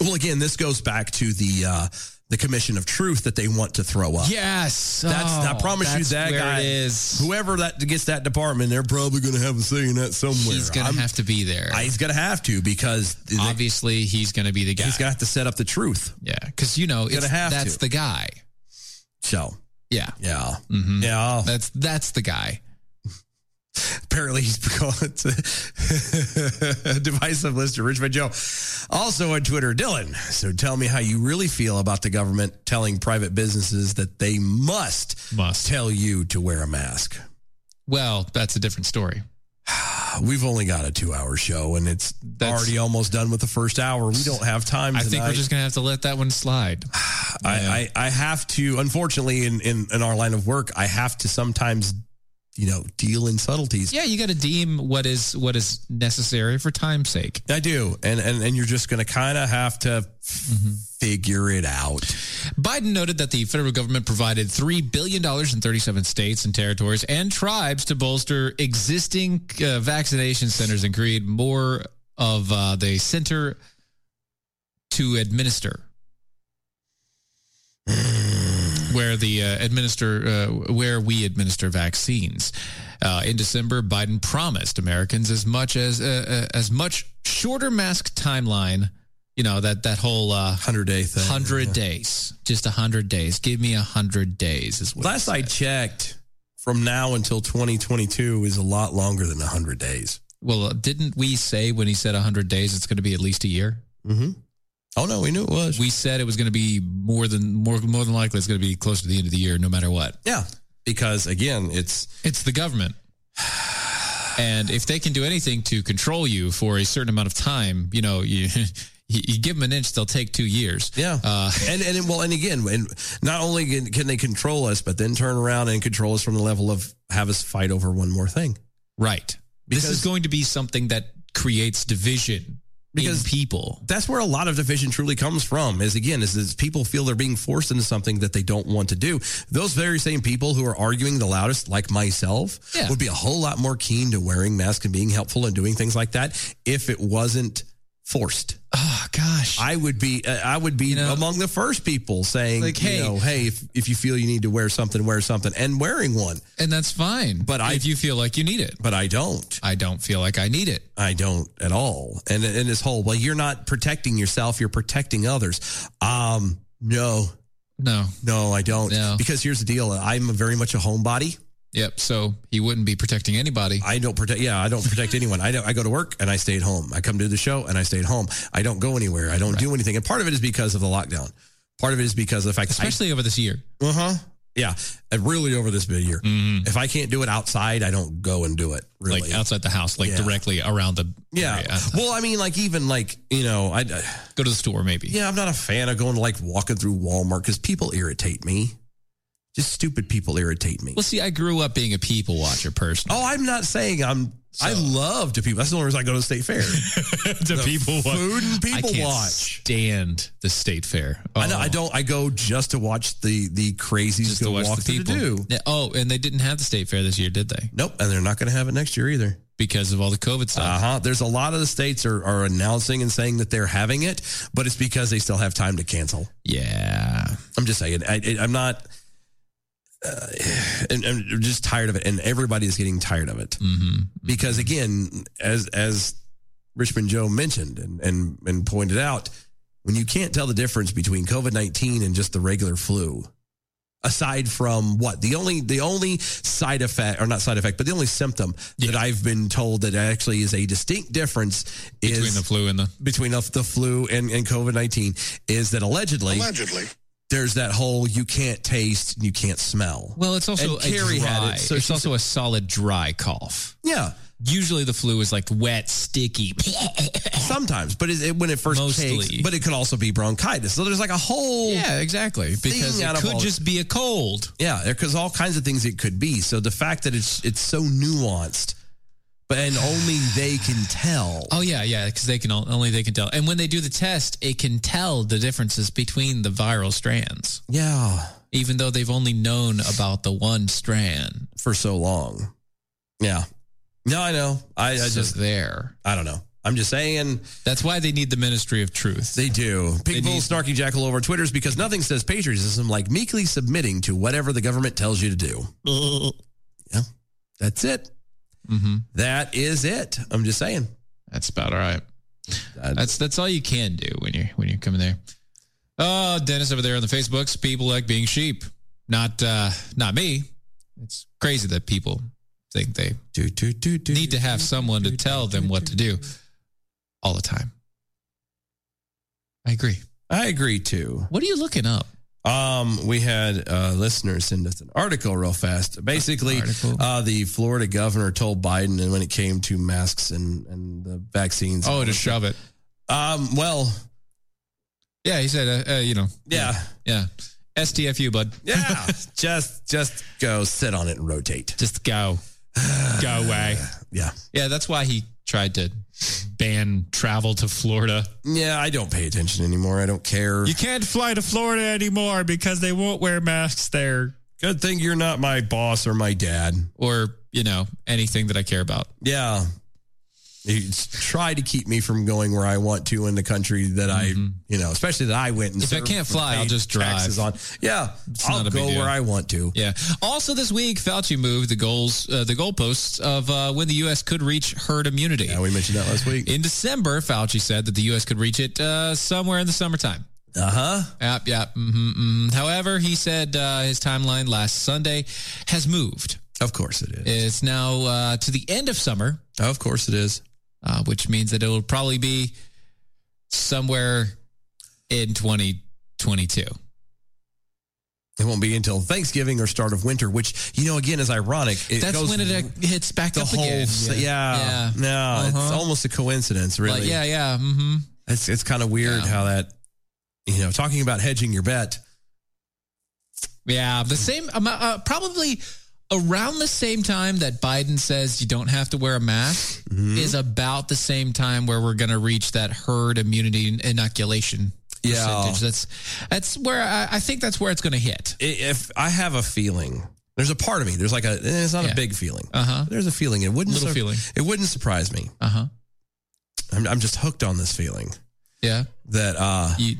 Speaker 3: Well, again, this goes back to the uh, the Commission of Truth that they want to throw up.
Speaker 4: Yes.
Speaker 3: Oh, That's I promise you that guy whoever that gets that department, they're probably going to have a say in that somewhere.
Speaker 4: He's going
Speaker 3: I'm-
Speaker 4: to have to be there.
Speaker 3: I- he's going to have to because they-
Speaker 4: Obviously, he's going to be the guy.
Speaker 3: he's going to have to set up the truth.
Speaker 4: Yeah, because you know
Speaker 3: Gonna
Speaker 4: it's,
Speaker 3: have
Speaker 4: that's
Speaker 3: to.
Speaker 4: the guy.
Speaker 3: So
Speaker 4: Yeah,
Speaker 3: yeah,
Speaker 4: Mhm.
Speaker 3: yeah.
Speaker 4: that's that's the guy.
Speaker 3: Apparently, he's called divisive listener, Richmond Joe. Also on Twitter, Dylan. So tell me how you really feel about the government telling private businesses that they must
Speaker 4: Must.
Speaker 3: tell you to wear a mask.
Speaker 4: Well, that's a different story.
Speaker 3: We've only got a two-hour show, and it's
Speaker 4: That's-
Speaker 3: already almost done with the first hour. We don't have time.
Speaker 4: I think we're
Speaker 3: tonight.
Speaker 4: just gonna have to let that one slide.
Speaker 3: I, I, I have to, unfortunately, in, in, in our line of work, I have to sometimes, you know, deal in subtleties.
Speaker 4: Yeah, you got to deem what is what is necessary for time's sake.
Speaker 3: I do. And, and, and you're just going to kind of have to
Speaker 4: Mm-hmm.
Speaker 3: figure it out.
Speaker 4: Biden noted that the federal government provided $3 billion in 37 states and territories and tribes to bolster existing uh, vaccination centers and create more of uh, the center to administer. Where the uh, administer, uh, where we administer vaccines. Uh, in December, Biden promised Americans as much as uh, uh, as much shorter mask timeline. You know that that whole uh,
Speaker 3: 100 day thing.
Speaker 4: Hundred days, just hundred days. Give me hundred days is what.
Speaker 3: Last I checked, from now until 2022 is a lot longer than 100 days.
Speaker 4: well, uh, didn't we say when he said hundred days, it's going to be at least a year?
Speaker 3: Oh, no, we knew it was.
Speaker 4: We said it was going to be more than more more than likely it's going to be close to the end of the year, no matter what.
Speaker 3: yeah. Because again, it's
Speaker 4: It's the government. And if they can do anything to control you for a certain amount of time, you know, you you, you give them an inch, they'll take two years. Uh,
Speaker 3: Yeah. Uh, and and well, and again, and not only can, can they control us, but then turn around and control us from the level of have us fight over one more thing.
Speaker 4: Right. this is going to be something that creates division because people.
Speaker 3: That's where a lot of division truly comes from. Is again, is, is people feel they're being forced into something that they don't want to do. Those very same people who are arguing the loudest, like myself,
Speaker 4: Yeah.
Speaker 3: would be a whole lot more keen to wearing masks and being helpful and doing things like that if it wasn't forced.
Speaker 4: Oh gosh,
Speaker 3: I would be uh, I would be among the first people saying,
Speaker 4: Like,
Speaker 3: you
Speaker 4: hey-
Speaker 3: know, hey, if, if you feel you need to wear something, wear something, and wearing one.
Speaker 4: And that's fine. But I, if you feel like you need it,
Speaker 3: but I don't.
Speaker 4: I don't feel like I need it.
Speaker 3: I don't at all. And and this whole well, you're not protecting yourself, you're protecting others. Um, no,
Speaker 4: no,
Speaker 3: no, I don't.
Speaker 4: No.
Speaker 3: Because here's the deal: I'm very much a homebody.
Speaker 4: Yep. So he wouldn't be protecting anybody.
Speaker 3: I don't protect. Yeah, I don't protect anyone. I don't, I go to work and I stay at home. I come to the show and I stay at home. I don't go anywhere. I don't do anything. And part of it is because of the lockdown. Part of it is because of the fact,
Speaker 4: especially over this year.
Speaker 3: Uh huh. Yeah, and really over this big year. If I can't do it outside, I don't go and do it. Really,
Speaker 4: Mm-hmm. Like outside the house, like
Speaker 3: Yeah.
Speaker 4: directly around the
Speaker 3: Yeah.
Speaker 4: area.
Speaker 3: Well, I mean, like even like you know, I go
Speaker 4: to the store maybe.
Speaker 3: Yeah, I'm not a fan of going like walking through Walmart because people irritate me. Just stupid people irritate me.
Speaker 4: Well, see, I grew up being a people watcher person.
Speaker 3: Oh, I'm not saying I'm. I love to people. That's the only reason I go to the state fair.
Speaker 4: to people watch.
Speaker 3: food and people
Speaker 4: I can't
Speaker 3: watch.
Speaker 4: Stand the state fair. Oh,
Speaker 3: I, know, I don't. I go just to watch the the crazies
Speaker 4: Just
Speaker 3: go
Speaker 4: to watch
Speaker 3: walk
Speaker 4: the
Speaker 3: through
Speaker 4: people.
Speaker 3: do.
Speaker 4: Yeah, Oh, and they didn't have the state fair this year, did they?
Speaker 3: Nope, and they're not going to have it next year either
Speaker 4: because of all the COVID stuff.
Speaker 3: Uh huh. There's a lot of the states are, are announcing and saying that they're having it, but it's because they still have time to cancel.
Speaker 4: Yeah,
Speaker 3: I'm just saying. I, I, I'm not. Uh, and and I'm just tired of it, and everybody is getting tired of it
Speaker 4: Mm-hmm.
Speaker 3: because again, as as Richmond Joe mentioned and and and pointed out, when you can't tell the difference between COVID nineteen and just the regular flu, aside from what the only the only side effect or not side effect, but the only symptom that I've been told that actually is a distinct difference is
Speaker 4: Between the flu and the
Speaker 3: between the, the flu and, and COVID nineteen is that allegedly
Speaker 8: Allegedly.
Speaker 3: there's that whole you can't taste, you can't smell.
Speaker 4: Well, it's also
Speaker 3: And
Speaker 4: a dry.
Speaker 3: so
Speaker 4: it's
Speaker 3: she
Speaker 4: also a solid dry cough.
Speaker 3: Yeah.
Speaker 4: Usually the flu is like wet, sticky.
Speaker 3: Sometimes, but it, it- when it first
Speaker 4: Mostly.
Speaker 3: takes- but it could also be bronchitis. So there's like a whole
Speaker 4: Yeah, exactly. Because it could just be a cold.
Speaker 3: Yeah, because all kinds of things it could be. So the fact that it's it's so nuanced, but and only they can tell.
Speaker 4: Oh yeah, yeah, because they can on- only they can tell. And when they do the test, it can tell the differences between the viral strands,
Speaker 3: Yeah,
Speaker 4: even though they've only known about the one strand
Speaker 3: for so long. yeah. No, I know. I, I just
Speaker 4: there.
Speaker 3: I don't know. I'm just saying.
Speaker 4: That's why they need the Ministry of Truth.
Speaker 3: They do. People snarky jackal over Twitter's because nothing says patriotism like meekly submitting to whatever the government tells you to do. yeah, that's it.
Speaker 4: Mm-hmm.
Speaker 3: That is it. I'm just saying.
Speaker 4: That's about all right. That's that's all you can do when you when you come in there. Oh, Dennis over there on the Facebooks, people like being sheep. Not uh not me. It's crazy that people think they need to have someone to tell them what to do all the time. I agree.
Speaker 3: I agree too.
Speaker 4: What are you looking up?
Speaker 3: Um, we had uh, listeners send us an article real fast. Basically, uh, the Florida governor told Biden, and when it came to masks and and the vaccines,
Speaker 4: Oh, to shove it.
Speaker 3: Um, well,
Speaker 4: yeah, he said, uh, uh, you know,
Speaker 3: yeah,
Speaker 4: yeah, STFU, bud.
Speaker 3: Yeah, just just go sit on it and rotate.
Speaker 4: Just go, go away.
Speaker 3: Yeah,
Speaker 4: yeah, that's why he tried to ban travel to Florida.
Speaker 3: Yeah, I don't pay attention anymore. I don't care.
Speaker 4: You can't fly to Florida anymore because they won't wear masks there.
Speaker 3: Good thing you're not my boss or my dad
Speaker 4: or you know anything that I care about.
Speaker 3: Yeah. He's tried to keep me from going where I want to in the country that I, you know, especially that I went and
Speaker 4: Mm-hmm. If I
Speaker 3: served
Speaker 4: can't
Speaker 3: and
Speaker 4: fly, I'll
Speaker 3: paid
Speaker 4: just drive.
Speaker 3: taxes On. Yeah,
Speaker 4: It's
Speaker 3: I'll
Speaker 4: not a big
Speaker 3: go
Speaker 4: deal.
Speaker 3: where I want to.
Speaker 4: Yeah. Also, this week, Fauci moved the goals, uh, the goalposts of uh, when the U.S. could reach herd immunity. Yeah,
Speaker 3: we mentioned that last week.
Speaker 4: In December, Fauci said that the U.S. could reach it uh, somewhere in the summertime. Uh-huh.
Speaker 3: Uh huh.
Speaker 4: Yep, yep. hmm However, he said uh, his timeline last Sunday has moved.
Speaker 3: Of course it is.
Speaker 4: It's now uh, to the end of summer.
Speaker 3: Oh, Of course it is.
Speaker 4: Uh, which means that it'll probably be somewhere in 2022.
Speaker 3: It won't be until Thanksgiving or start of winter, which you know again is ironic. It
Speaker 4: That's
Speaker 3: goes
Speaker 4: when it uh, hits back
Speaker 3: the
Speaker 4: up
Speaker 3: whole
Speaker 4: again.
Speaker 3: s- yeah, yeah. It's
Speaker 4: Uh-huh.
Speaker 3: almost a coincidence, really.
Speaker 4: Like, yeah, yeah. Mm-hmm.
Speaker 3: It's it's kind of weird how that you know talking about hedging your bet.
Speaker 4: Yeah, the same um, uh, probably around the same time that Biden says you don't have to wear a mask
Speaker 3: Mm-hmm.
Speaker 4: is about the same time where we're going to reach that herd immunity inoculation
Speaker 3: Yeah.
Speaker 4: percentage. That's that's where I, I think that's where it's going to hit.
Speaker 3: I- If I have a feeling, there's a part of me. There's like a. eh, It's not
Speaker 4: Yeah.
Speaker 3: a big feeling.
Speaker 4: Uh-huh.
Speaker 3: There's a feeling. It wouldn't.
Speaker 4: Little feeling.
Speaker 3: It wouldn't surprise me.
Speaker 4: Uh-huh.
Speaker 3: I'm, I'm just hooked on this feeling
Speaker 4: Yeah.
Speaker 3: that uh,
Speaker 4: You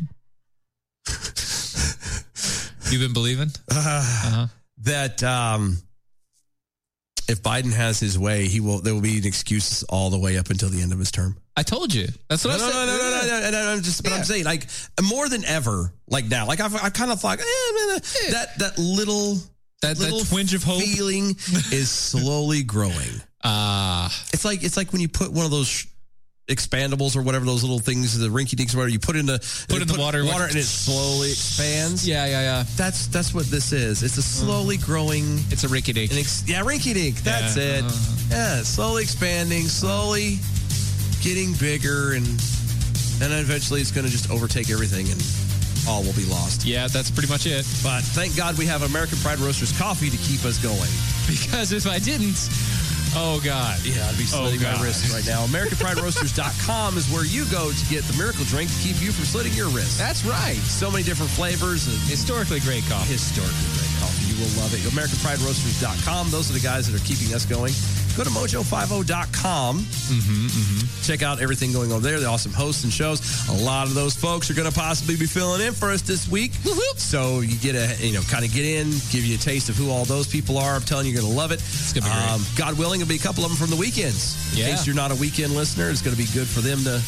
Speaker 4: You've been believing? Uh-huh.
Speaker 3: that um, if Biden has his way, he will. There will be excuses all the way up until the end of his term.
Speaker 4: I told you. That's what
Speaker 3: no,
Speaker 4: I
Speaker 3: no,
Speaker 4: said.
Speaker 3: No, no, no, no, no, no, I'm just, but
Speaker 4: Yeah.
Speaker 3: I'm saying, like, more than ever, like now, like I've, I've kind of thought, eh, man, eh, that that little
Speaker 4: That,
Speaker 3: little
Speaker 4: that twinge of hope.
Speaker 3: feeling is slowly growing.
Speaker 4: Ah.
Speaker 3: It's like it's like when you put one of those sh- expandables or whatever those little things, the rinky dinks or whatever, you put in the
Speaker 4: Put in the water.
Speaker 3: water, and it slowly expands.
Speaker 4: yeah, yeah, yeah.
Speaker 3: That's that's what this is. It's a slowly growing.
Speaker 4: It's a rickety.
Speaker 3: An ex- yeah, rinky dink. That's
Speaker 4: Yeah. Uh-huh.
Speaker 3: it. Yeah, slowly expanding, slowly getting bigger, and and then eventually it's going to just overtake everything, and all will be lost.
Speaker 4: Yeah, that's pretty much it.
Speaker 3: But thank God we have American Pride Roasters coffee to keep us going.
Speaker 4: Because if I didn't, oh God.
Speaker 3: Yeah, I'd be slitting my wrists right now. AmericanPrideRoasters.com is where you go to get the miracle drink to keep you from slitting your wrists.
Speaker 4: That's right.
Speaker 3: So many different flavors. And
Speaker 4: Historically great coffee.
Speaker 3: historically great coffee. You will love it. AmericanPrideRoasters.com. Those are the guys that are keeping us going. Go to Mojo50.com. Mm-hmm, Check out everything going over there. The awesome hosts and shows. A lot of those folks are going to possibly be filling in for us this week. So you get a, you know, kind of get in, give you a taste of who all those people are. I'm telling you, you're going to love it. Um, It's
Speaker 4: gonna be great.
Speaker 3: God willing, it'll be a couple of them from the weekends.
Speaker 4: Yeah.
Speaker 3: In case you're not a weekend listener, it's going to be good for them to,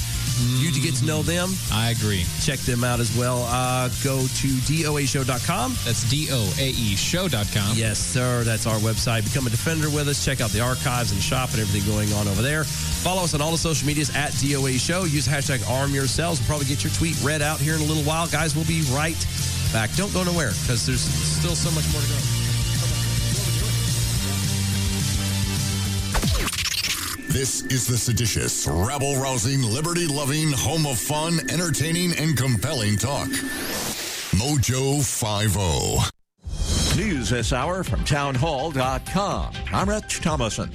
Speaker 3: you to get to know them.
Speaker 4: I agree.
Speaker 3: Check them out as well. Uh, go to doashow.com.
Speaker 4: That's D O A E show.com.
Speaker 3: Yes, sir. That's our website. Become a defender with us. Check out the archives and shop and everything going on over there. Follow us on all the social medias at DOA Show. Use hashtag arm yourselves. We'll probably get your tweet read out here in a little while. Guys, we'll be right back. Don't go nowhere because there's still so much more to go.
Speaker 8: This is the seditious, rabble rousing, liberty loving, home of fun, entertaining, and compelling talk. Mojo 50.
Speaker 9: News this hour from townhall.com. I'm Rich Thomason.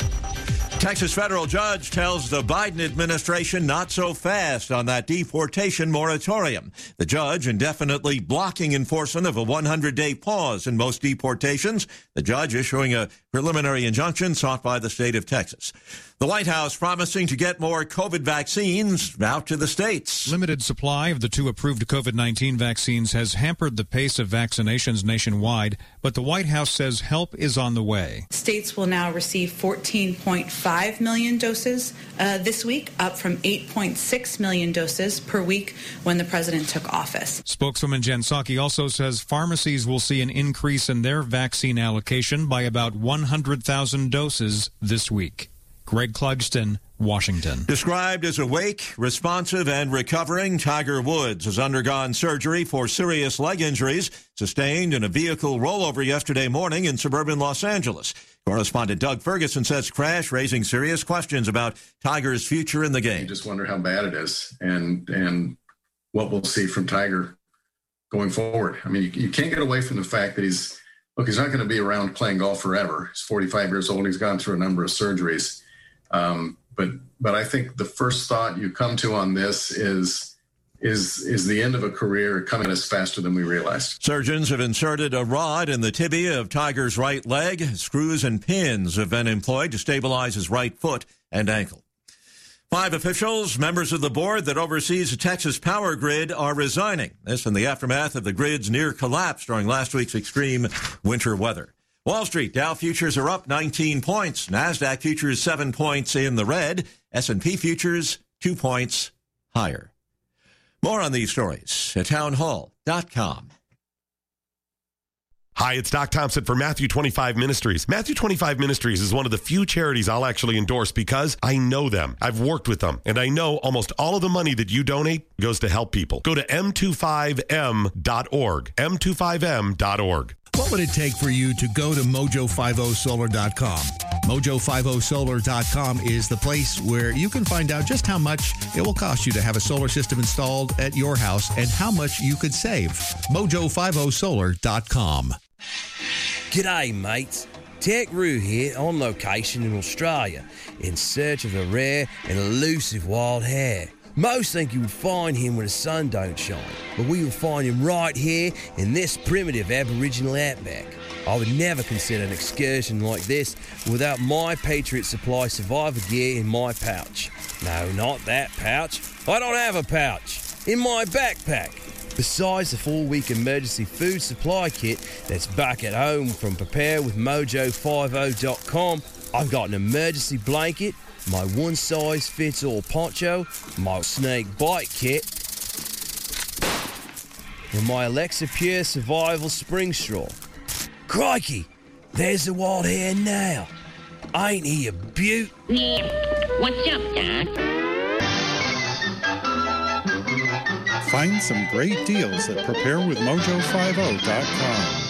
Speaker 9: Texas federal judge tells the Biden administration not so fast on that deportation moratorium. The judge indefinitely blocking enforcement of a 100 day pause in most deportations. The judge issuing a preliminary injunction sought by the state of Texas. The White House promising to get more COVID vaccines out to the states.
Speaker 10: Limited supply of the two approved COVID 19 vaccines has hampered the pace of vaccinations nationwide, but the White House says help is on the way.
Speaker 11: States will now receive 14.5 million doses uh, this week, up from 8.6 million doses per week when the president took office.
Speaker 10: Spokeswoman Jen Psaki also says pharmacies will see an increase in their vaccine allocation by about 100,000 doses this week. Greg Clugston, Washington.
Speaker 9: Described as awake, responsive, and recovering, Tiger Woods has undergone surgery for serious leg injuries sustained in a vehicle rollover yesterday morning in suburban Los Angeles. Correspondent Doug Ferguson says crash raising serious questions about Tiger's future in the game.
Speaker 12: just wonder how bad it is and and what we'll see from Tiger going forward. I mean, you, you can't get away from the fact that he's look, he's not going to be around playing golf forever. He's 45 years old. He's gone through a number of surgeries. Um, but but I think the first thought you come to on this is is is the end of a career coming at us faster than we realized.
Speaker 9: Surgeons have inserted a rod in the tibia of Tiger's right leg. Screws and pins have been employed to stabilize his right foot and ankle. Five officials, members of the board that oversees the Texas power grid, are resigning. This in the aftermath of the grid's near collapse during last week's extreme winter weather. Wall Street Dow futures are up 19 points. Nasdaq futures 7 points in the red. S&P futures 2 points higher. More on these stories at townhall.com.
Speaker 13: Hi, it's Doc Thompson for Matthew 25 Ministries. Matthew 25 Ministries is one of the few charities I'll actually endorse because I know them. I've worked with them, and I know almost all of the money that you donate goes to help people. Go to m25m.org, m25m.org.
Speaker 14: What would it take for you to go to mojo50solar.com? Mojo50solar.com is the place where you can find out just how much it will cost you to have a solar system installed at your house and how much you could save. Mojo50solar.com.
Speaker 15: G'day, mates. Tech Roo here on location in Australia in search of a rare and elusive wild hare. Most think you would find him when the sun don't shine, but we will find him right here in this primitive Aboriginal outback. I would never consider an excursion like this without my Patriot Supply survivor gear in my pouch. No, not that pouch. I don't have a pouch. In my backpack. Besides the four week emergency food supply kit that's back at home from preparewithmojo50.com, I've got an emergency blanket, my one size fits all poncho, my snake bite kit, and my Alexa Pure Survival Spring Straw. Crikey, there's the wild hare now. Ain't he a beaut?
Speaker 16: What's up, Doc?
Speaker 17: Find some great deals at preparewithmojo50.com.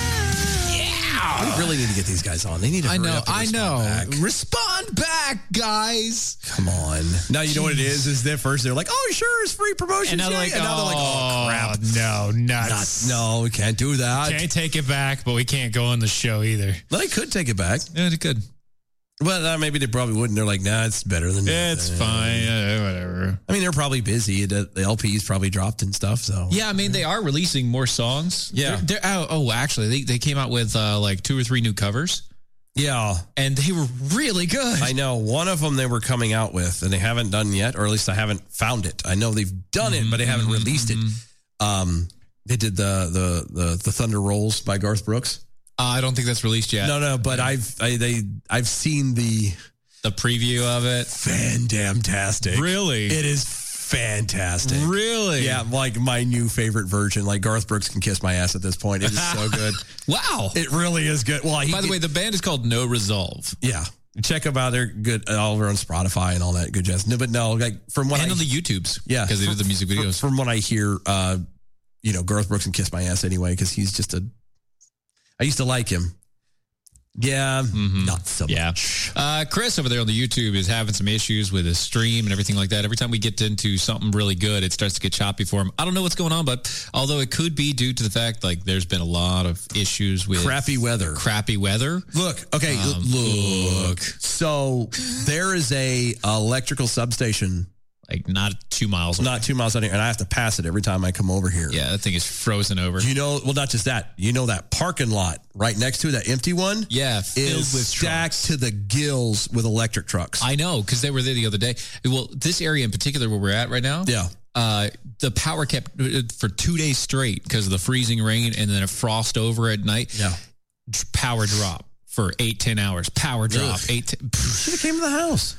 Speaker 3: We really need to get these guys on. They need to.
Speaker 4: I
Speaker 3: hurry
Speaker 4: know,
Speaker 3: up and
Speaker 4: I
Speaker 3: respond
Speaker 4: know.
Speaker 3: back.
Speaker 4: Respond back, guys.
Speaker 3: Come on. Now you know what it is. Is that first they're like, oh sure, it's free promotion.
Speaker 4: And I'm
Speaker 3: yeah.
Speaker 4: like,
Speaker 3: And now they're like, oh
Speaker 4: "Oh,
Speaker 3: crap,
Speaker 4: no, nuts.
Speaker 3: No, we can't do that.
Speaker 4: Can't take it back, but we can't go on the show either.
Speaker 3: Well, they could take it back.
Speaker 4: Yeah, they could.
Speaker 3: Well, uh, maybe they probably wouldn't. They're like, nah, it's better than.
Speaker 4: Yeah, it's fine. whatever.
Speaker 3: I mean, they're probably busy. The, the LP's probably dropped and stuff. So
Speaker 4: Yeah, I mean they are releasing more songs. Yeah, they're, they're- oh, oh, actually, they they came out with uh, like two or three new covers.
Speaker 3: Yeah,
Speaker 4: and they were really good.
Speaker 3: I know one of them they were coming out with, and they haven't done yet, or at least I haven't found it. I know they've done it, but they haven't
Speaker 4: Mm-hmm,
Speaker 3: released it. Um, they did the the the the Thunder Rolls by Garth Brooks.
Speaker 4: Uh, I don't think that's released yet.
Speaker 3: No, no, but I've I, they I've seen the
Speaker 4: the preview of it.
Speaker 3: Fan damntastic.
Speaker 4: Really?
Speaker 3: it is fantastic.
Speaker 4: Really?
Speaker 3: Yeah, like my new favorite version. Like Garth Brooks can kiss my ass at this point. It is so good.
Speaker 4: wow,
Speaker 3: it really is good. Well, he-
Speaker 4: by the way, the band is called No Resolve.
Speaker 3: Yeah. Check them out. They're good uh, all over on Spotify and all that good jazz. No, but no, like from what
Speaker 4: And
Speaker 3: I
Speaker 4: on the YouTubes,
Speaker 3: yeah,
Speaker 4: because they do the music
Speaker 3: from-
Speaker 4: videos.
Speaker 3: From, what I hear, uh, you know, Garth Brooks and Kiss My Ass anyway, because he's just a. I used to like him. Yeah,
Speaker 4: Mm-hmm.
Speaker 3: not so much.
Speaker 4: Uh, Chris over there on the YouTube is having some issues with his stream and everything like that. Every time we get into something really good, it starts to get choppy for him. I don't know what's going on, but although it could be due to the fact like there's been a lot of issues with
Speaker 3: Crappy weather.
Speaker 4: crappy weather.
Speaker 3: Look, okay,
Speaker 4: Um,
Speaker 3: look. So there is a electrical substation,
Speaker 4: like not two miles,
Speaker 3: not two miles out here, and I have to pass it every time I come over here.
Speaker 4: Yeah, that thing is frozen over.
Speaker 3: You know, well, not just that. You know that parking lot right next to it, that empty one.
Speaker 4: Yeah, filled
Speaker 3: is
Speaker 4: with
Speaker 3: stacked to the gills with electric trucks.
Speaker 4: I know because they were there the other day. Well, this area in particular where we're at right now.
Speaker 3: Yeah.
Speaker 4: Uh, the power kept uh, for two days straight because of the freezing rain and then a frost over at night.
Speaker 3: Yeah.
Speaker 4: Power drop for eight ten hours. Power drop.
Speaker 3: Ugh.
Speaker 4: Eight. Ten,
Speaker 3: Should have came to the house.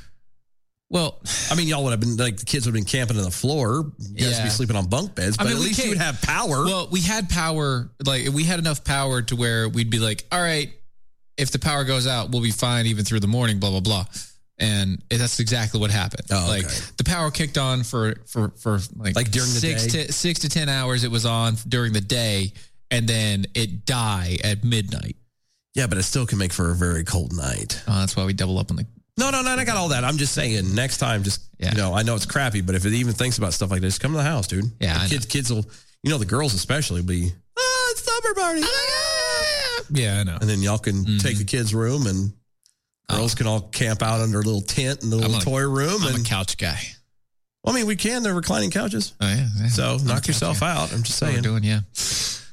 Speaker 4: Well,
Speaker 3: I mean, y'all would have been like the kids would have been camping on the floor. You guys would
Speaker 4: Yeah.
Speaker 3: be sleeping on bunk beds. But at least you
Speaker 4: can't-
Speaker 3: would have power.
Speaker 4: Well, we had power. Like we had enough power to where we'd be like, all right, if the power goes out, we'll be fine even through the morning. Blah blah blah. And that's exactly what happened. like the power kicked on for for for like,
Speaker 3: Oh, Like during the
Speaker 4: six
Speaker 3: day?
Speaker 4: to six to ten hours. It was on during the day, and then it die at midnight.
Speaker 3: yeah, but it still can make for a very cold night.
Speaker 4: Uh, Oh, that's why we double up on the
Speaker 3: No, no, no, I got all that. I'm just saying next time, just, you know, I know it's crappy, but if it even thinks about stuff like this, come to the house, dude.
Speaker 4: Yeah,
Speaker 3: The
Speaker 4: I
Speaker 3: Kids, kids will, you know, the girls especially be, "Ah,
Speaker 9: Oh, it's summer
Speaker 4: Ah,
Speaker 9: party.
Speaker 3: yeah, I know. And then y'all can
Speaker 4: Mm-hmm.
Speaker 3: take the kids' room and girls can all camp out under a little tent in the little
Speaker 4: a-
Speaker 3: toy room.
Speaker 4: I'm a
Speaker 3: and
Speaker 4: couch guy.
Speaker 3: Well, I mean, we can. They're reclining couches.
Speaker 4: Oh, yeah. yeah.
Speaker 3: So
Speaker 4: I'm a
Speaker 3: knock
Speaker 4: couch
Speaker 3: yourself
Speaker 4: guy.
Speaker 3: out. I'm just
Speaker 4: That's what
Speaker 3: saying.
Speaker 4: We're doing, yeah.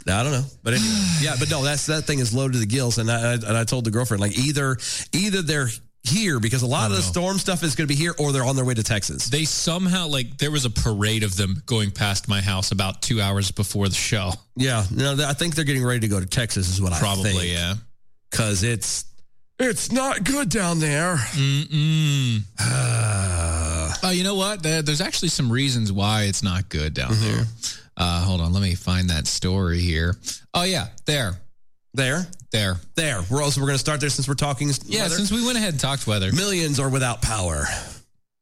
Speaker 3: I don't know, but anyway, yeah, but no, that's that thing is loaded to the gills, and I, I and I told the girlfriend like either either they're here because a lot of the storm stuff is going to be here, or they're on their way to Texas.
Speaker 4: They somehow like there was a parade of them going past my house about two hours before the show.
Speaker 3: Yeah, no, th- I think they're getting ready to go to Texas. Is what I
Speaker 4: Probably,
Speaker 3: think.
Speaker 4: yeah.
Speaker 3: because it's it's not good down there.
Speaker 4: Mm.
Speaker 3: Mm-mm.
Speaker 4: Oh, you know what? There, there's actually some reasons why it's not good down there. Uh, hold on, let me find that story here. Oh yeah, there,
Speaker 3: there,
Speaker 4: there,
Speaker 3: there. We're also we're going to start there since we're talking.
Speaker 4: Yeah, since we went ahead and talked weather,
Speaker 3: millions are without power.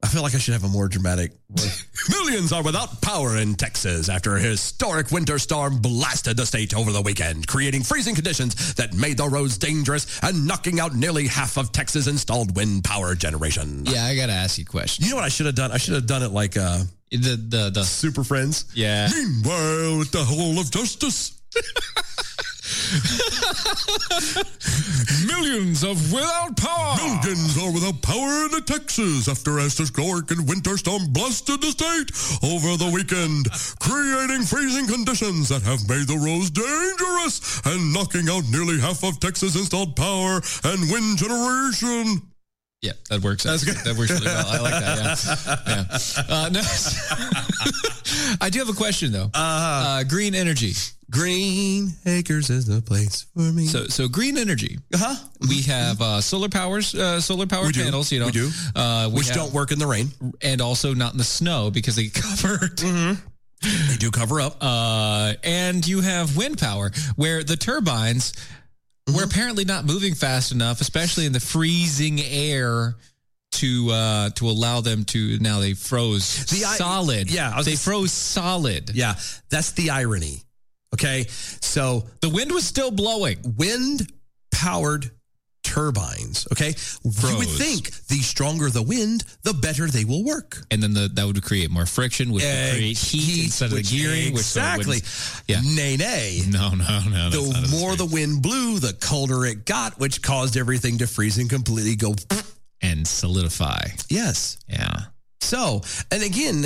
Speaker 3: I feel like I should have a more dramatic. one. Millions are without power in Texas after a historic winter storm blasted the state over the weekend, creating freezing conditions that made the roads dangerous and knocking out nearly half of Texas installed wind power generation.
Speaker 4: Yeah, I gotta ask you a question.
Speaker 3: You know what I should have done? I should have done it like uh,
Speaker 4: the the the
Speaker 3: Super Friends.
Speaker 4: Yeah.
Speaker 3: Meanwhile, at the Hall of Justice.
Speaker 9: Millions of without power. Millions are without power in Texas after a historic and winter storm blasted the state over the weekend, creating freezing conditions that have made the roads dangerous and knocking out nearly half of Texas installed power and wind generation.
Speaker 4: Yeah, that works. That's good. That works really well. I like that. Yeah. yeah. Uh, no, I do have a question though. Uh, green energy.
Speaker 3: Green Acres is the place for me.
Speaker 4: So, so green energy.
Speaker 3: Uh-huh.
Speaker 4: We have uh, solar powers, uh, solar power
Speaker 3: We do.
Speaker 4: panels. You know,
Speaker 3: We do.
Speaker 4: Uh,
Speaker 3: Which don't work in the rain,
Speaker 4: and also not in the snow because they cover. They
Speaker 3: Mm-hmm. do cover up.
Speaker 4: Uh, and you have wind power, where the turbines
Speaker 3: Mm-hmm.
Speaker 4: were apparently not moving fast enough, especially in the freezing air. To uh, to allow them to now they froze
Speaker 3: i-
Speaker 4: solid.
Speaker 3: Yeah,
Speaker 4: they froze solid.
Speaker 3: Yeah, that's the irony. Okay, so
Speaker 4: the wind was still blowing.
Speaker 3: Wind powered turbines. Okay, you would
Speaker 4: Froze.
Speaker 3: think the stronger the wind, the better they will work.
Speaker 4: and then the, that would create more friction, which would create heat, instead of the
Speaker 3: which-
Speaker 4: gearing. Which so it
Speaker 3: exactly.
Speaker 4: wouldn't- yeah.
Speaker 3: Nay, nay.
Speaker 4: No, no, no. that's not
Speaker 3: the
Speaker 4: it.
Speaker 3: more the wind blew, the colder it got, which caused everything to freeze and completely go
Speaker 4: and solidify.
Speaker 3: Yes.
Speaker 4: Yeah.
Speaker 3: So, and again, it,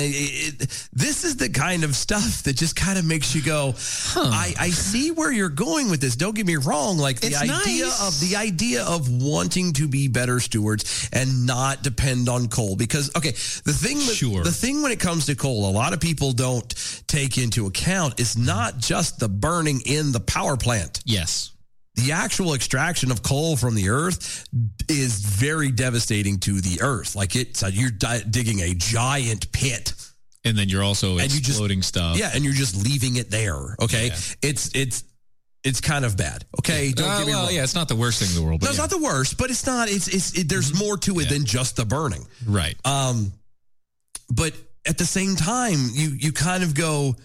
Speaker 3: it, this is the kind of stuff that just kind of makes you go, I, I see where you're going with this. Don't get me wrong. Like the
Speaker 9: It's
Speaker 3: idea
Speaker 9: nice.
Speaker 3: of the idea of wanting to be better stewards and not depend on coal. Because okay, the thing with-
Speaker 4: Sure.
Speaker 3: the thing when it comes to coal, a lot of people don't take into account is not just the burning in the power plant.
Speaker 4: Yes.
Speaker 3: The actual extraction of coal from the earth is very devastating to the earth. Like it's uh, you're di- digging a giant pit.
Speaker 4: and then you're also
Speaker 3: And you just-
Speaker 4: exploding stuff.
Speaker 3: Yeah, and you're just leaving it there. Okay, it's it's it's kind of bad. Okay, don't
Speaker 4: Uh,
Speaker 3: get me
Speaker 4: well,
Speaker 3: wrong.
Speaker 4: yeah, it's not the worst thing in the world, but
Speaker 3: No, it's not the worst, but it's not. It's it's it, there's
Speaker 4: Mm-hmm.
Speaker 3: more to it than just the burning.
Speaker 4: Right.
Speaker 3: Um, but at the same time, you you kind of go,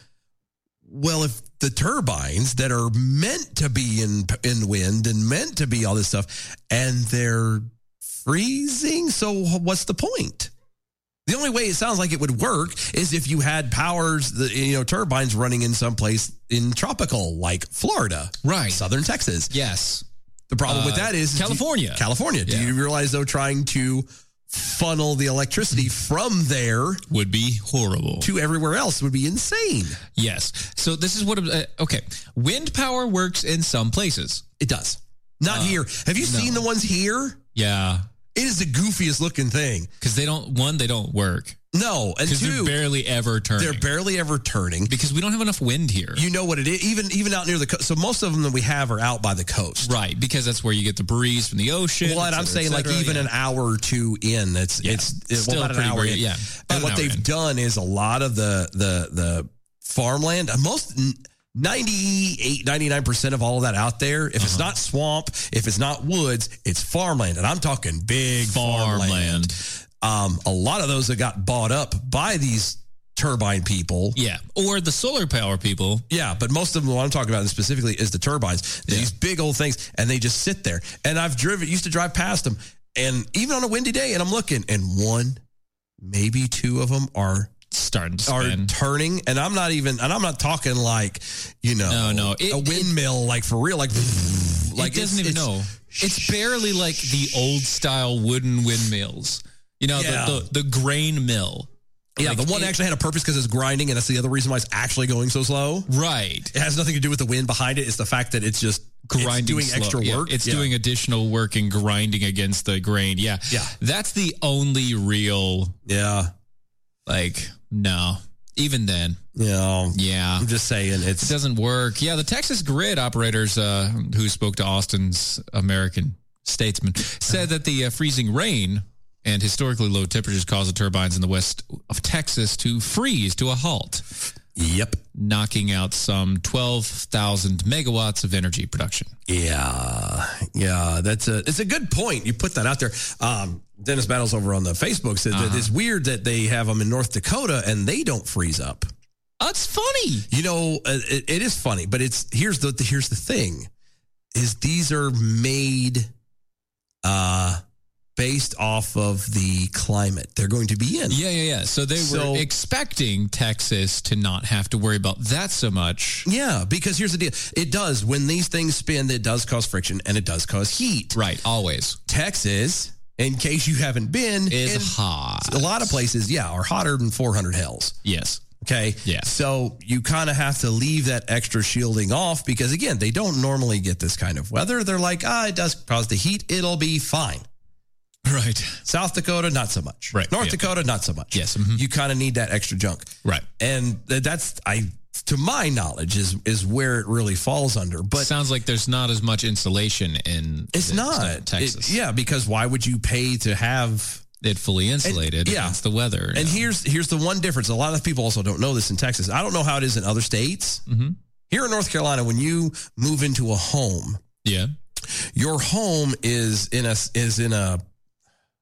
Speaker 3: well, if the turbines that are meant to be in in wind and meant to be all this stuff, and they're freezing, so what's the point? The only way it sounds like it would work is if you had powers, the you know turbines running in some place in tropical, like Florida,
Speaker 4: right,
Speaker 3: southern Texas.
Speaker 4: Yes.
Speaker 3: The problem with
Speaker 4: Uh,
Speaker 3: that is
Speaker 4: California.
Speaker 3: California. Do you realize though, trying to funnel the electricity from there
Speaker 4: would be horrible
Speaker 3: to everywhere else would be insane.
Speaker 4: Yes. So this is what. Uh, okay, wind power works in some places.
Speaker 3: It does.
Speaker 4: Uh,
Speaker 3: Not here. Have you seen the ones here?
Speaker 4: Yeah.
Speaker 3: It is the goofiest looking thing
Speaker 4: because they don't. One, they don't work.
Speaker 3: No, and
Speaker 4: because they're
Speaker 3: two-
Speaker 4: barely ever turning.
Speaker 3: They're barely ever turning
Speaker 4: because we don't have enough wind here.
Speaker 3: You know what it is? Even even out near the coast. So most of them that we have are out by the coast,
Speaker 4: right? Because that's where you get the breeze from the ocean.
Speaker 3: Well, and
Speaker 4: et
Speaker 3: I'm
Speaker 4: cetera,
Speaker 3: saying
Speaker 4: et
Speaker 3: like
Speaker 4: cetera,
Speaker 3: even
Speaker 4: yeah.
Speaker 3: an hour or two in, it's it's, it's
Speaker 4: Still
Speaker 3: well, about an
Speaker 4: pretty
Speaker 3: hour
Speaker 4: great,
Speaker 3: in.
Speaker 4: yeah. About
Speaker 3: And
Speaker 4: an
Speaker 3: what
Speaker 4: hour
Speaker 3: they've
Speaker 4: in.
Speaker 3: done is a lot of the the the farmland, most 98 99% of all of that out there, if
Speaker 4: Uh-huh.
Speaker 3: it's not swamp, if it's not woods, it's farmland and I'm talking big farmland. Um a lot of those that got bought up by these turbine people.
Speaker 4: Yeah, or the solar power people.
Speaker 3: Yeah, but most of them, what I'm talking about specifically is the turbines. These big old things, and they just sit there. And I've driven, used to drive past them, and even on a windy day, and I'm looking, and one, maybe two of them are
Speaker 4: starting to
Speaker 3: are
Speaker 4: spin.
Speaker 3: turning, and I'm not even, and I'm not talking like you know,
Speaker 4: No, no. It-
Speaker 3: a windmill like for real, like like
Speaker 4: it doesn't
Speaker 3: it's-
Speaker 4: even
Speaker 3: it's-
Speaker 4: know. It's barely like the old style wooden windmills. You know,
Speaker 3: Yeah.
Speaker 4: the, the the grain mill.
Speaker 3: Yeah,
Speaker 4: Like,
Speaker 3: the one
Speaker 4: it-
Speaker 3: actually had a purpose because it's grinding, and that's the other reason why it's actually going so slow.
Speaker 4: Right.
Speaker 3: It has nothing to do with the wind behind it. It's the fact that it's just it's
Speaker 4: grinding
Speaker 3: doing
Speaker 4: slow.
Speaker 3: extra
Speaker 4: Yeah,
Speaker 3: work.
Speaker 4: it's
Speaker 3: Yeah.
Speaker 4: doing additional work and grinding against the grain. Yeah.
Speaker 3: Yeah.
Speaker 4: That's the only real
Speaker 3: Yeah.
Speaker 4: Like, no. Even then.
Speaker 3: Yeah.
Speaker 4: Yeah. I'm
Speaker 3: just saying it's
Speaker 4: it doesn't work. Yeah, the Texas grid operators uh, who spoke to Austin's American statesman said that the uh, freezing rain and historically low temperatures caused the turbines in the west of Texas to freeze to a halt.
Speaker 3: Yep.
Speaker 4: Knocking out some 12,000 megawatts of energy production.
Speaker 3: Yeah, yeah, that's a it's a good point. You put that out there. Um, Dennis Battles over on the Facebook said
Speaker 4: Uh-huh.
Speaker 3: that it's weird that they have them in North Dakota and they don't freeze up.
Speaker 4: That's funny.
Speaker 3: You know, uh, it, it is funny, but it's here's the here's the thing, is these are made, uh, based off of the climate they're going to be in.
Speaker 4: Yeah, yeah, yeah. So they
Speaker 3: So-
Speaker 4: were expecting Texas to not have to worry about that so much.
Speaker 3: Yeah, because here's the deal. It does. When these things spin, it does cause friction and it does cause heat.
Speaker 4: Right, always.
Speaker 3: Texas, in case you haven't been, is hot. A lot of places, yeah, are hotter than 400 hells.
Speaker 4: Yes.
Speaker 3: Okay. Yeah. So you kind of have to leave that extra shielding off because, again, they don't normally get this kind of weather. They're like, ah, it does cause the heat. It'll be fine.
Speaker 4: Right.
Speaker 3: South Dakota, not so much.
Speaker 4: Right,
Speaker 3: North
Speaker 4: yeah.
Speaker 3: Dakota, not so much.
Speaker 4: Yes, mm-hmm.
Speaker 3: You kind of need that extra junk.
Speaker 4: Right.
Speaker 3: And th- that's, I, to my knowledge, is is where it really falls under. But
Speaker 4: sounds like there's not as much insulation in
Speaker 3: It's
Speaker 4: the
Speaker 3: not
Speaker 4: state of Texas.
Speaker 3: It- yeah, because why would you pay to have
Speaker 4: it fully insulated
Speaker 3: yeah.
Speaker 4: against the weather?
Speaker 3: And here's here's the one difference. A lot of people also don't know this in Texas. I don't know how it is in other states.
Speaker 4: Mhm.
Speaker 3: Here in North Carolina, when you move into a home,
Speaker 4: yeah,
Speaker 3: your home is in a is in a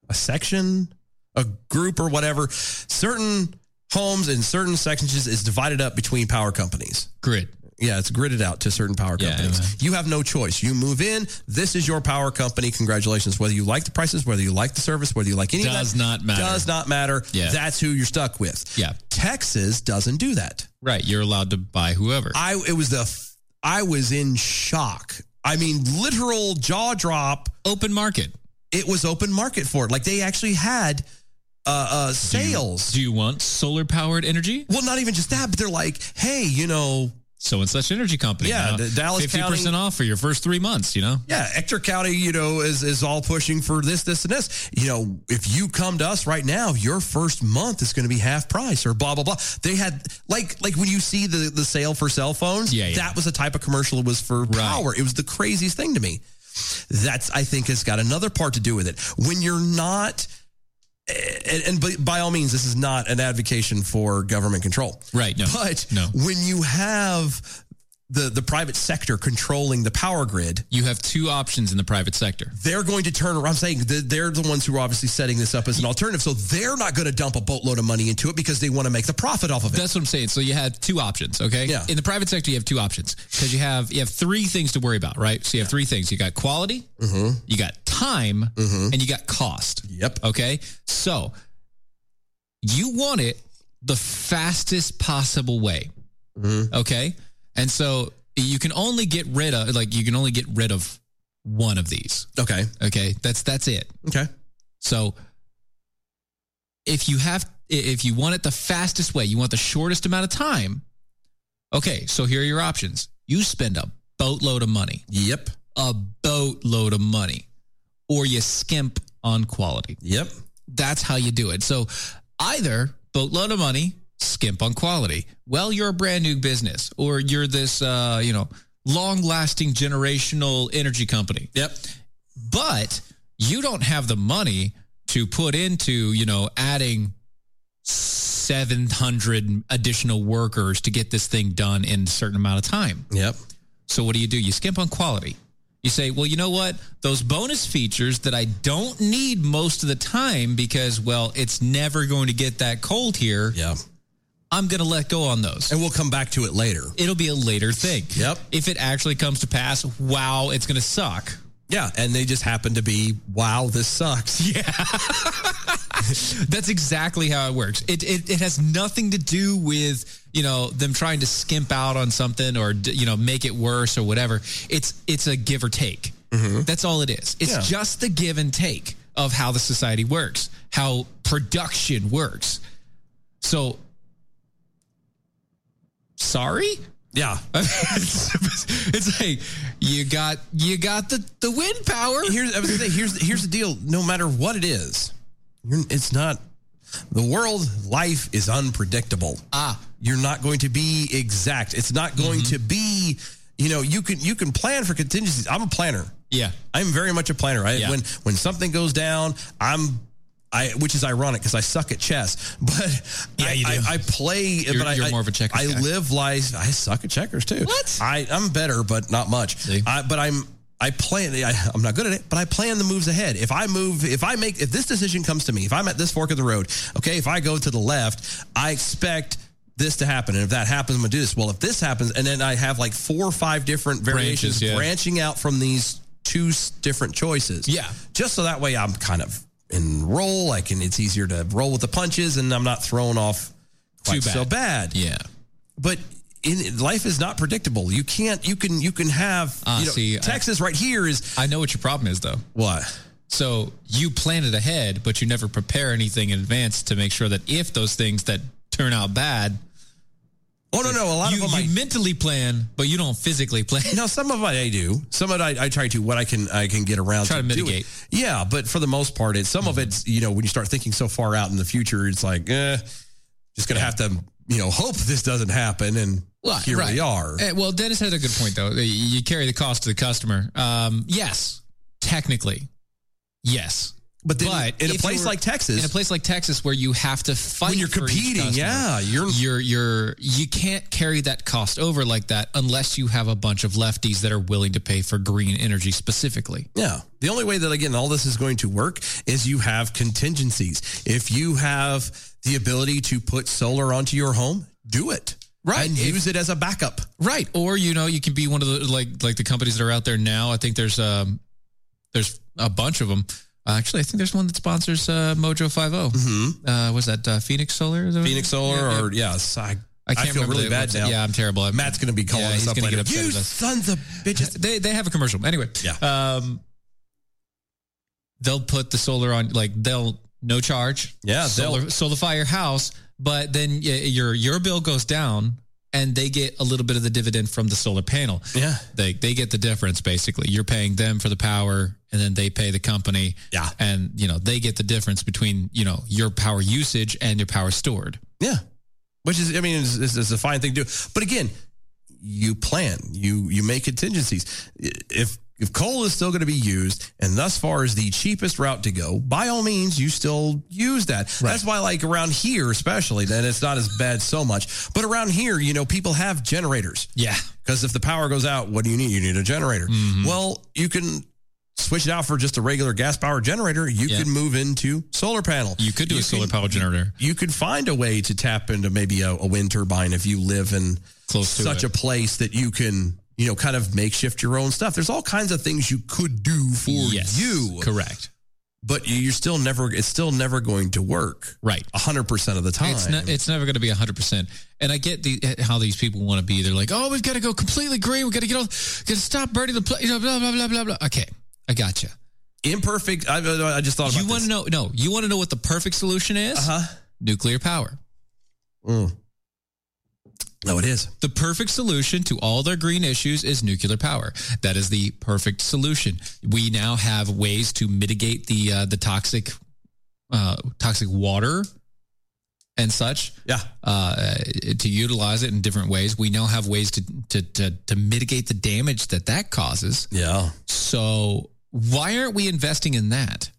Speaker 3: a section, a group or whatever. Certain homes in certain sections is divided up between power companies.
Speaker 4: Grid.
Speaker 3: Yeah, it's gridded out to certain power
Speaker 4: Yeah,
Speaker 3: companies. You have no choice. You move in. This is your power company. Congratulations. Whether you like the prices, whether you like the service, whether you like any
Speaker 4: Does
Speaker 3: of that,
Speaker 4: not matter.
Speaker 3: Does not matter.
Speaker 4: Yeah.
Speaker 3: That's who you're stuck with.
Speaker 4: Yeah.
Speaker 3: Texas doesn't do that.
Speaker 4: Right. You're allowed to buy whoever.
Speaker 3: I it was the f- I was in shock. I mean, literal jaw drop.
Speaker 4: Open market.
Speaker 3: It was open market for it. Like they actually had uh, uh, sales.
Speaker 4: Do you want solar powered energy?
Speaker 3: Well, not even just that, but they're like, hey, you know,
Speaker 4: so and such energy company.
Speaker 3: Yeah,
Speaker 4: now,
Speaker 3: the Dallas
Speaker 4: 50%
Speaker 3: County-
Speaker 4: off for your first three months, you know?
Speaker 3: Yeah, Ector County, you know, is is all pushing for this, this, and this. You know, if you come to us right now, your first month is going to be half price or blah blah blah. They had like like when you see the the sale for cell phones,
Speaker 4: Yeah, yeah.
Speaker 3: that was a type of commercial. It was for power. It was the craziest thing to me. That's I think has got another part to do with it. When you're not. And, and by- by all means, this is not an advocation for government control.
Speaker 4: Right. No.
Speaker 3: But
Speaker 4: No.
Speaker 3: when you have the, the private sector controlling the power grid,
Speaker 4: You have two options in the private sector.
Speaker 3: they're going to turn around. I'm saying that they're the ones who are obviously setting this up as an alternative. So they're not going to dump a boatload of money into it because they want to make the profit off of it.
Speaker 4: That's what I'm saying. So you had two options, okay? Yeah. In the private sector, you have two options because you have you have three things to worry about, right? So you have three things: you got quality, you got time, and you got cost.
Speaker 3: Mm-hmm. Yep.
Speaker 4: Okay. So you want it the fastest possible way.
Speaker 3: Mm-hmm.
Speaker 4: Okay. And so you can only get rid of like you can only get rid of one of these.
Speaker 3: Okay.
Speaker 4: Okay. That's that's it.
Speaker 3: Okay.
Speaker 4: So if you have if you want it the fastest way, you want the shortest amount of time. Okay, so here are your options. You spend a boatload of money.
Speaker 3: Yep.
Speaker 4: A boatload of money. Or you skimp on quality.
Speaker 3: Yep.
Speaker 4: That's how you do it. So either boatload of money, skimp on quality. Well, you're a brand new business or you're this uh, you know, long-lasting generational energy company.
Speaker 3: Yep.
Speaker 4: But you don't have the money to put into, you know, adding 700 additional workers to get this thing done in a certain amount of time.
Speaker 3: Yep.
Speaker 4: So what do you do? You skimp on quality. You say, well, you know what? Those bonus features that I don't need most of the time because, well, it's never going to get that cold here.
Speaker 3: Yeah.
Speaker 4: I'm going to let go on those.
Speaker 3: And we'll come back to it later.
Speaker 4: It'll be a later thing.
Speaker 3: Yep.
Speaker 4: If it actually comes to pass, wow, it's going to suck.
Speaker 3: Yeah, and they just happen to be, wow, this sucks. Yeah.
Speaker 4: That's exactly how it works. It, it it has nothing to do with you know them trying to skimp out on something or d- you know make it worse or whatever. It's it's a give or take. That's all it is. It's
Speaker 3: Mm-hmm. Yeah.
Speaker 4: just the give and take of how the society works, how production works. So, sorry.
Speaker 3: Yeah,
Speaker 4: it's, it's like you got you got the the wind power.
Speaker 3: Here's I was gonna say, here's here's the deal. No matter what it is, you're, it's not the world. Life is unpredictable. Ah, you're not going to be exact. It's not going to be. You know, you can you can plan for contingencies. I'm a planner.
Speaker 4: Yeah.
Speaker 3: I'm very much a planner. I,
Speaker 4: Yeah.
Speaker 3: When when something goes down, I'm. I, which is ironic because I suck at chess, but yeah, I, I, I play.
Speaker 4: You're-
Speaker 3: but I,
Speaker 4: you're more of a checkers
Speaker 3: I
Speaker 4: guy.
Speaker 3: live life. I suck at checkers too. What? I I'm better, but not much. I, but I'm I plan. I, I'm not good at it, but I plan the moves ahead. If I move, if I make, if this decision comes to me, if I'm at this fork of the road, okay, if I go to the left, I expect this to happen, and if that happens, I'm gonna do this. Well, if this happens, and then I have like four or five different variations
Speaker 4: Branches, yeah.
Speaker 3: branching out from these two s- different choices. Yeah, just so that way I'm kind of in roll. I can. It's easier to roll with the punches, and I'm not thrown off quite
Speaker 4: Too
Speaker 3: so bad.
Speaker 4: Yeah.
Speaker 3: But in life is not predictable. You can't. You can. You can have.
Speaker 4: Ah,
Speaker 3: you know,
Speaker 4: see, I-
Speaker 3: Texas right here is.
Speaker 4: I know what your problem is though.
Speaker 3: What?
Speaker 4: So you plan it ahead, but you never prepare anything in advance to make sure that if those things that turn out bad.
Speaker 3: Oh no, no, a lot
Speaker 4: you,
Speaker 3: of them
Speaker 4: you mentally plan, but you don't physically plan.
Speaker 3: No, some of it I do. Some of it I, I try to what I can I can get around
Speaker 4: Try to
Speaker 3: do it.
Speaker 4: mitigate.
Speaker 3: Yeah, but for the most part, it's some of it's you know when you start thinking so far out in the future, it's like eh, just gonna have to you know hope this doesn't happen, and
Speaker 4: Right,
Speaker 3: here
Speaker 4: right.
Speaker 3: we are.
Speaker 4: Eh, well, Dennis has a good point though. You carry the cost to the customer. Um, yes, technically, yes.
Speaker 3: But then in a
Speaker 4: if
Speaker 3: place
Speaker 4: you
Speaker 3: like Texas-
Speaker 4: in a place like Texas where you have to fight,
Speaker 3: When you're
Speaker 4: for each
Speaker 3: competing,
Speaker 4: customer,
Speaker 3: yeah, you're-
Speaker 4: you're you're you can't carry that cost over like that unless you have a bunch of lefties that are willing to pay for green energy specifically.
Speaker 3: Yeah. The only way that, again, all this is going to work is you have contingencies. If you have the ability to put solar onto your home, do it. Right. And use it as a backup.
Speaker 4: Right. Or you know, you can be one of the like like the companies that are out there now. I think there's um there's a bunch of them. Uh, actually, I think there's one that sponsors uh, Mojo Five Uh, was that uh, Phoenix Solar? Is that what-
Speaker 3: Mm-hmm. Phoenix Solar or, yes, I,
Speaker 4: I can't
Speaker 3: feel
Speaker 4: remember
Speaker 3: really
Speaker 4: the
Speaker 3: bad
Speaker 4: website.
Speaker 3: now.
Speaker 4: Yeah, I'm terrible.
Speaker 3: Matt's going to be calling
Speaker 4: Yeah,
Speaker 3: us
Speaker 4: he's
Speaker 3: up
Speaker 4: gonna
Speaker 3: later.
Speaker 4: get upset
Speaker 3: you
Speaker 4: with us.
Speaker 3: sons of bitches.
Speaker 4: They they have a commercial. Anyway,
Speaker 3: yeah.
Speaker 4: Um, they'll put the solar on like they'll no charge.
Speaker 3: Yeah,
Speaker 4: solar,
Speaker 3: they'll-
Speaker 4: solidify your house, but then y- your your bill goes down. And they get a little bit of the dividend from the solar panel.
Speaker 3: Yeah.
Speaker 4: They they get the difference basically. You're paying them for the power and then they pay the company. Yeah. And you know, they get the difference between, you know, your power usage and your power stored.
Speaker 3: Yeah. Which is, I mean, is, is, is a fine thing to do. But again, you plan, you you make contingencies. If if coal is still going to be used, and thus far is the cheapest route to go, by all means, you still use that. That's why, like around here, especially, then it's not as bad so much. But around here, you know, people have generators.
Speaker 4: Yeah.
Speaker 3: Because if the power goes out, what do you need? You need a generator.
Speaker 4: Mm-hmm.
Speaker 3: Well, you can switch it out for just a regular gas power generator. You
Speaker 4: Yeah.
Speaker 3: could move into solar panel.
Speaker 4: You could do a solar power generator.
Speaker 3: You could find a way to tap into maybe a, a wind turbine if you live in
Speaker 4: Close to
Speaker 3: such
Speaker 4: it.
Speaker 3: a place that you can, you know, kind of makeshift your own stuff. There's all kinds of things you could do for
Speaker 4: Yes,
Speaker 3: you.
Speaker 4: correct.
Speaker 3: But you- you're still never, it's still never going to work.
Speaker 4: Right.
Speaker 3: 100% of the time.
Speaker 4: It's not. It's never going to be hundred percent. And I get the how these people want to be. They're like, oh, we've got to go completely green. We've got to get all. Got to stop burning the. Pl- you know, blah blah blah blah blah. Okay, I gotcha.
Speaker 3: Imperfect. I, I just thought about
Speaker 4: you want to know. No, you want to know what the perfect solution is? Uh
Speaker 3: huh.
Speaker 4: Nuclear power.
Speaker 3: Mm. No, it is.
Speaker 4: The perfect solution to all their green issues is nuclear power. That is the perfect solution. We now have ways to mitigate the uh, the toxic uh, toxic water and such.
Speaker 3: Yeah.
Speaker 4: Uh, to utilize it in different ways. We now have ways to to to, to mitigate the damage that that causes.
Speaker 3: Yeah.
Speaker 4: So why aren't we investing in that?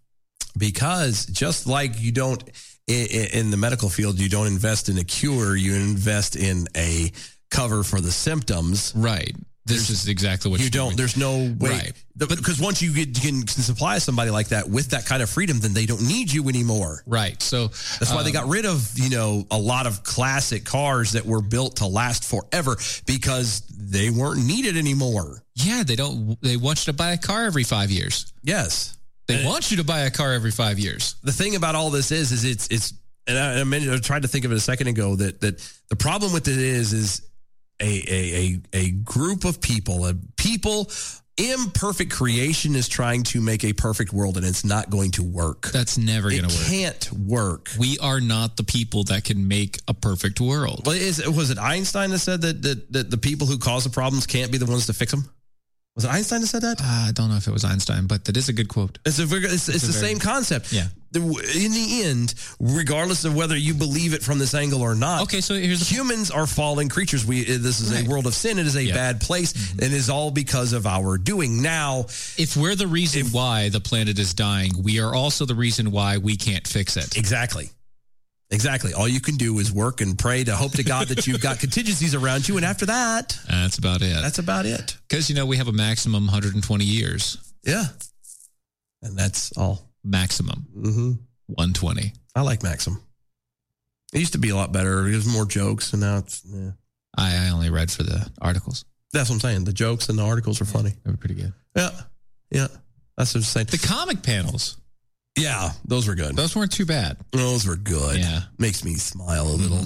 Speaker 3: because just like you don't i- i- in the medical field you don't invest in a cure you invest in a cover for the symptoms
Speaker 4: right This is exactly what
Speaker 3: you don't. There's no way,
Speaker 4: Right.
Speaker 3: the- because once you get, can, can supply somebody like that with that kind of freedom, then they don't need you anymore.
Speaker 4: Right. So
Speaker 3: that's why they got rid of you know a lot of classic cars that were built to last forever because they weren't needed anymore.
Speaker 4: Yeah, they don't. They want you to buy a car every five years.
Speaker 3: Yes,
Speaker 4: they want you to buy a car every five years.
Speaker 3: The thing about all this is, is it's it's, and I, I, mean, I tried to think of it a second ago that that the problem with it is is a a a, a group of people, a people. Imperfect creation is trying to make a perfect world, and it's not going to work.
Speaker 4: That's never
Speaker 3: It
Speaker 4: going to work.
Speaker 3: Can't work.
Speaker 4: We are not the people that can make a perfect world.
Speaker 3: Well, is was it Einstein that said that that, that the people who cause the problems can't be the ones to fix them? Was it Einstein that said that?
Speaker 4: I don't know if it was Einstein, but that is a good quote.
Speaker 3: It's a very, it's, it's,
Speaker 4: It's Uh, a
Speaker 3: the
Speaker 4: very-
Speaker 3: same concept.
Speaker 4: Yeah.
Speaker 3: The- In the end, regardless of whether you believe it from this angle or not, okay.
Speaker 4: So here's
Speaker 3: humans are fallen creatures. We uh, this is a world of sin. It is a bad place,
Speaker 4: Mm-hmm.
Speaker 3: and is all because of our doing. Now,
Speaker 4: if we're the reason why the planet is dying, we are also the reason why we can't fix it.
Speaker 3: Exactly. Exactly. All you can do is work and pray to hope to God that you've got contingencies around you, and after that,
Speaker 4: That's about it.
Speaker 3: that's about it.
Speaker 4: Because you know we have a maximum 120 years.
Speaker 3: Yeah. And that's all.
Speaker 4: Maximum.
Speaker 3: Mm-hmm.
Speaker 4: 120.
Speaker 3: I like Maxim. It used to be a lot better. It was more jokes, and now it's. Yeah.
Speaker 4: I, I only read for the articles.
Speaker 3: That's what I'm saying. The jokes and the articles are funny.
Speaker 4: They were pretty good.
Speaker 3: Yeah. Yeah. That's what I'm saying. The
Speaker 4: comic panels.
Speaker 3: Yeah. Those were good.
Speaker 4: Those weren't too bad.
Speaker 3: Those were good.
Speaker 4: Yeah. Mm-hmm.
Speaker 3: Makes me smile a little.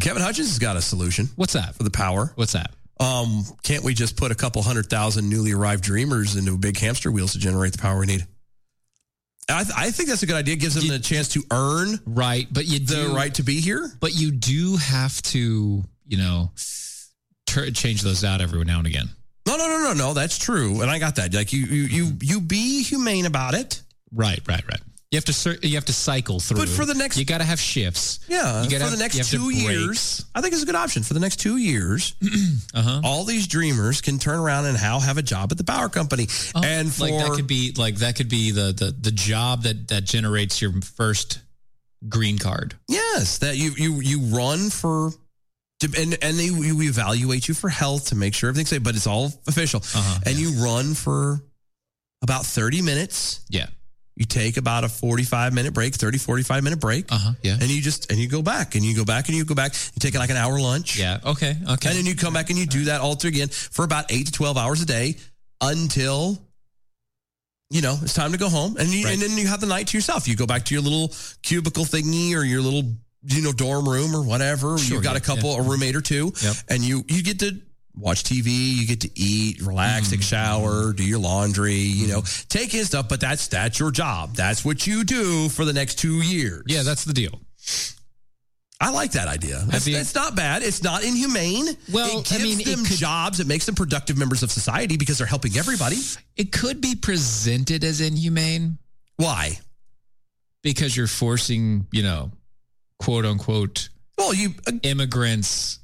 Speaker 3: Kevin Hutchins has got a solution.
Speaker 4: What's that?
Speaker 3: For the power.
Speaker 4: What's that?
Speaker 3: Um, can't we just put a couple hundred thousand newly arrived dreamers into big hamster wheels to generate the power we need? I, th- I think that's a good idea. Gives them the chance to earn
Speaker 4: right, but you
Speaker 3: the
Speaker 4: do-
Speaker 3: right to be here.
Speaker 4: But you do have to, you know, tur change those out every now and again.
Speaker 3: No, no, no, no, no. That's true, and I got that. Like you, you, you, you be humane about it.
Speaker 4: Right, right, right. You have to cir- you have to cycle through.
Speaker 3: for the next-
Speaker 4: you got to have shifts. you
Speaker 3: Yeah,
Speaker 4: gotta
Speaker 3: for the
Speaker 4: have- you
Speaker 3: next
Speaker 4: have to
Speaker 3: two
Speaker 4: break. Mm-hmm.
Speaker 3: years, I think it's a good option. For the next two years,
Speaker 4: Uh-huh.
Speaker 3: all these dreamers can turn around and how have a job at the power company, and for
Speaker 4: Oh, like that could be like that could be the the the job that that generates your first green card.
Speaker 3: yes, that you you you run for. to- And and they you evaluate you for health to make sure everything's safe, but it's all official.
Speaker 4: Uh-huh.
Speaker 3: and you run for about thirty minutes.
Speaker 4: Yeah.
Speaker 3: you take about a 45 minute break 30 45 minute break
Speaker 4: uh-huh yeah
Speaker 3: and you just and you go back and you go back and you go back you take like an hour lunch
Speaker 4: yeah okay okay
Speaker 3: and then you come back and you do that all through again for about 8 to 12 hours a day until you know it's time to go home and you, and then you have the night to yourself you go back to your little cubicle thingy or your little you know dorm room or whatever
Speaker 4: Sure,
Speaker 3: you've got
Speaker 4: yeah,
Speaker 3: a couple
Speaker 4: yeah.
Speaker 3: a roommate or two
Speaker 4: Yep.
Speaker 3: and you you get to watch TV, you get to eat, relax,
Speaker 4: Mm-hmm.
Speaker 3: take a shower, do your laundry, you know, take his stuff, but that's that's your job. That's what you do for the next 2 years.
Speaker 4: Yeah, that's the deal.
Speaker 3: I like that idea. That's, that's not bad. It's not inhumane. Well, it gives them jobs. It makes them productive members of society because they're helping everybody.
Speaker 4: It could be presented as inhumane.
Speaker 3: Why?
Speaker 4: Because you're forcing, you know, quote unquote,
Speaker 3: well, you uh,
Speaker 4: immigrants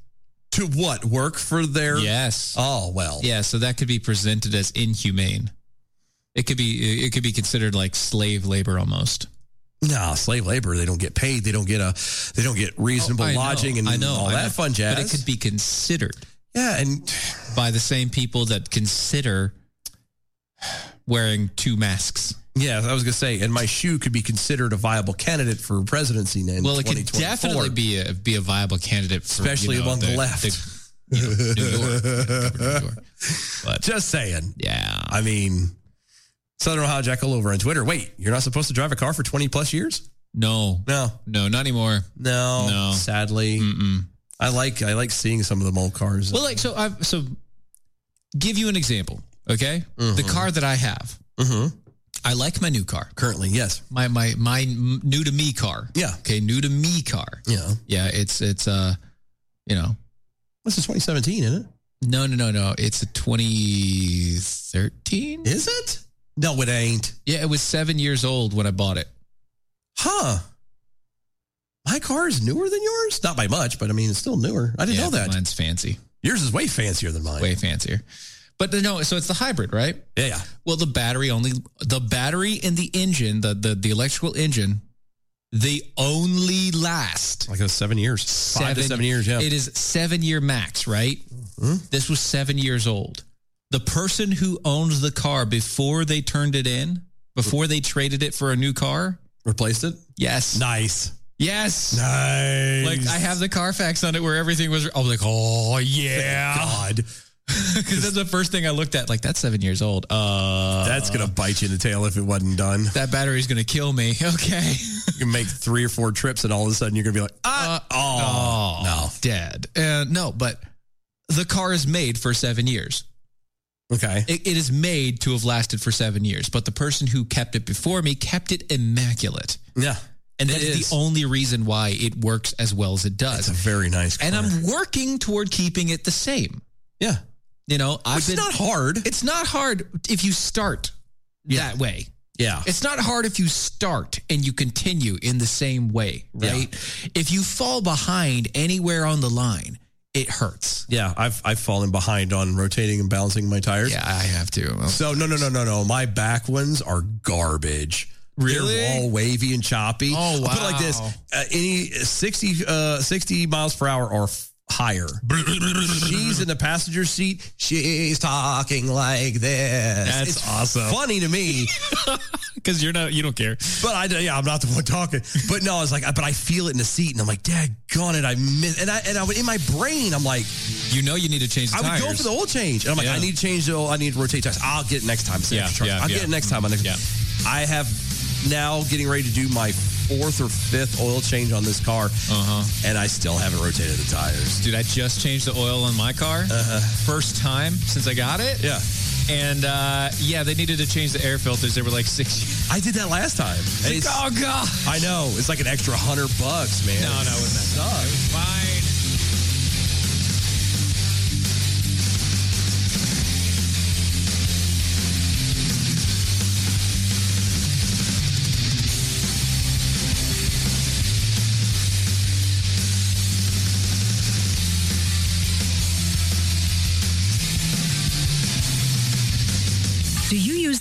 Speaker 3: to what work for their
Speaker 4: yes.
Speaker 3: Oh well,
Speaker 4: yeah. So that could be presented as inhumane. It could be it could be considered like slave labor almost.
Speaker 3: No, slave labor. They don't get paid. They don't get a. They don't get reasonable
Speaker 4: Oh, I know,
Speaker 3: lodging and
Speaker 4: I know,
Speaker 3: all
Speaker 4: I
Speaker 3: that
Speaker 4: know.
Speaker 3: fun jazz.
Speaker 4: But it could be considered.
Speaker 3: Yeah, and
Speaker 4: by the same people that consider wearing two masks.
Speaker 3: Yeah, I was gonna say, and my shoe could be considered a viable candidate for presidency. In
Speaker 4: well, it could
Speaker 3: 2024.
Speaker 4: definitely be a be a viable candidate, for, you
Speaker 3: especially
Speaker 4: know,
Speaker 3: among the, left.
Speaker 4: you know, New York, Governor New York.
Speaker 3: Just saying.
Speaker 4: Yeah.
Speaker 3: I mean, Southern Ohio Jackal over on Twitter. Wait, you're not supposed to drive a car for 20 plus years?
Speaker 4: No.
Speaker 3: No.
Speaker 4: No, not anymore.
Speaker 3: No.
Speaker 4: No.
Speaker 3: Sadly. I like I like seeing some of the old cars.
Speaker 4: Well, like so, I so give you an example. Okay, the car that I have, I like my new car
Speaker 3: currently. Mm-hmm. Yes,
Speaker 4: my my my new to me car.
Speaker 3: Yeah.
Speaker 4: Okay, new to me car.
Speaker 3: Yeah.
Speaker 4: Yeah, it's it's uh, you know,
Speaker 3: this is 2017, isn't it?
Speaker 4: No, no, no, no. It's a 2013.
Speaker 3: Is it? No, it ain't.
Speaker 4: Yeah, it was seven years old when I bought it.
Speaker 3: Huh. My car is newer than yours? Not by much, but I mean it's still newer. I didn't
Speaker 4: Yeah,
Speaker 3: know that.
Speaker 4: Mine's fancy.
Speaker 3: Yours is way fancier than mine.
Speaker 4: Way fancier. But no, so it's the hybrid, right?
Speaker 3: Yeah, yeah.
Speaker 4: Well, the battery only the battery and the engine, the the, the electrical engine, they only last
Speaker 3: like it was seven years. Five to seven years, yeah. Hmm?
Speaker 4: It is seven year max, right? This was seven years old. the person who owned the car before they turned it in, before they traded it for a new car,
Speaker 3: replaced it.
Speaker 4: Yes.
Speaker 3: Nice.
Speaker 4: Yes.
Speaker 3: Nice.
Speaker 4: Like I have the Carfax on it where everything was. I was like, oh yeah,
Speaker 3: God.
Speaker 4: Because that's the first thing I looked at. Like that's seven years old. Uh,
Speaker 3: That's gonna bite you in the tail if it wasn't done.
Speaker 4: That battery's gonna kill me. Okay.
Speaker 3: You can make three or four trips, and all of a sudden you're gonna be like, ah, oh, no,
Speaker 4: Uh, dead. Uh, no, but the car is made for seven years.
Speaker 3: "Oh, Okay.
Speaker 4: It, it is made to have lasted for seven years, but the person who kept it before me kept it immaculate.
Speaker 3: Yeah.
Speaker 4: And
Speaker 3: It
Speaker 4: that's
Speaker 3: is.
Speaker 4: the only reason why it works as well as it does.
Speaker 3: It's a very nice car.
Speaker 4: And I'm working toward keeping it the same.
Speaker 3: Yeah.
Speaker 4: You know, I've
Speaker 3: It's
Speaker 4: been-
Speaker 3: not hard.
Speaker 4: It's not hard if you start that way.
Speaker 3: Yeah.
Speaker 4: It's not hard if you start and you continue in the same way, right? If you fall behind anywhere on the line, it hurts.
Speaker 3: Yeah, I've I've fallen behind on rotating and balancing my tires. Yeah,
Speaker 4: I have to.
Speaker 3: So no, no, no, no, no. My back ones are garbage.
Speaker 4: Really?
Speaker 3: They're all wavy and choppy. Oh I'll put it like this:
Speaker 4: wow.
Speaker 3: uh, any 60, uh, 60 miles per hour or f- higher. She's in the passenger seat. She's talking like this.
Speaker 4: That's
Speaker 3: It's
Speaker 4: awesome.
Speaker 3: Funny to me.
Speaker 4: Because you're not, you don't care.
Speaker 3: But I, yeah, I'm not the one talking. But no, I was like, but I feel it in the seat, and I'm like, Dad, gone it. I miss, and I, and I, in my brain, I'm like,
Speaker 4: you know, you need to change. the
Speaker 3: I would go
Speaker 4: tires.
Speaker 3: for the oil change, and I'm like,
Speaker 4: Yeah.
Speaker 3: I need to change the oil. I need to rotate tires. I'll get it next time. Save
Speaker 4: Yeah,
Speaker 3: the charge.
Speaker 4: yeah,
Speaker 3: I'll
Speaker 4: yeah.
Speaker 3: get it next time. I'll next.
Speaker 4: Yeah.
Speaker 3: I have now getting ready to do my fourth or fifth oil change on this car, and I still haven't rotated the tires.
Speaker 4: Dude, I just changed the oil on my car. First time since I got it.
Speaker 3: Uh-huh. Yeah.
Speaker 4: And uh, yeah, they needed to change the air filters. They were like six.
Speaker 3: I did that last time. And it's-
Speaker 4: oh god.
Speaker 3: I know it's like an extra hundred bucks, man.
Speaker 4: No, no, it wasn't that. bad. It was fine.
Speaker 18: Do you use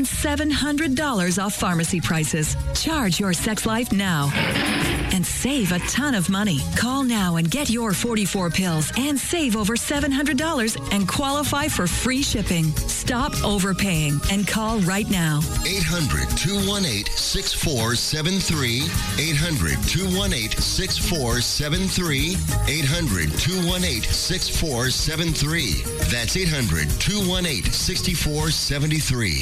Speaker 18: $700 off pharmacy prices. Charge your sex life now and save a ton of money. Call now and get your 44 pills and save over $700 and qualify for free shipping. Stop overpaying and call right now.
Speaker 6: 800 218 6473. 800 218 6473. 800 218 6473. That's 800 218 6473.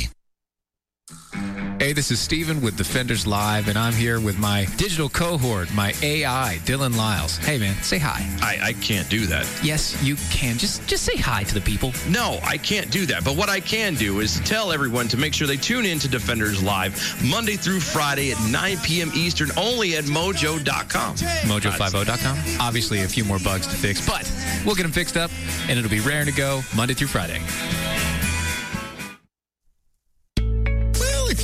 Speaker 19: Hey, this is Steven with Defenders Live, and I'm here with my digital cohort, my AI, Dylan Lyles. Hey, man, say hi.
Speaker 20: I, I can't do that.
Speaker 19: Yes, you can. Just just say hi to the people.
Speaker 20: No, I can't do that. But what I can do is tell everyone to make sure they tune in to Defenders Live Monday through Friday at 9 p.m. Eastern only at mojo.com.
Speaker 19: Mojo50.com. Obviously, a few more bugs to fix, but we'll get them fixed up, and it'll be raring to go Monday through Friday.
Speaker 21: Well, if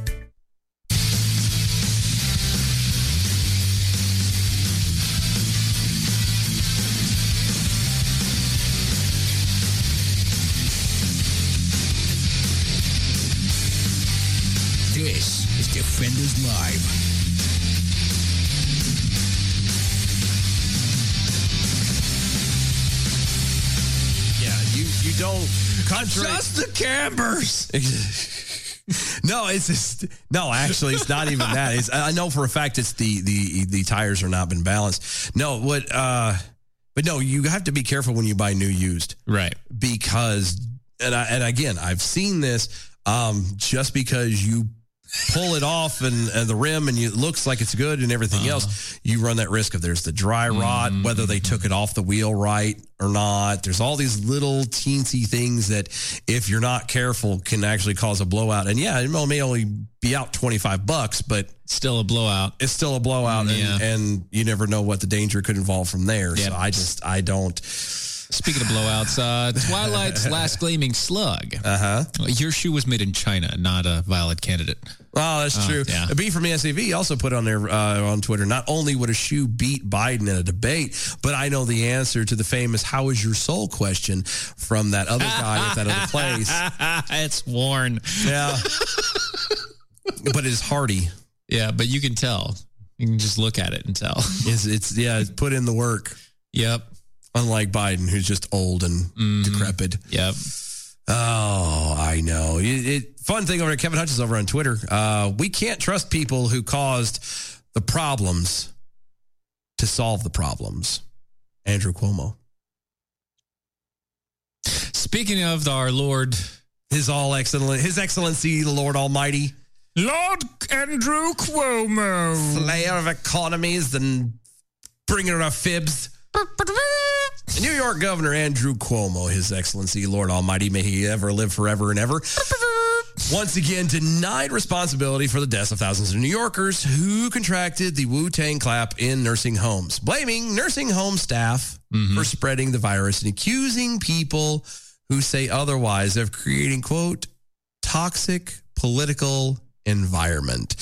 Speaker 2: This is Defenders Live.
Speaker 3: Yeah, you you don't just the cambers. no, it's just no. Actually, it's not even that. It's, I I know for a fact it's the the the tires are not been balanced. No, what? uh But no, you have to be careful when you buy new used,
Speaker 4: right?
Speaker 3: Because and I, and again, I've seen this. Um, just because you pull it off and, and the rim and you, it looks like it's good and everything
Speaker 4: Uh-huh.
Speaker 3: else, you run that risk of there's the dry
Speaker 4: Mm-hmm.
Speaker 3: rot, whether they took it off the wheel right or not. There's all these little teensy things that if you're not careful can actually cause a blowout. And yeah, it may only be out 25 bucks, but
Speaker 4: still a blowout.
Speaker 3: It's still a blowout.
Speaker 4: Yeah.
Speaker 3: And, and you never know what the danger could involve from there. So I just, I don't.
Speaker 4: Speaking of blowouts, uh, Twilight's Last Gleaming Slug.
Speaker 2: Uh-huh.
Speaker 3: Uh
Speaker 4: huh. Your shoe was made in China, not a valid candidate.
Speaker 3: Oh, that's
Speaker 4: Uh,
Speaker 3: true.
Speaker 4: yeah.
Speaker 3: A B from SAV also put on their uh, on Twitter. Not only would a shoe beat Biden in a debate, but I know the answer to the famous "How is your soul?" question from that other guy at that other place.
Speaker 4: it's worn.
Speaker 3: Yeah, but it is hardy.
Speaker 4: Yeah, but you can tell. You can just look at it and tell.
Speaker 3: It's, it's yeah, it's put in the work.
Speaker 4: Yep. Mm-hmm.
Speaker 3: Unlike Biden, who's just old and decrepit.
Speaker 4: Yep.
Speaker 3: Oh, I know. It, it- fun thing over at Kevin Hutchins over on Twitter. Uh, we can't trust people who caused the problems to solve the problems. Andrew Cuomo.
Speaker 4: Speaking of the, our Lord,
Speaker 3: His all excellent, His Excellency, the Lord Almighty,
Speaker 4: Lord Andrew Cuomo,
Speaker 3: Slayer of economies and bringer of fibs. New York Governor Andrew Cuomo, His Excellency, Lord Almighty, may he ever live forever and ever. Once again, denied responsibility for the deaths of thousands of New Yorkers who contracted the Wu Tang clap in nursing homes, blaming nursing home staff
Speaker 4: Mm-hmm.
Speaker 3: for spreading the virus and accusing people who say otherwise of creating, quote, toxic political environment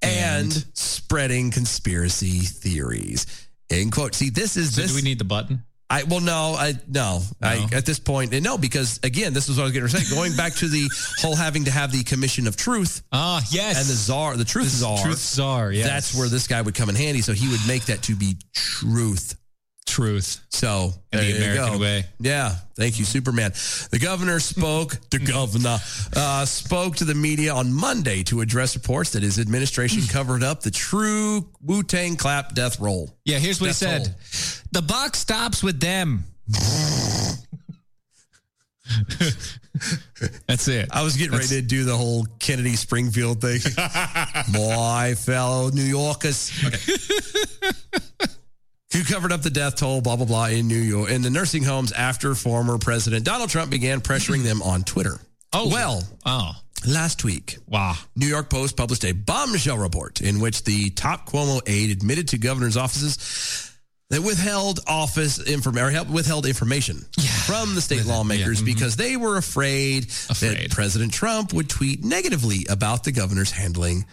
Speaker 3: and, spreading conspiracy theories. End quote. See, this is this.
Speaker 4: do we need the button?
Speaker 3: I well, no, I no, I at this point, and no, because again, this is what I was going to say. Going back to the whole having to have the commission of truth.
Speaker 4: Ah, yes,
Speaker 3: and the czar, the truth czar,
Speaker 4: truth czar, yes.
Speaker 3: That's where this guy would come in handy. So he would make that to be truth.
Speaker 4: Truth.
Speaker 3: So
Speaker 4: In the
Speaker 3: there you
Speaker 4: American
Speaker 3: go.
Speaker 4: way.
Speaker 3: Yeah. Thank you, Superman. The governor spoke, the governor uh, spoke to the media on Monday to address reports that his administration covered up the true Wu Tang clap death roll.
Speaker 4: Yeah, here's what he
Speaker 3: Death
Speaker 4: said. The buck stops with them. That's it.
Speaker 3: I was getting ready to do the whole Kennedy Springfield thing. My fellow New Yorkers. Okay. Who covered up the death toll, blah, blah, blah, in New York, in the nursing homes after former President Donald Trump began pressuring them on Twitter. Oh, well.
Speaker 4: Oh.
Speaker 3: Last week,
Speaker 4: wow.
Speaker 3: New York Post published a bombshell report in which the top Cuomo aide admitted to governor's offices that withheld office information, or helped- withheld information from the state lawmakers
Speaker 4: mm-hmm.
Speaker 3: because they were afraid, that President Trump would tweet negatively about the governor's handling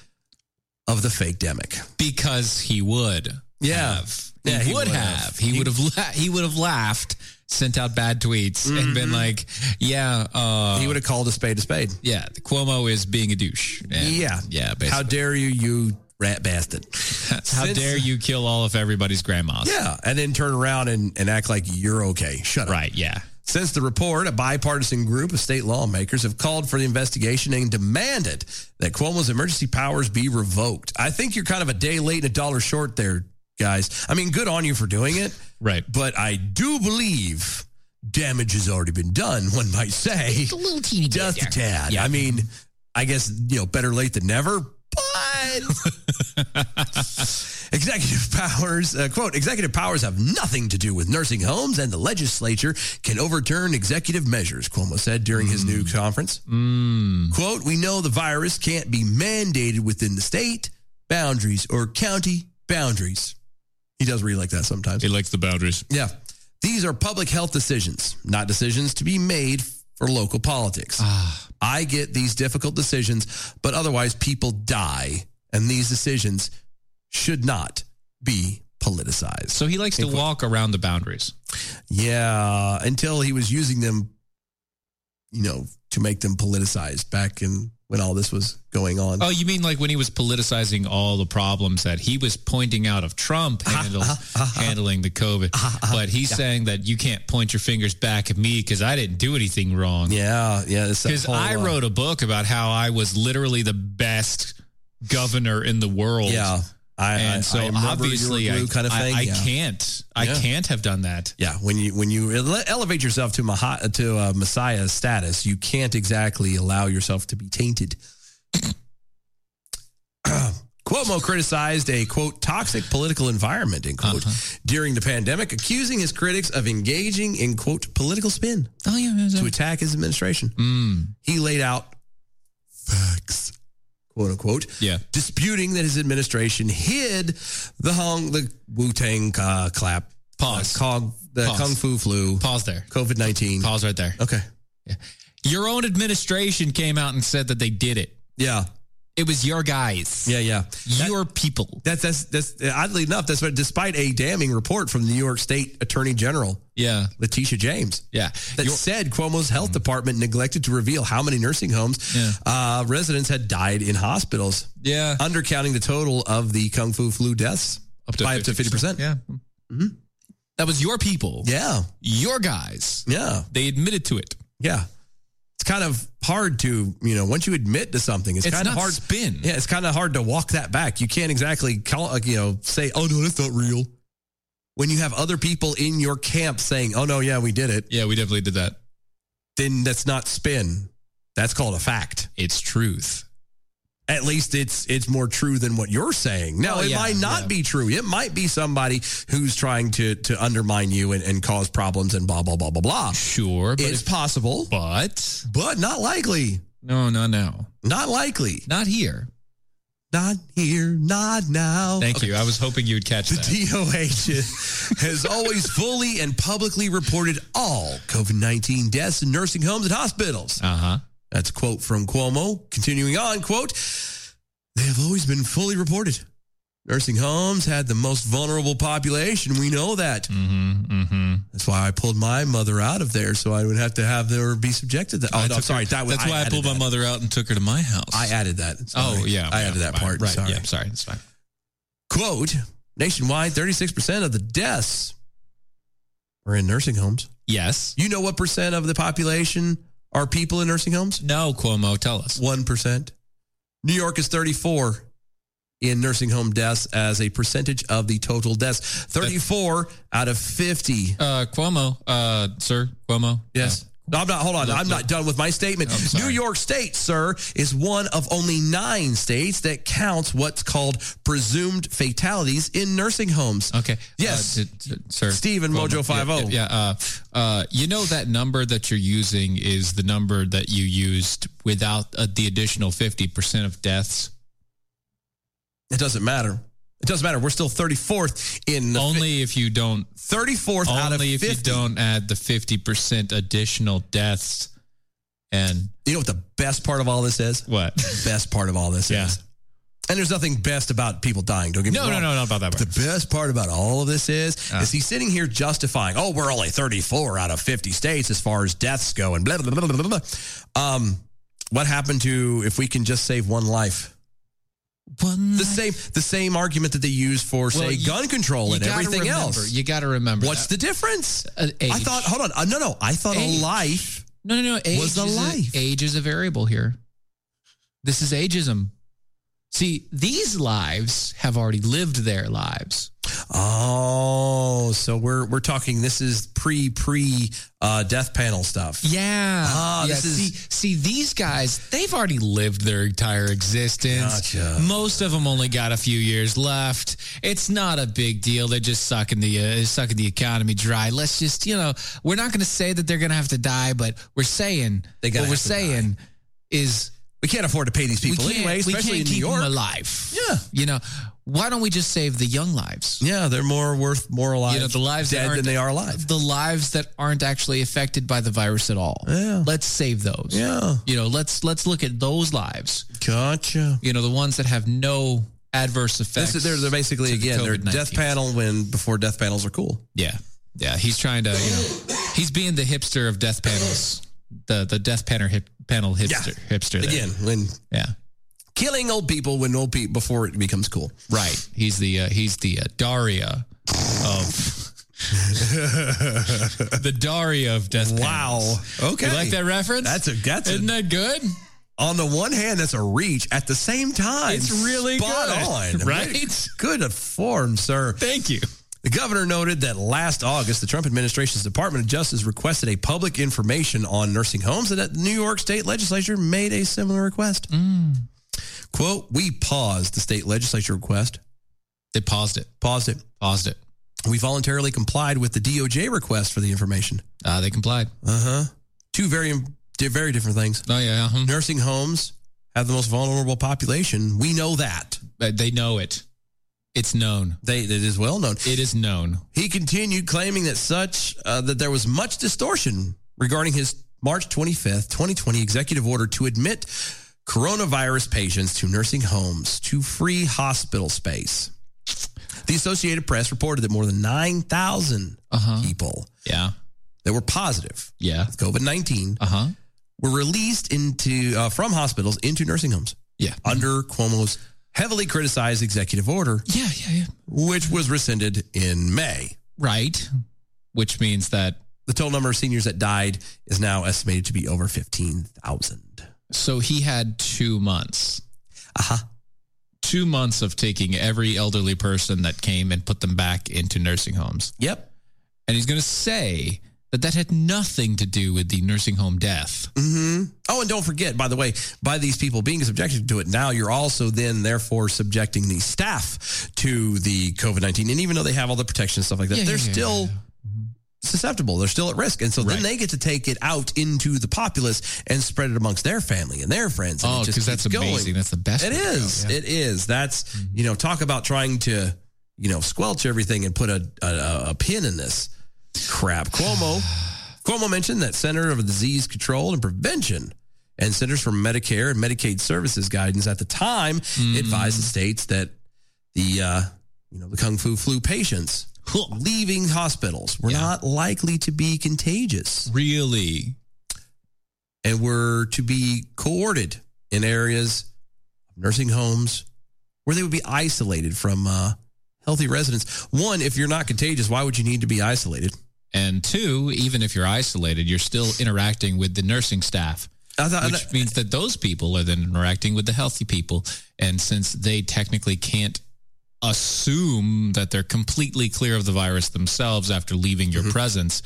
Speaker 3: of the fake demic.
Speaker 4: Because he would.
Speaker 3: Yeah.
Speaker 4: Have.
Speaker 3: Yeah,
Speaker 4: he,
Speaker 3: he
Speaker 4: would
Speaker 3: would
Speaker 4: have.
Speaker 3: have.
Speaker 4: He would have. La- he would have laughed, sent out bad tweets, and
Speaker 3: Mm-hmm.
Speaker 4: been like, "Yeah." Uh, he
Speaker 3: would have called a spade a spade.
Speaker 4: Yeah, Cuomo is being a douche. And-
Speaker 3: yeah,
Speaker 4: yeah.
Speaker 3: How dare you, you rat bastard!
Speaker 4: How
Speaker 3: Since-
Speaker 4: dare you kill all of everybody's grandmas?
Speaker 3: Yeah, and then turn around and, and act like you're okay. Shut up.
Speaker 4: Right, yeah.
Speaker 3: Since the report, a bipartisan group of state lawmakers have called for the investigation and demanded that Cuomo's emergency powers be revoked. I think you're kind of a day late and a dollar short there, guys. I mean, good on you for doing it.
Speaker 4: Right.
Speaker 3: But I do believe damage has already been done, one might say.
Speaker 16: Just a little teeny bit
Speaker 3: Just
Speaker 16: there.
Speaker 3: a tad. I mean, I guess, you know, better late than never, Executive powers, uh, quote, executive powers have nothing to do with nursing homes, and the legislature can overturn executive measures, Cuomo said during his new
Speaker 16: Mm.
Speaker 3: conference. Quote, we know the virus can't be mandated within the state boundaries or county boundaries. He does really like that sometimes. He
Speaker 4: likes the boundaries.
Speaker 3: Yeah. These are public health decisions, not decisions to be made for local politics.
Speaker 4: Ah.
Speaker 3: I get these difficult decisions, but otherwise people die, and these decisions should not be politicized.
Speaker 4: So he likes to walk around the boundaries.
Speaker 3: Yeah, until he was using them, you know, to make them politicized back in when all this was going on.
Speaker 4: Oh, you mean like when he was politicizing all the problems that he was pointing out of Trump
Speaker 3: Uh-huh,
Speaker 4: handle, handling the COVID, but he's
Speaker 3: yeah.
Speaker 4: saying that you can't point your fingers back at me because I didn't do anything wrong.
Speaker 3: Yeah, yeah.
Speaker 4: Because I wrote a book about how I was literally the best governor in the world.
Speaker 3: Yeah. I,
Speaker 4: and so
Speaker 3: I remember you were
Speaker 4: obviously I,
Speaker 3: blue kind of
Speaker 4: I-
Speaker 3: thing.
Speaker 4: I
Speaker 3: Yeah.
Speaker 4: can't I
Speaker 3: Yeah.
Speaker 4: can't have done that.
Speaker 3: Yeah, when you when you ele- elevate yourself to Maha, to uh, Messiah status, you can't exactly allow yourself to be tainted. Cuomo criticized a quote toxic political environment in quote during the pandemic, accusing his critics of engaging in quote political spin.
Speaker 4: Oh yeah, Mm.
Speaker 3: to attack his administration. He laid out facts, quote unquote,
Speaker 4: Yeah.
Speaker 3: disputing that his administration hid the Hong the Wu Tang uh, clap
Speaker 4: Pause.
Speaker 3: uh, Kong, the
Speaker 4: Pause.
Speaker 3: Kung Fu flu.
Speaker 4: Pause there.
Speaker 3: COVID nineteen.
Speaker 4: Pause right there.
Speaker 3: Okay.
Speaker 4: Your own administration came out and said that they did it.
Speaker 3: Yeah.
Speaker 4: It was your guys.
Speaker 3: Yeah, yeah.
Speaker 4: Your people.
Speaker 3: That's that's that's oddly enough. That's what, despite a damning report from the New York State Attorney General,
Speaker 4: Yeah.
Speaker 3: Letitia James,
Speaker 4: Yeah.
Speaker 3: that said Cuomo's health department neglected to reveal how many nursing homes
Speaker 4: Mm. Yeah.
Speaker 3: uh, residents had died in hospitals.
Speaker 4: Yeah.
Speaker 3: undercounting the total of the Kung Fu flu deaths
Speaker 4: Up to
Speaker 3: by up to fifty
Speaker 4: 50%.
Speaker 3: percent. Mm-hmm.
Speaker 4: Yeah. That was your people.
Speaker 3: Yeah.
Speaker 4: Your guys.
Speaker 3: Yeah.
Speaker 4: They admitted to it.
Speaker 3: Yeah. It's kind of hard to, you know, once you admit to something, it's,
Speaker 4: It's
Speaker 3: kind of
Speaker 4: not
Speaker 3: hard
Speaker 4: spin.
Speaker 3: Yeah, it's kind of hard to walk that back. You can't exactly call, uh, you know, say, "Oh no, that's not real." When you have other people in your camp saying, "Oh no, yeah, we did it."
Speaker 4: Yeah, we definitely did that.
Speaker 3: Then that's not spin. That's called a fact.
Speaker 4: It's truth.
Speaker 3: At least it's it's more true than what you're saying. Now,
Speaker 4: Oh,
Speaker 3: it
Speaker 4: yeah,
Speaker 3: might not
Speaker 4: yeah.
Speaker 3: be true. It might be somebody who's trying to to undermine you and, and cause problems and blah blah blah blah blah.
Speaker 4: Sure, but
Speaker 3: it's
Speaker 4: if-
Speaker 3: possible,
Speaker 4: but
Speaker 3: but not likely.
Speaker 4: No, no, no.
Speaker 3: Not likely.
Speaker 4: Not here.
Speaker 3: Not here, not now.
Speaker 4: Thank you. I was hoping you would catch
Speaker 3: The
Speaker 4: that.
Speaker 3: DOH has always fully and publicly reported all COVID 19 deaths in nursing homes and hospitals.
Speaker 4: Uh huh.
Speaker 3: That's a quote from Cuomo. Continuing on, quote, they have always been fully reported. Nursing homes had the most vulnerable population. We know that.
Speaker 4: Mm-hmm. Mm-hmm.
Speaker 3: That's why I pulled my mother out of there so I would have to have her be subjected to that. Oh,
Speaker 4: I
Speaker 3: no,
Speaker 4: took
Speaker 3: sorry.
Speaker 4: her-
Speaker 3: That was,
Speaker 4: that's why I
Speaker 3: added
Speaker 4: pulled my
Speaker 3: that.
Speaker 4: mother out and took her to my house.
Speaker 3: I added that. Sorry.
Speaker 4: Oh yeah,
Speaker 3: I
Speaker 4: yeah,
Speaker 3: added that
Speaker 4: right,
Speaker 3: part.
Speaker 4: Right.
Speaker 3: Sorry.
Speaker 4: Yeah. Sorry. It's fine.
Speaker 3: Quote Nationwide, 36% of the deaths are in nursing homes.
Speaker 4: Yes.
Speaker 3: You know what percent of the population are people in nursing homes?
Speaker 4: No, Cuomo. Tell us.
Speaker 3: 1%. New York is 34 in nursing home deaths as a percentage of the total deaths. 34 out of 50.
Speaker 4: Uh, Cuomo. Uh, sir. Cuomo.
Speaker 3: Yes. No, I'm not. Hold on.
Speaker 4: Look,
Speaker 3: I'm not
Speaker 4: look.
Speaker 3: done with my statement.
Speaker 4: I'm sorry.
Speaker 3: New York State, sir, is one of only nine states that counts what's called presumed fatalities in nursing homes.
Speaker 4: Okay.
Speaker 3: Yes.
Speaker 4: Uh, d- d- sir.
Speaker 3: Steven
Speaker 4: Cuomo.
Speaker 3: Mojo oh. 50.
Speaker 4: Yeah. yeah, uh, uh, you know that number that you're using is the number that you used without uh, the additional fifty percent of deaths.
Speaker 3: It doesn't matter. It doesn't matter. We're still 34th in the
Speaker 4: Only if you don't.
Speaker 3: 34th out of
Speaker 4: Only if
Speaker 3: 50.
Speaker 4: you don't add the fifty percent additional deaths. And
Speaker 3: You know what the best part of all this is?
Speaker 4: what?
Speaker 3: Best part of all this
Speaker 4: Yeah.
Speaker 3: is. And there's nothing best about people dying. Don't get me
Speaker 4: No, no,
Speaker 3: wrong.
Speaker 4: no, Uh. not about that.
Speaker 3: The best part about all of this is, is he's sitting here justifying, oh, we're only 34 out of 50 states as far as deaths go and blah, blah, blah, blah, blah, blah. Um, what happened to if we can just save one life?
Speaker 4: One
Speaker 3: The same the same argument that they use for, say,
Speaker 4: you-
Speaker 3: gun control
Speaker 4: you
Speaker 3: and
Speaker 4: gotta
Speaker 3: everything
Speaker 4: remember-
Speaker 3: else.
Speaker 4: You got to remember.
Speaker 3: What's the difference?
Speaker 4: the age?
Speaker 3: I thought, hold on. Uh, no, no. I thought
Speaker 4: Age.
Speaker 3: a life.
Speaker 4: No, no, no. Age
Speaker 3: was the
Speaker 4: is
Speaker 3: life.
Speaker 4: A, age is a variable here. This is ageism. See, these lives have already lived their lives.
Speaker 3: Oh, so we're we're talking. This is pre pre uh, death panel stuff.
Speaker 4: Yeah.
Speaker 3: Ah,
Speaker 4: yeah
Speaker 3: this is-
Speaker 4: see, see, these guys, they've already lived their entire existence.
Speaker 3: Gotcha.
Speaker 4: Most of them only got a few years left. It's not a big deal. They're just sucking the uh, sucking the economy dry. Let's just, you know, we're not going to say that they're going to have to die, but we're saying
Speaker 3: They gotta
Speaker 4: what we're
Speaker 3: have to die.
Speaker 4: saying is
Speaker 3: We can't afford to pay these people
Speaker 4: we can't,
Speaker 3: anyway,
Speaker 4: we
Speaker 3: especially
Speaker 4: can't
Speaker 3: in New
Speaker 4: keep
Speaker 3: York.
Speaker 4: them alive.
Speaker 3: Yeah.
Speaker 4: You know, why don't we just save the young lives?
Speaker 3: Yeah, they're more worth more alive
Speaker 4: You know, the lives that
Speaker 3: dead
Speaker 4: aren't-
Speaker 3: than they are alive.
Speaker 4: The lives that aren't actually affected by the virus at all.
Speaker 3: Yeah.
Speaker 4: Let's save those.
Speaker 3: Yeah.
Speaker 4: You know, let's let's look at those lives.
Speaker 3: Gotcha.
Speaker 4: You know, the ones that have no adverse effects.
Speaker 3: This is, they're, they're basically
Speaker 4: to the
Speaker 3: again they're death
Speaker 4: COVID-19.
Speaker 3: panel when before death panels are cool.
Speaker 4: Yeah. Yeah. He's trying to, you know, he's being the hipster of death panels. The the death panel hip, panel hipster hipster there.
Speaker 3: Again, when
Speaker 4: Yeah.
Speaker 3: killing old people when old people before it becomes cool.
Speaker 4: Right. He's the uh, he's the uh, Daria of the Daria of death.
Speaker 3: Wow.
Speaker 4: panels.
Speaker 3: Okay.
Speaker 4: You like that reference?
Speaker 3: That's a- that's a-
Speaker 4: Isn't that good?
Speaker 3: on the one hand, that's a reach. At the same time,
Speaker 4: It's really
Speaker 3: spot
Speaker 4: good,
Speaker 3: on,
Speaker 4: right?
Speaker 3: Good form, sir.
Speaker 4: Thank you.
Speaker 3: The governor noted that last August, the Trump administration's Department of Justice requested a public information on nursing homes, and that the New York State legislature made a similar request.
Speaker 4: Mm.
Speaker 3: Quote, we paused the state legislature request.
Speaker 4: They paused it.
Speaker 3: Paused it.
Speaker 4: Paused it.
Speaker 3: We voluntarily complied with the DOJ request for the information.
Speaker 4: Uh, they complied.
Speaker 3: Uh huh. Two very, very different things.
Speaker 4: Oh, yeah. uh-huh.
Speaker 3: Nursing homes have the most vulnerable population. We know that.
Speaker 4: They know it. It's known.
Speaker 3: They, it is well known.
Speaker 4: It is known.
Speaker 3: He continued claiming that such uh, that there was much distortion regarding his March 25th, 2020 executive order to admit coronavirus patients to nursing homes to free hospital space. The Associated Press reported that more than 9,000 people
Speaker 4: yeah.
Speaker 3: that were positive
Speaker 4: Yeah. Uh-huh.
Speaker 3: with COVID-19 were released into uh, from hospitals into nursing homes.
Speaker 4: Yeah. Uh,
Speaker 3: Under Cuomo's heavily criticized executive order.
Speaker 4: Yeah, yeah, yeah.
Speaker 3: Which was rescinded in May.
Speaker 4: Right. Which means that
Speaker 3: the total number of seniors that died is now estimated to be over 15,000.
Speaker 4: So he had two months.
Speaker 3: Uh huh.
Speaker 4: Two months of taking every elderly person that came and put them back into nursing homes.
Speaker 3: Yep.
Speaker 4: And he's going to say that that had nothing to do with the nursing home death.
Speaker 15: Mm-hmm.
Speaker 3: hmm Oh, and don't forget, by the way, by these people being subjected to it now, you're also then therefore subjecting the staff to the COVID 19. And even though they have all the protection and stuff like that,
Speaker 4: Yeah, yeah,
Speaker 3: they're
Speaker 4: yeah, yeah,
Speaker 3: still susceptible. They're still at risk. And so then they get to take it out into the populace and spread it amongst their family and their friends. And
Speaker 4: Oh,
Speaker 3: it just
Speaker 4: 'cause that's
Speaker 3: keeps
Speaker 4: amazing. That's the best
Speaker 3: It
Speaker 4: way to go,
Speaker 3: is.
Speaker 4: yeah. Mm-hmm.
Speaker 3: It is. That's, you know, talk about trying to, you know, squelch everything and put a, a, a pin in this crap. Cuomo. Cuomo mentioned that Center of Disease Control and Prevention and Centers for Medicare and Medicaid Services guidance at the time
Speaker 4: Mm.
Speaker 3: advised the states that the uh, you know the kung fu flu patients leaving hospitals were not likely to be contagious.
Speaker 4: Really,
Speaker 3: and were to be cohorted in areas of nursing homes where they would be isolated from uh, healthy residents. One, if you're not contagious, why would you need to be isolated?
Speaker 4: And two, even if you're isolated, you're still interacting with the nursing staff. which means that those people are then interacting with the healthy people. And since they technically can't assume that they're completely clear of the virus themselves after leaving
Speaker 3: Mm-hmm.
Speaker 4: your presence,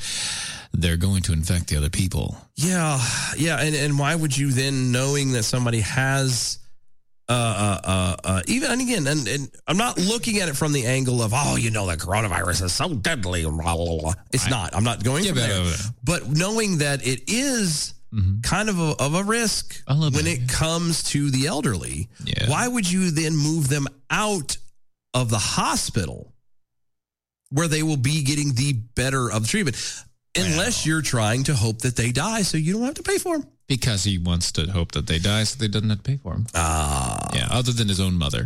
Speaker 4: they're going to infect the other people.
Speaker 3: Yeah, yeah, and and why would you then knowing that somebody has uh uh uh, uh even and again and, and I'm not looking at it from the angle of oh you know the coronavirus is so deadly blah, blah, blah. it's not I'm not going
Speaker 4: Yeah,
Speaker 3: from
Speaker 4: but-
Speaker 3: there but knowing that it is kind of a, of a risk when it comes to the elderly why would you then move them out of the hospital where they will be getting the better of the treatment unless you're trying to hope that they die so you don't have to pay for them
Speaker 4: Because he wants to hope that they die so they doesn't have to pay for him.
Speaker 3: Ah.
Speaker 4: yeah, other than his own mother.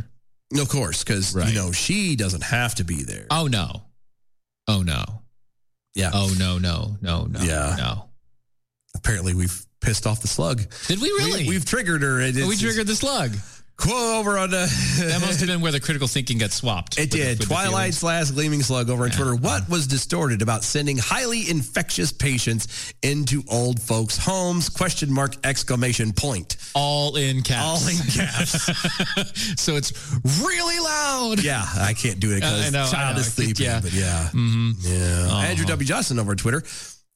Speaker 3: of course because you know she doesn't have to be there
Speaker 4: Oh, no. Oh, no.
Speaker 3: Yeah.
Speaker 4: Oh, no, no, no, no.
Speaker 3: Yeah.
Speaker 4: No.
Speaker 3: apparently we've pissed off the slug
Speaker 4: did we really?
Speaker 3: we, have triggered her and
Speaker 4: we
Speaker 3: it's-
Speaker 4: triggered the slug.
Speaker 3: Quote over on the.
Speaker 4: that must have been where the critical thinking got swapped.
Speaker 3: It
Speaker 4: with the-
Speaker 3: did.
Speaker 4: with the
Speaker 3: Twilight's last gleaming slug over on Twitter. What was distorted about sending highly infectious patients into old folks' homes? Question mark exclamation point.
Speaker 4: feelings. all in caps.
Speaker 3: All in caps.
Speaker 4: so it's really loud.
Speaker 3: Yeah, I can't do
Speaker 4: I
Speaker 3: it because
Speaker 4: know, I
Speaker 3: child
Speaker 4: know.
Speaker 3: is sleeping.
Speaker 4: Yeah.
Speaker 3: But yeah,
Speaker 4: Mhm.
Speaker 3: yeah. Andrew W. Johnson over on Twitter.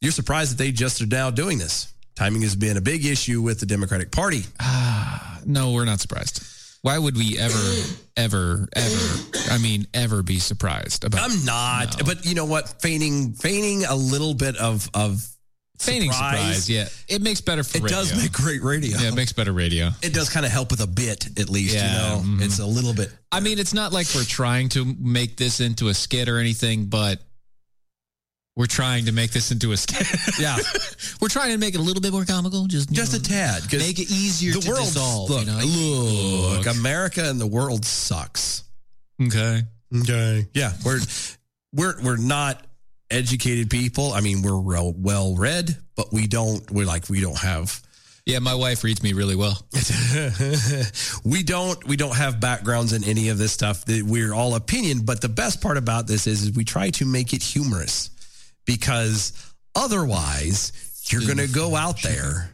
Speaker 3: You're surprised that they just are now doing this. Timing has been a big issue with the Democratic Party.
Speaker 4: Uh, No, we're not surprised. Why would we ever, ever, ever? I mean, ever be surprised about?
Speaker 3: I'm not. But you know what? Feigning feigning a little bit of of
Speaker 4: Feigning surprise, yeah. It makes better for
Speaker 3: It does
Speaker 4: radio.
Speaker 3: make great radio.
Speaker 4: Yeah, it makes better radio.
Speaker 3: It does kind of help with a bit at least,
Speaker 4: Yeah, mm-hmm.
Speaker 3: you know. It's a little bit
Speaker 4: I mean, it's not like we're trying to make this into a skit or anything, but we're trying to make this into a skit.
Speaker 3: Yeah,
Speaker 4: we're trying to make it a little bit more comical, just you
Speaker 3: just
Speaker 4: know,
Speaker 3: a tad 'cause
Speaker 4: make it easier
Speaker 3: the
Speaker 4: to
Speaker 3: world
Speaker 4: dissolve.
Speaker 3: look,
Speaker 4: you know?
Speaker 3: look, America and the world sucks.
Speaker 4: Okay.
Speaker 3: Okay. Yeah, we're we're we're not educated people. I mean, we're well, well read, but we don't we're like we don't have
Speaker 4: Yeah, my wife reads me really well.
Speaker 3: we don't we don't have backgrounds in any of this stuff. That We're all opinion, but the best part about this is, is we try to make it humorous because otherwise you're going to go out there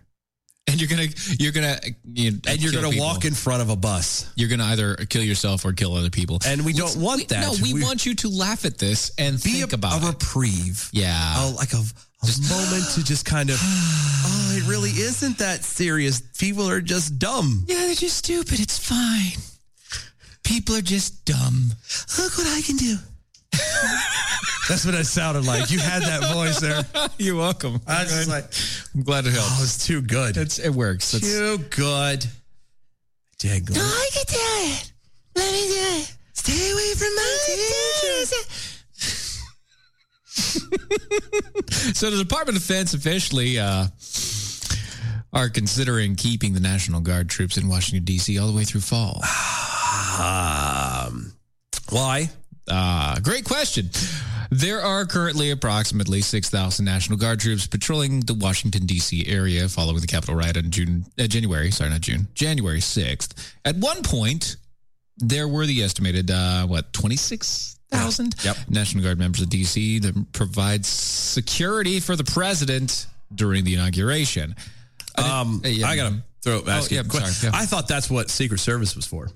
Speaker 4: and you're gonna you're gonna you
Speaker 3: And you're
Speaker 4: kill
Speaker 3: gonna walk
Speaker 4: people.
Speaker 3: in front of a bus.
Speaker 4: You're gonna either kill yourself or kill other people.
Speaker 3: And we don't want that.
Speaker 4: No, we
Speaker 3: We-
Speaker 4: want you to laugh at this and think about a
Speaker 3: reprieve.
Speaker 4: Yeah,
Speaker 3: Oh, like a, a moment to just kind of, oh, it really isn't that serious. People are just dumb.
Speaker 4: Yeah, they're just stupid. It's fine. People are just dumb.
Speaker 3: Look what I can do. That's what it sounded like. You had that voice there.
Speaker 4: You're welcome.
Speaker 3: I was just like,
Speaker 4: I'm glad it helped.
Speaker 3: Oh, it's too good.
Speaker 4: It's, it works. That's-
Speaker 3: too good. Dang,
Speaker 4: No, I can do it. Let me do it. Stay away from my teachers. so the Department of Defense officially uh, are considering keeping the National Guard troops in Washington D.C. all the way through fall. Um,
Speaker 3: why?
Speaker 4: Uh, great question. There are currently approximately 6,000 National Guard troops patrolling the Washington, D.C. area following the Capitol riot on June, uh, January, sorry, not June, January 6th. At one point, there were the estimated, uh, what, 26,000 National Guard members of D.C. that provide security for the president during the inauguration.
Speaker 3: Um, I gotta throw
Speaker 4: Oh,
Speaker 3: ask you
Speaker 4: yeah,
Speaker 3: a quick-
Speaker 4: sorry, yeah.
Speaker 3: I thought that's what Secret Service was for.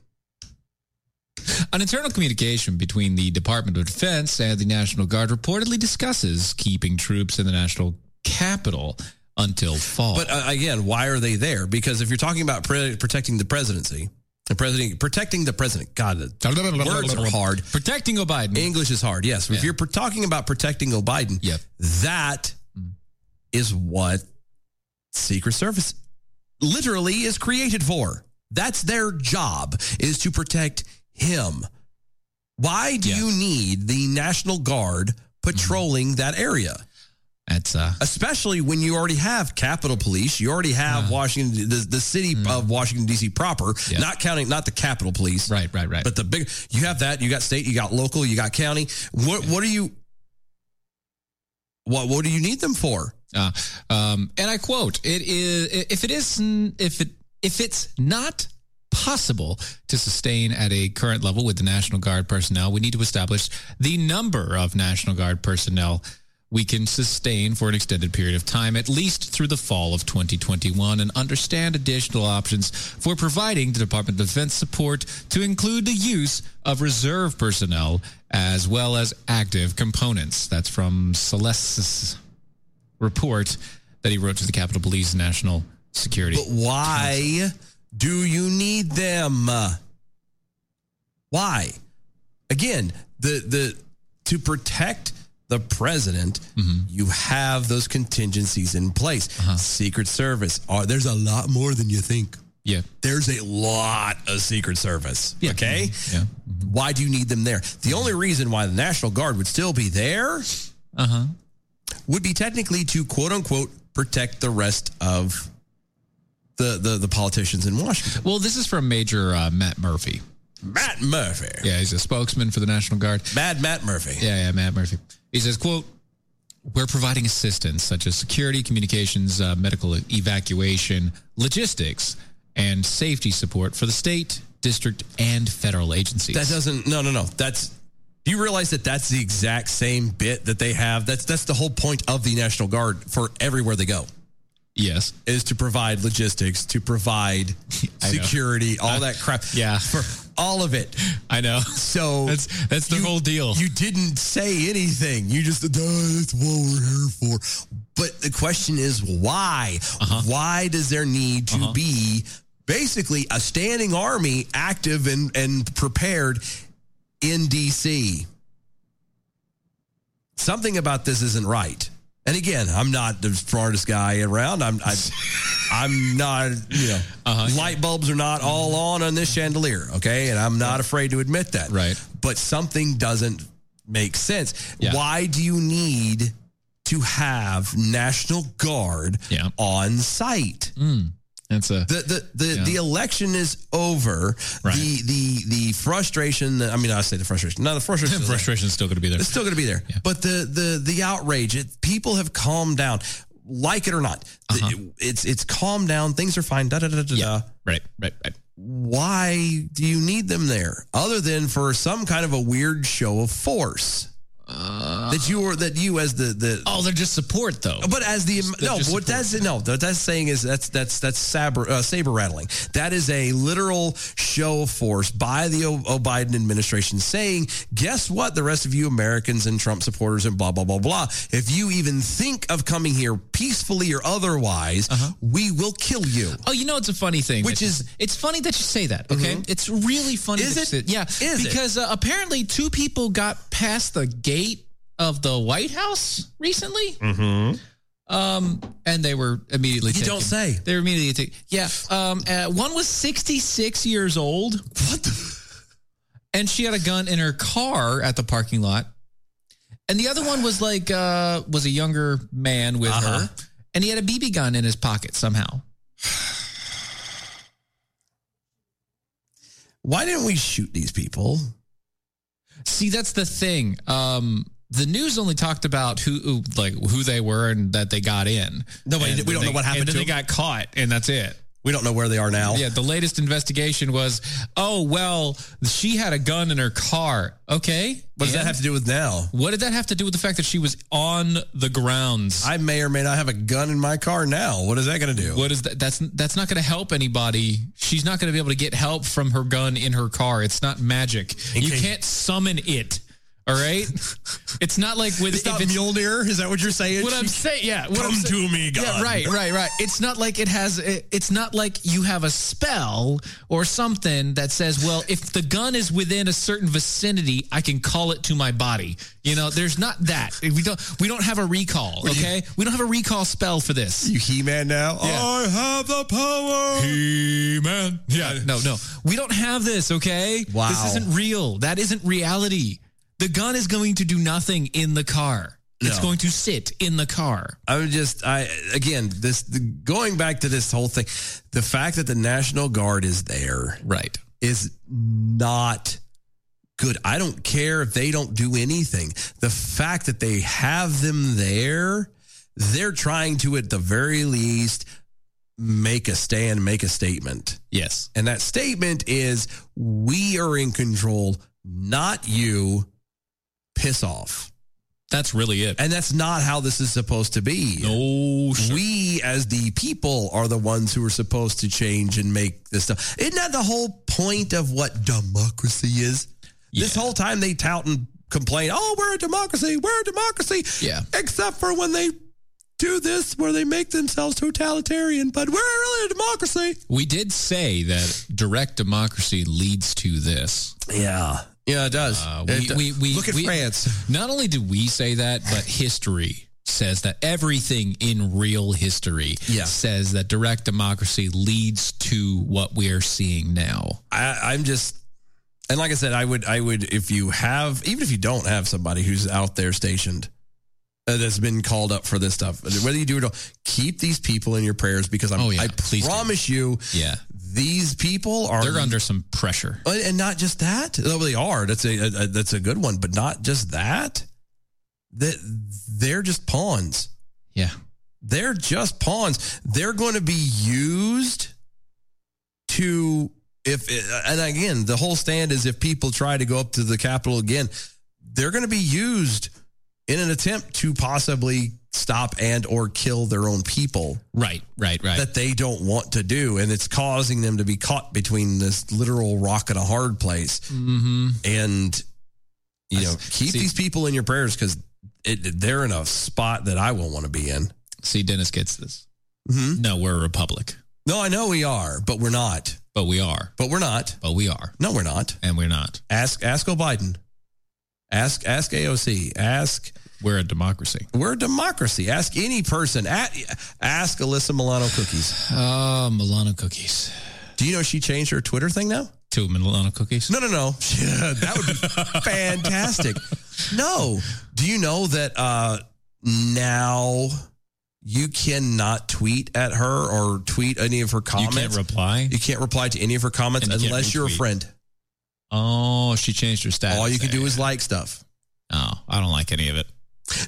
Speaker 4: An internal communication between the Department of Defense and the National Guard reportedly discusses keeping troops in the national capital until fall.
Speaker 3: But uh, again, why are they there? Because if you're talking about pre- protecting the presidency, the president protecting the president. God, the uh, words are hard.
Speaker 4: Protecting O'Biden.
Speaker 3: English is hard. Yes. If
Speaker 4: Yeah.
Speaker 3: you're pro- talking about protecting O'Biden,
Speaker 4: Yep. Mm.
Speaker 3: that is what Secret Service literally is created for. That's their job is to protect him. Why do you need the National Guard patrolling
Speaker 4: Mm-hmm.
Speaker 3: that area?
Speaker 4: That's uh
Speaker 3: especially when you already have Capitol Police, you already have Washington the, the city
Speaker 4: Mm.
Speaker 3: of Washington DC proper, not counting not the Capitol Police.
Speaker 4: Right, right, right.
Speaker 3: But the big you have that, you got state, you got local, you got county. What what are you what what do you need them for?
Speaker 4: Uh, um, and I quote: "It is if it is if it if it's not." Possible to sustain at a current level with the National Guard personnel, we need to establish the number of National Guard personnel we can sustain for an extended period of time, at least through the fall of 2021, and understand additional options for providing the Department of Defense support to include the use of reserve personnel as well as active components. That's from Celestis report that he wrote to the Capitol Police National Security.
Speaker 3: But why do you need them? Why? Again, the the to protect the president, you have those contingencies in place. Secret Service are there's a lot more than you think.
Speaker 4: Yeah.
Speaker 3: There's a lot of Secret Service. Okay. Yeah.
Speaker 4: Mm-hmm.
Speaker 3: Why do you need them there? The only reason why the National Guard would still be there
Speaker 4: Uh-huh.
Speaker 3: would be technically to quote unquote protect the rest of the the, the politicians in Washington.
Speaker 4: Well, this is from Major uh, Matt Murphy.
Speaker 3: Matt Murphy.
Speaker 4: Yeah, he's a spokesman for the National Guard.
Speaker 3: Mad Matt Murphy.
Speaker 4: Yeah, yeah, Matt Murphy. He says, quote, we're providing assistance such as security, communications, uh, medical evacuation, logistics, and safety support for the state, district, and federal agencies.
Speaker 3: That doesn't. No, no, no. That's. Do you realize that that's the exact same bit that they have? That's that's the whole point of the National Guard for everywhere they go.
Speaker 4: Yes,
Speaker 3: is to provide logistics, to provide
Speaker 4: I know.
Speaker 3: security, all that crap.
Speaker 4: Yeah,
Speaker 3: for all of it.
Speaker 4: I know.
Speaker 3: So
Speaker 4: that's that's the whole deal.
Speaker 3: You didn't say anything. You just "Duh, that's what we're here for. But the question is why?
Speaker 4: Uh-huh.
Speaker 3: Why does there need to be basically a standing army active and and prepared in DC? Something about this isn't right. And again, I'm not the smartest guy around. I'm I, I'm not you know light bulbs are not all on on this chandelier, okay? And I'm not afraid to admit that. Right. But something doesn't make sense. Why do you need to have National Guard on site?
Speaker 4: That's a
Speaker 3: the the the, the election is over. The the the frustration. I mean, I say the frustration. No, the frustration.
Speaker 4: Frustration's still going to be there.
Speaker 3: It's still going to be there. But the the the outrage. It, people have calmed down, like it or not. The- it's it's calmed down. Things are fine. Da da da da da.
Speaker 4: Right. Right. Right.
Speaker 3: Why do you need them there, other than for some kind of a weird show of force? that you are that you as the the
Speaker 4: oh they're just support though.
Speaker 3: But as the
Speaker 4: they're
Speaker 3: no,
Speaker 4: just
Speaker 3: what that's no, what that's saying is that's that's that's saber uh, saber rattling. That is a literal show of force by the O- O Biden administration saying, guess what? The rest of you Americans and Trump supporters and blah blah blah blah. If you even think of coming here peacefully or otherwise,
Speaker 4: Uh-huh.
Speaker 3: we will kill you.
Speaker 4: Oh, you know it's a funny thing,
Speaker 3: Which
Speaker 4: that-
Speaker 3: is- Mm-hmm.
Speaker 4: it's funny that you say that. Okay, it's really funny.
Speaker 3: Is
Speaker 4: that you
Speaker 3: it?
Speaker 4: say- Yeah,
Speaker 3: Is it?
Speaker 4: because Uh, apparently two people got past the gate of the White House recently.
Speaker 3: Mm-hmm.
Speaker 4: Um, and they were immediately.
Speaker 3: You
Speaker 4: taken.
Speaker 3: don't say.
Speaker 4: They were immediately taken. Yeah. Um, uh, one was 66 years old. What? The? And she had a gun in her car at the parking lot. And the other one was like uh, was a younger man with
Speaker 3: Uh-huh.
Speaker 4: her, and he had a BB gun in his pocket somehow.
Speaker 3: Why didn't we shoot these people?
Speaker 4: See, that's the thing. Um, the news only talked about who, who like who they were and that they got in.
Speaker 3: No, but
Speaker 4: And
Speaker 3: we don't
Speaker 4: they-
Speaker 3: know what happened
Speaker 4: And then
Speaker 3: to
Speaker 4: they
Speaker 3: them. Oh.
Speaker 4: got caught, and that's it.
Speaker 3: We don't know where they are now.
Speaker 4: Yeah, the latest investigation was, oh well, she had a gun in her car. Okay,
Speaker 3: What does that have to do with now?
Speaker 4: What did that have to do with the fact that she was on the grounds?
Speaker 3: I may or may not have a gun in my car now. What is that going to do?
Speaker 4: What is that? That's that's not going to help anybody. She's not going to be able to get help from her gun in her car. It's not magic. you
Speaker 3: case-
Speaker 4: can't summon it. All right. it's not like with
Speaker 3: It's not Mjolnir. Is that what you're saying?
Speaker 4: What I'm saying, yeah. What I'm
Speaker 3: Come
Speaker 4: saying-
Speaker 3: to me, God.
Speaker 4: Yeah, right, right, right. It's not like it has. it- It's not like you have a spell or something that says, well, if the gun is within a certain vicinity, I can call it to my body. You know, there's not that. We don't. We don't have a recall. Okay, we don't have a recall spell for this.
Speaker 3: You He-Man now. I have the power.
Speaker 4: He-Man. Yeah. No, no. We don't have this, okay?
Speaker 3: Wow.
Speaker 4: This isn't real. That isn't reality. The gun is going to do nothing in the car. It's
Speaker 3: No.
Speaker 4: going to sit in the car.
Speaker 3: I'm just I again this the, going back to this whole thing. The fact that the National Guard is there,
Speaker 4: right,
Speaker 3: is not good. I don't care if they don't do anything. The fact that they have them there, they're trying to at the very least make a stand, make a statement.
Speaker 4: Yes.
Speaker 3: And that statement is we are in control, not you. Piss off.
Speaker 4: That's really it.
Speaker 3: And that's not how this is supposed to be.
Speaker 4: No,
Speaker 3: we as the people are the ones who are supposed to change and make this stuff. Isn't that the whole point of what democracy is? This whole time they tout and complain, oh, we're a democracy, we're a democracy. Yeah. Except for when they do this where they make themselves totalitarian, but we're really a democracy.
Speaker 4: We did say that direct democracy leads to this.
Speaker 3: Yeah. Yeah, it does.
Speaker 4: Uh,
Speaker 3: It do-
Speaker 4: we, we, we,
Speaker 3: Look at
Speaker 4: we-
Speaker 3: France.
Speaker 4: Not only did we say that, but history says that everything in real history says that direct democracy leads to what we are seeing now.
Speaker 3: I, I'm just, and like I said, I would, I would, if you have, even if you don't have somebody who's out there stationed uh, that's been called up for this stuff, whether you do it or not, keep these people in your prayers because I'm,
Speaker 4: Oh, yeah.
Speaker 3: I
Speaker 4: Please do.
Speaker 3: promise you,
Speaker 4: Yeah.
Speaker 3: these people are
Speaker 4: They're under some pressure.
Speaker 3: Uh, and not just that. Though they are. That's a, a- a- that's a good one, but not just that. That they're just pawns.
Speaker 4: Yeah.
Speaker 3: They're just pawns. They're going to be used to if and again, the whole stand is if people try to go up to the Capitol again, they're going to be used in an attempt to possibly stop and or kill their own people
Speaker 4: Right, right, right.
Speaker 3: that they don't want to do and it's causing them to be caught between this literal rock and a hard place
Speaker 4: mm-hmm.
Speaker 3: and you know keep
Speaker 4: see-
Speaker 3: these people in your prayers because they're in a spot that i will want to be in
Speaker 4: See, Dennis gets this.
Speaker 3: Mhm.
Speaker 4: No, we're a republic.
Speaker 3: no i know we are but we're not
Speaker 4: But we are.
Speaker 3: but we're not
Speaker 4: But we are.
Speaker 3: no we're not
Speaker 4: And we're not.
Speaker 3: ask ask o'biden ask ask aoc ask
Speaker 4: We're a democracy.
Speaker 3: we're a democracy ask any person A ask alyssa milano cookies
Speaker 4: Uh, Milano cookies.
Speaker 3: do you know she changed her twitter thing now
Speaker 4: Two Milano cookies.
Speaker 3: No, no, no. Yeah, that would be fantastic. No. Do you know that uh, now you cannot tweet at her or tweet any of her comments?
Speaker 4: can't reply?
Speaker 3: You can't reply to any of her comments
Speaker 4: And you can't
Speaker 3: unless you're a
Speaker 4: retweet.
Speaker 3: friend.
Speaker 4: Oh, she changed her status.
Speaker 3: All you can
Speaker 4: there.
Speaker 3: do is like stuff.
Speaker 4: Oh, I don't like any of it.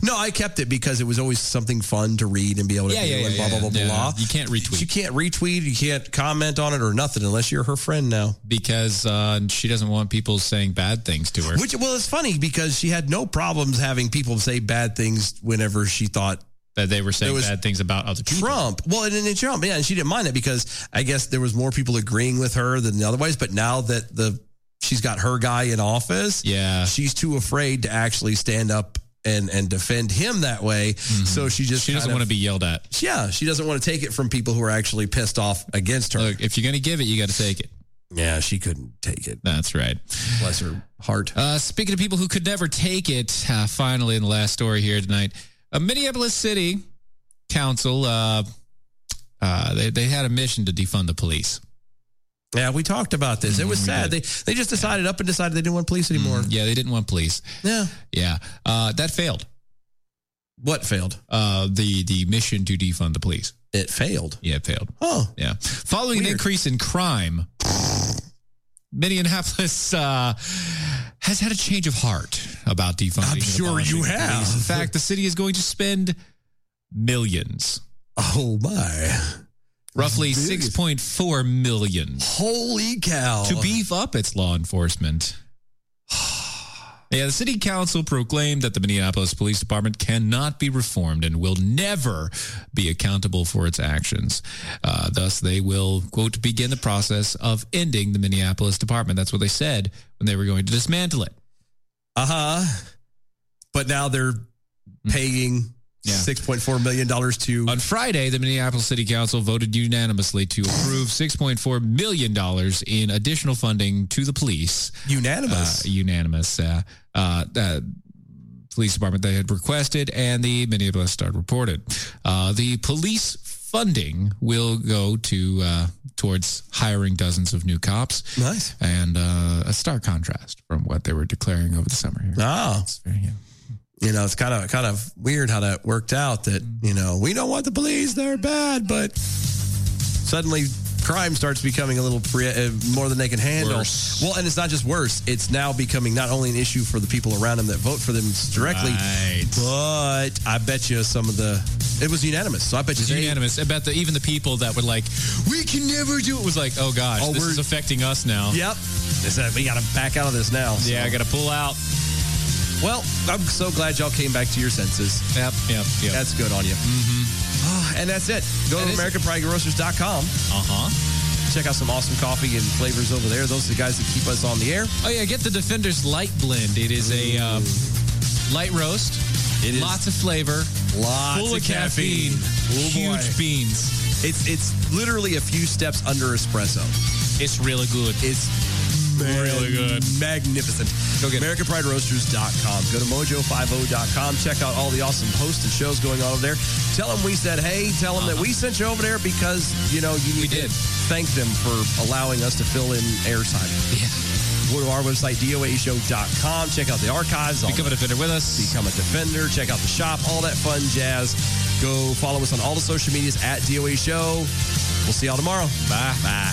Speaker 3: No, I kept it because it was always something fun to read and be able to
Speaker 4: Yeah,
Speaker 3: do
Speaker 4: yeah,
Speaker 3: and
Speaker 4: yeah,
Speaker 3: blah, blah, blah,
Speaker 4: yeah.
Speaker 3: blah.
Speaker 4: You can't retweet.
Speaker 3: You can't retweet. You can't comment on it or nothing unless you're her friend now.
Speaker 4: Because uh, she doesn't want people saying bad things to her.
Speaker 3: Which well, it's funny because she had no problems having people say bad things whenever she thought
Speaker 4: that they were saying bad things about other people.
Speaker 3: Trump. Well, and, and Trump, yeah, and she didn't mind it because I guess there was more people agreeing with her than otherwise. But now that the she's got her guy in office,
Speaker 4: yeah,
Speaker 3: she's too afraid to actually stand up and and defend him that way. So she just
Speaker 4: Mm-hmm. She doesn't
Speaker 3: kind of-
Speaker 4: want to be yelled at.
Speaker 3: Yeah, she doesn't want to take it from people who are actually pissed off against her.
Speaker 4: Look, if you're going to give it, you got to take it.
Speaker 3: Yeah, she couldn't take it.
Speaker 4: That's right.
Speaker 3: Bless her heart.
Speaker 4: Uh, speaking of people who could never take it, uh, finally, in the last story here tonight, uh, Minneapolis City Council, uh, uh, they, they had a mission to defund the police. Mm-hmm,
Speaker 3: Yeah, we talked about this. It was sad. They they just decided up and decided they didn't want police anymore.
Speaker 4: Yeah, they didn't want police.
Speaker 3: Yeah.
Speaker 4: Yeah. Uh, that failed.
Speaker 3: What failed?
Speaker 4: Uh, the, the mission to defund the police.
Speaker 3: It failed.
Speaker 4: Yeah, it failed.
Speaker 3: Oh.
Speaker 4: Yeah. Following an increase in crime, Minneapolis uh, has had a change of heart about defunding. I'm
Speaker 3: sure you have.
Speaker 4: In fact, the city is going to spend millions.
Speaker 3: Oh my.
Speaker 4: Roughly 6.4 million.
Speaker 3: Holy cow.
Speaker 4: To beef up its law enforcement. Yeah, the city council proclaimed that the Minneapolis Police Department cannot be reformed and will never be accountable for its actions. Uh, thus, they will, quote, begin the process of ending the Minneapolis Department. That's what they said when they were going to dismantle it.
Speaker 3: Uh huh. But now they're
Speaker 4: Mm.
Speaker 3: paying six point four million dollars to.
Speaker 4: On Friday, the Minneapolis City Council voted unanimously to approve $6.4 million in additional funding to the police.
Speaker 3: Unanimous.
Speaker 4: Uh, unanimous. Uh, uh, uh, police department they had requested, and the Minneapolis Star reported. Uh, the police funding will go to uh, towards hiring dozens of new cops.
Speaker 3: Nice.
Speaker 4: And uh, a stark contrast from what they were declaring over the summer here.
Speaker 3: Oh, you know, it's kind of kind of weird how that worked out. That
Speaker 4: Mm-hmm.
Speaker 3: you know, we don't want the police; they're bad, but suddenly crime starts becoming a little pre- uh, more than they can handle. Well, and it's not just worse; it's now becoming not only an issue for the people around them that vote for them directly, but I bet you some of the it was unanimous. So I bet
Speaker 4: It's
Speaker 3: you they-
Speaker 4: unanimous. I bet that even the people that were like, "We can never do it," was like, "Oh gosh,
Speaker 3: Oh,
Speaker 4: this
Speaker 3: we're-
Speaker 4: is affecting us now."
Speaker 3: Yep. They said we got to back out of this now.
Speaker 4: Yeah, I got to pull out.
Speaker 3: Well, I'm so glad y'all came back to your senses.
Speaker 4: Yep, yep, yep.
Speaker 3: That's good on you. Mm-hmm. and that's it. Go to AmericanPrideGroceries.com.
Speaker 4: Uh-huh.
Speaker 3: Check out some awesome coffee and flavors over there. Those are the guys that keep us on the air.
Speaker 4: Oh yeah, get the Defenders Light Blend. It is a um, light roast.
Speaker 3: It is-
Speaker 4: lots of flavor,
Speaker 3: Lots
Speaker 4: full
Speaker 3: of
Speaker 4: of caffeine,
Speaker 3: caffeine. Oh, boy.
Speaker 4: huge beans.
Speaker 3: It's it's literally a few steps under espresso.
Speaker 4: It's really good.
Speaker 3: It's really good. Magnificent. Go get AmericanPrideRoasters.com. Go to Mojo50.com. Check out all the awesome hosts and shows going on over there. Tell them we said hey. Tell them that we sent you over there because, you know, you need to thank them for allowing us to fill in airtime.
Speaker 4: Yeah.
Speaker 3: Go to our website, doashow.com. Check out the archives. all
Speaker 4: Become a
Speaker 3: that.
Speaker 4: defender with us.
Speaker 3: Become a defender. Check out the shop. All that fun jazz. Go follow us on all the social medias at DOA Show. We'll see y'all tomorrow. Bye. Bye.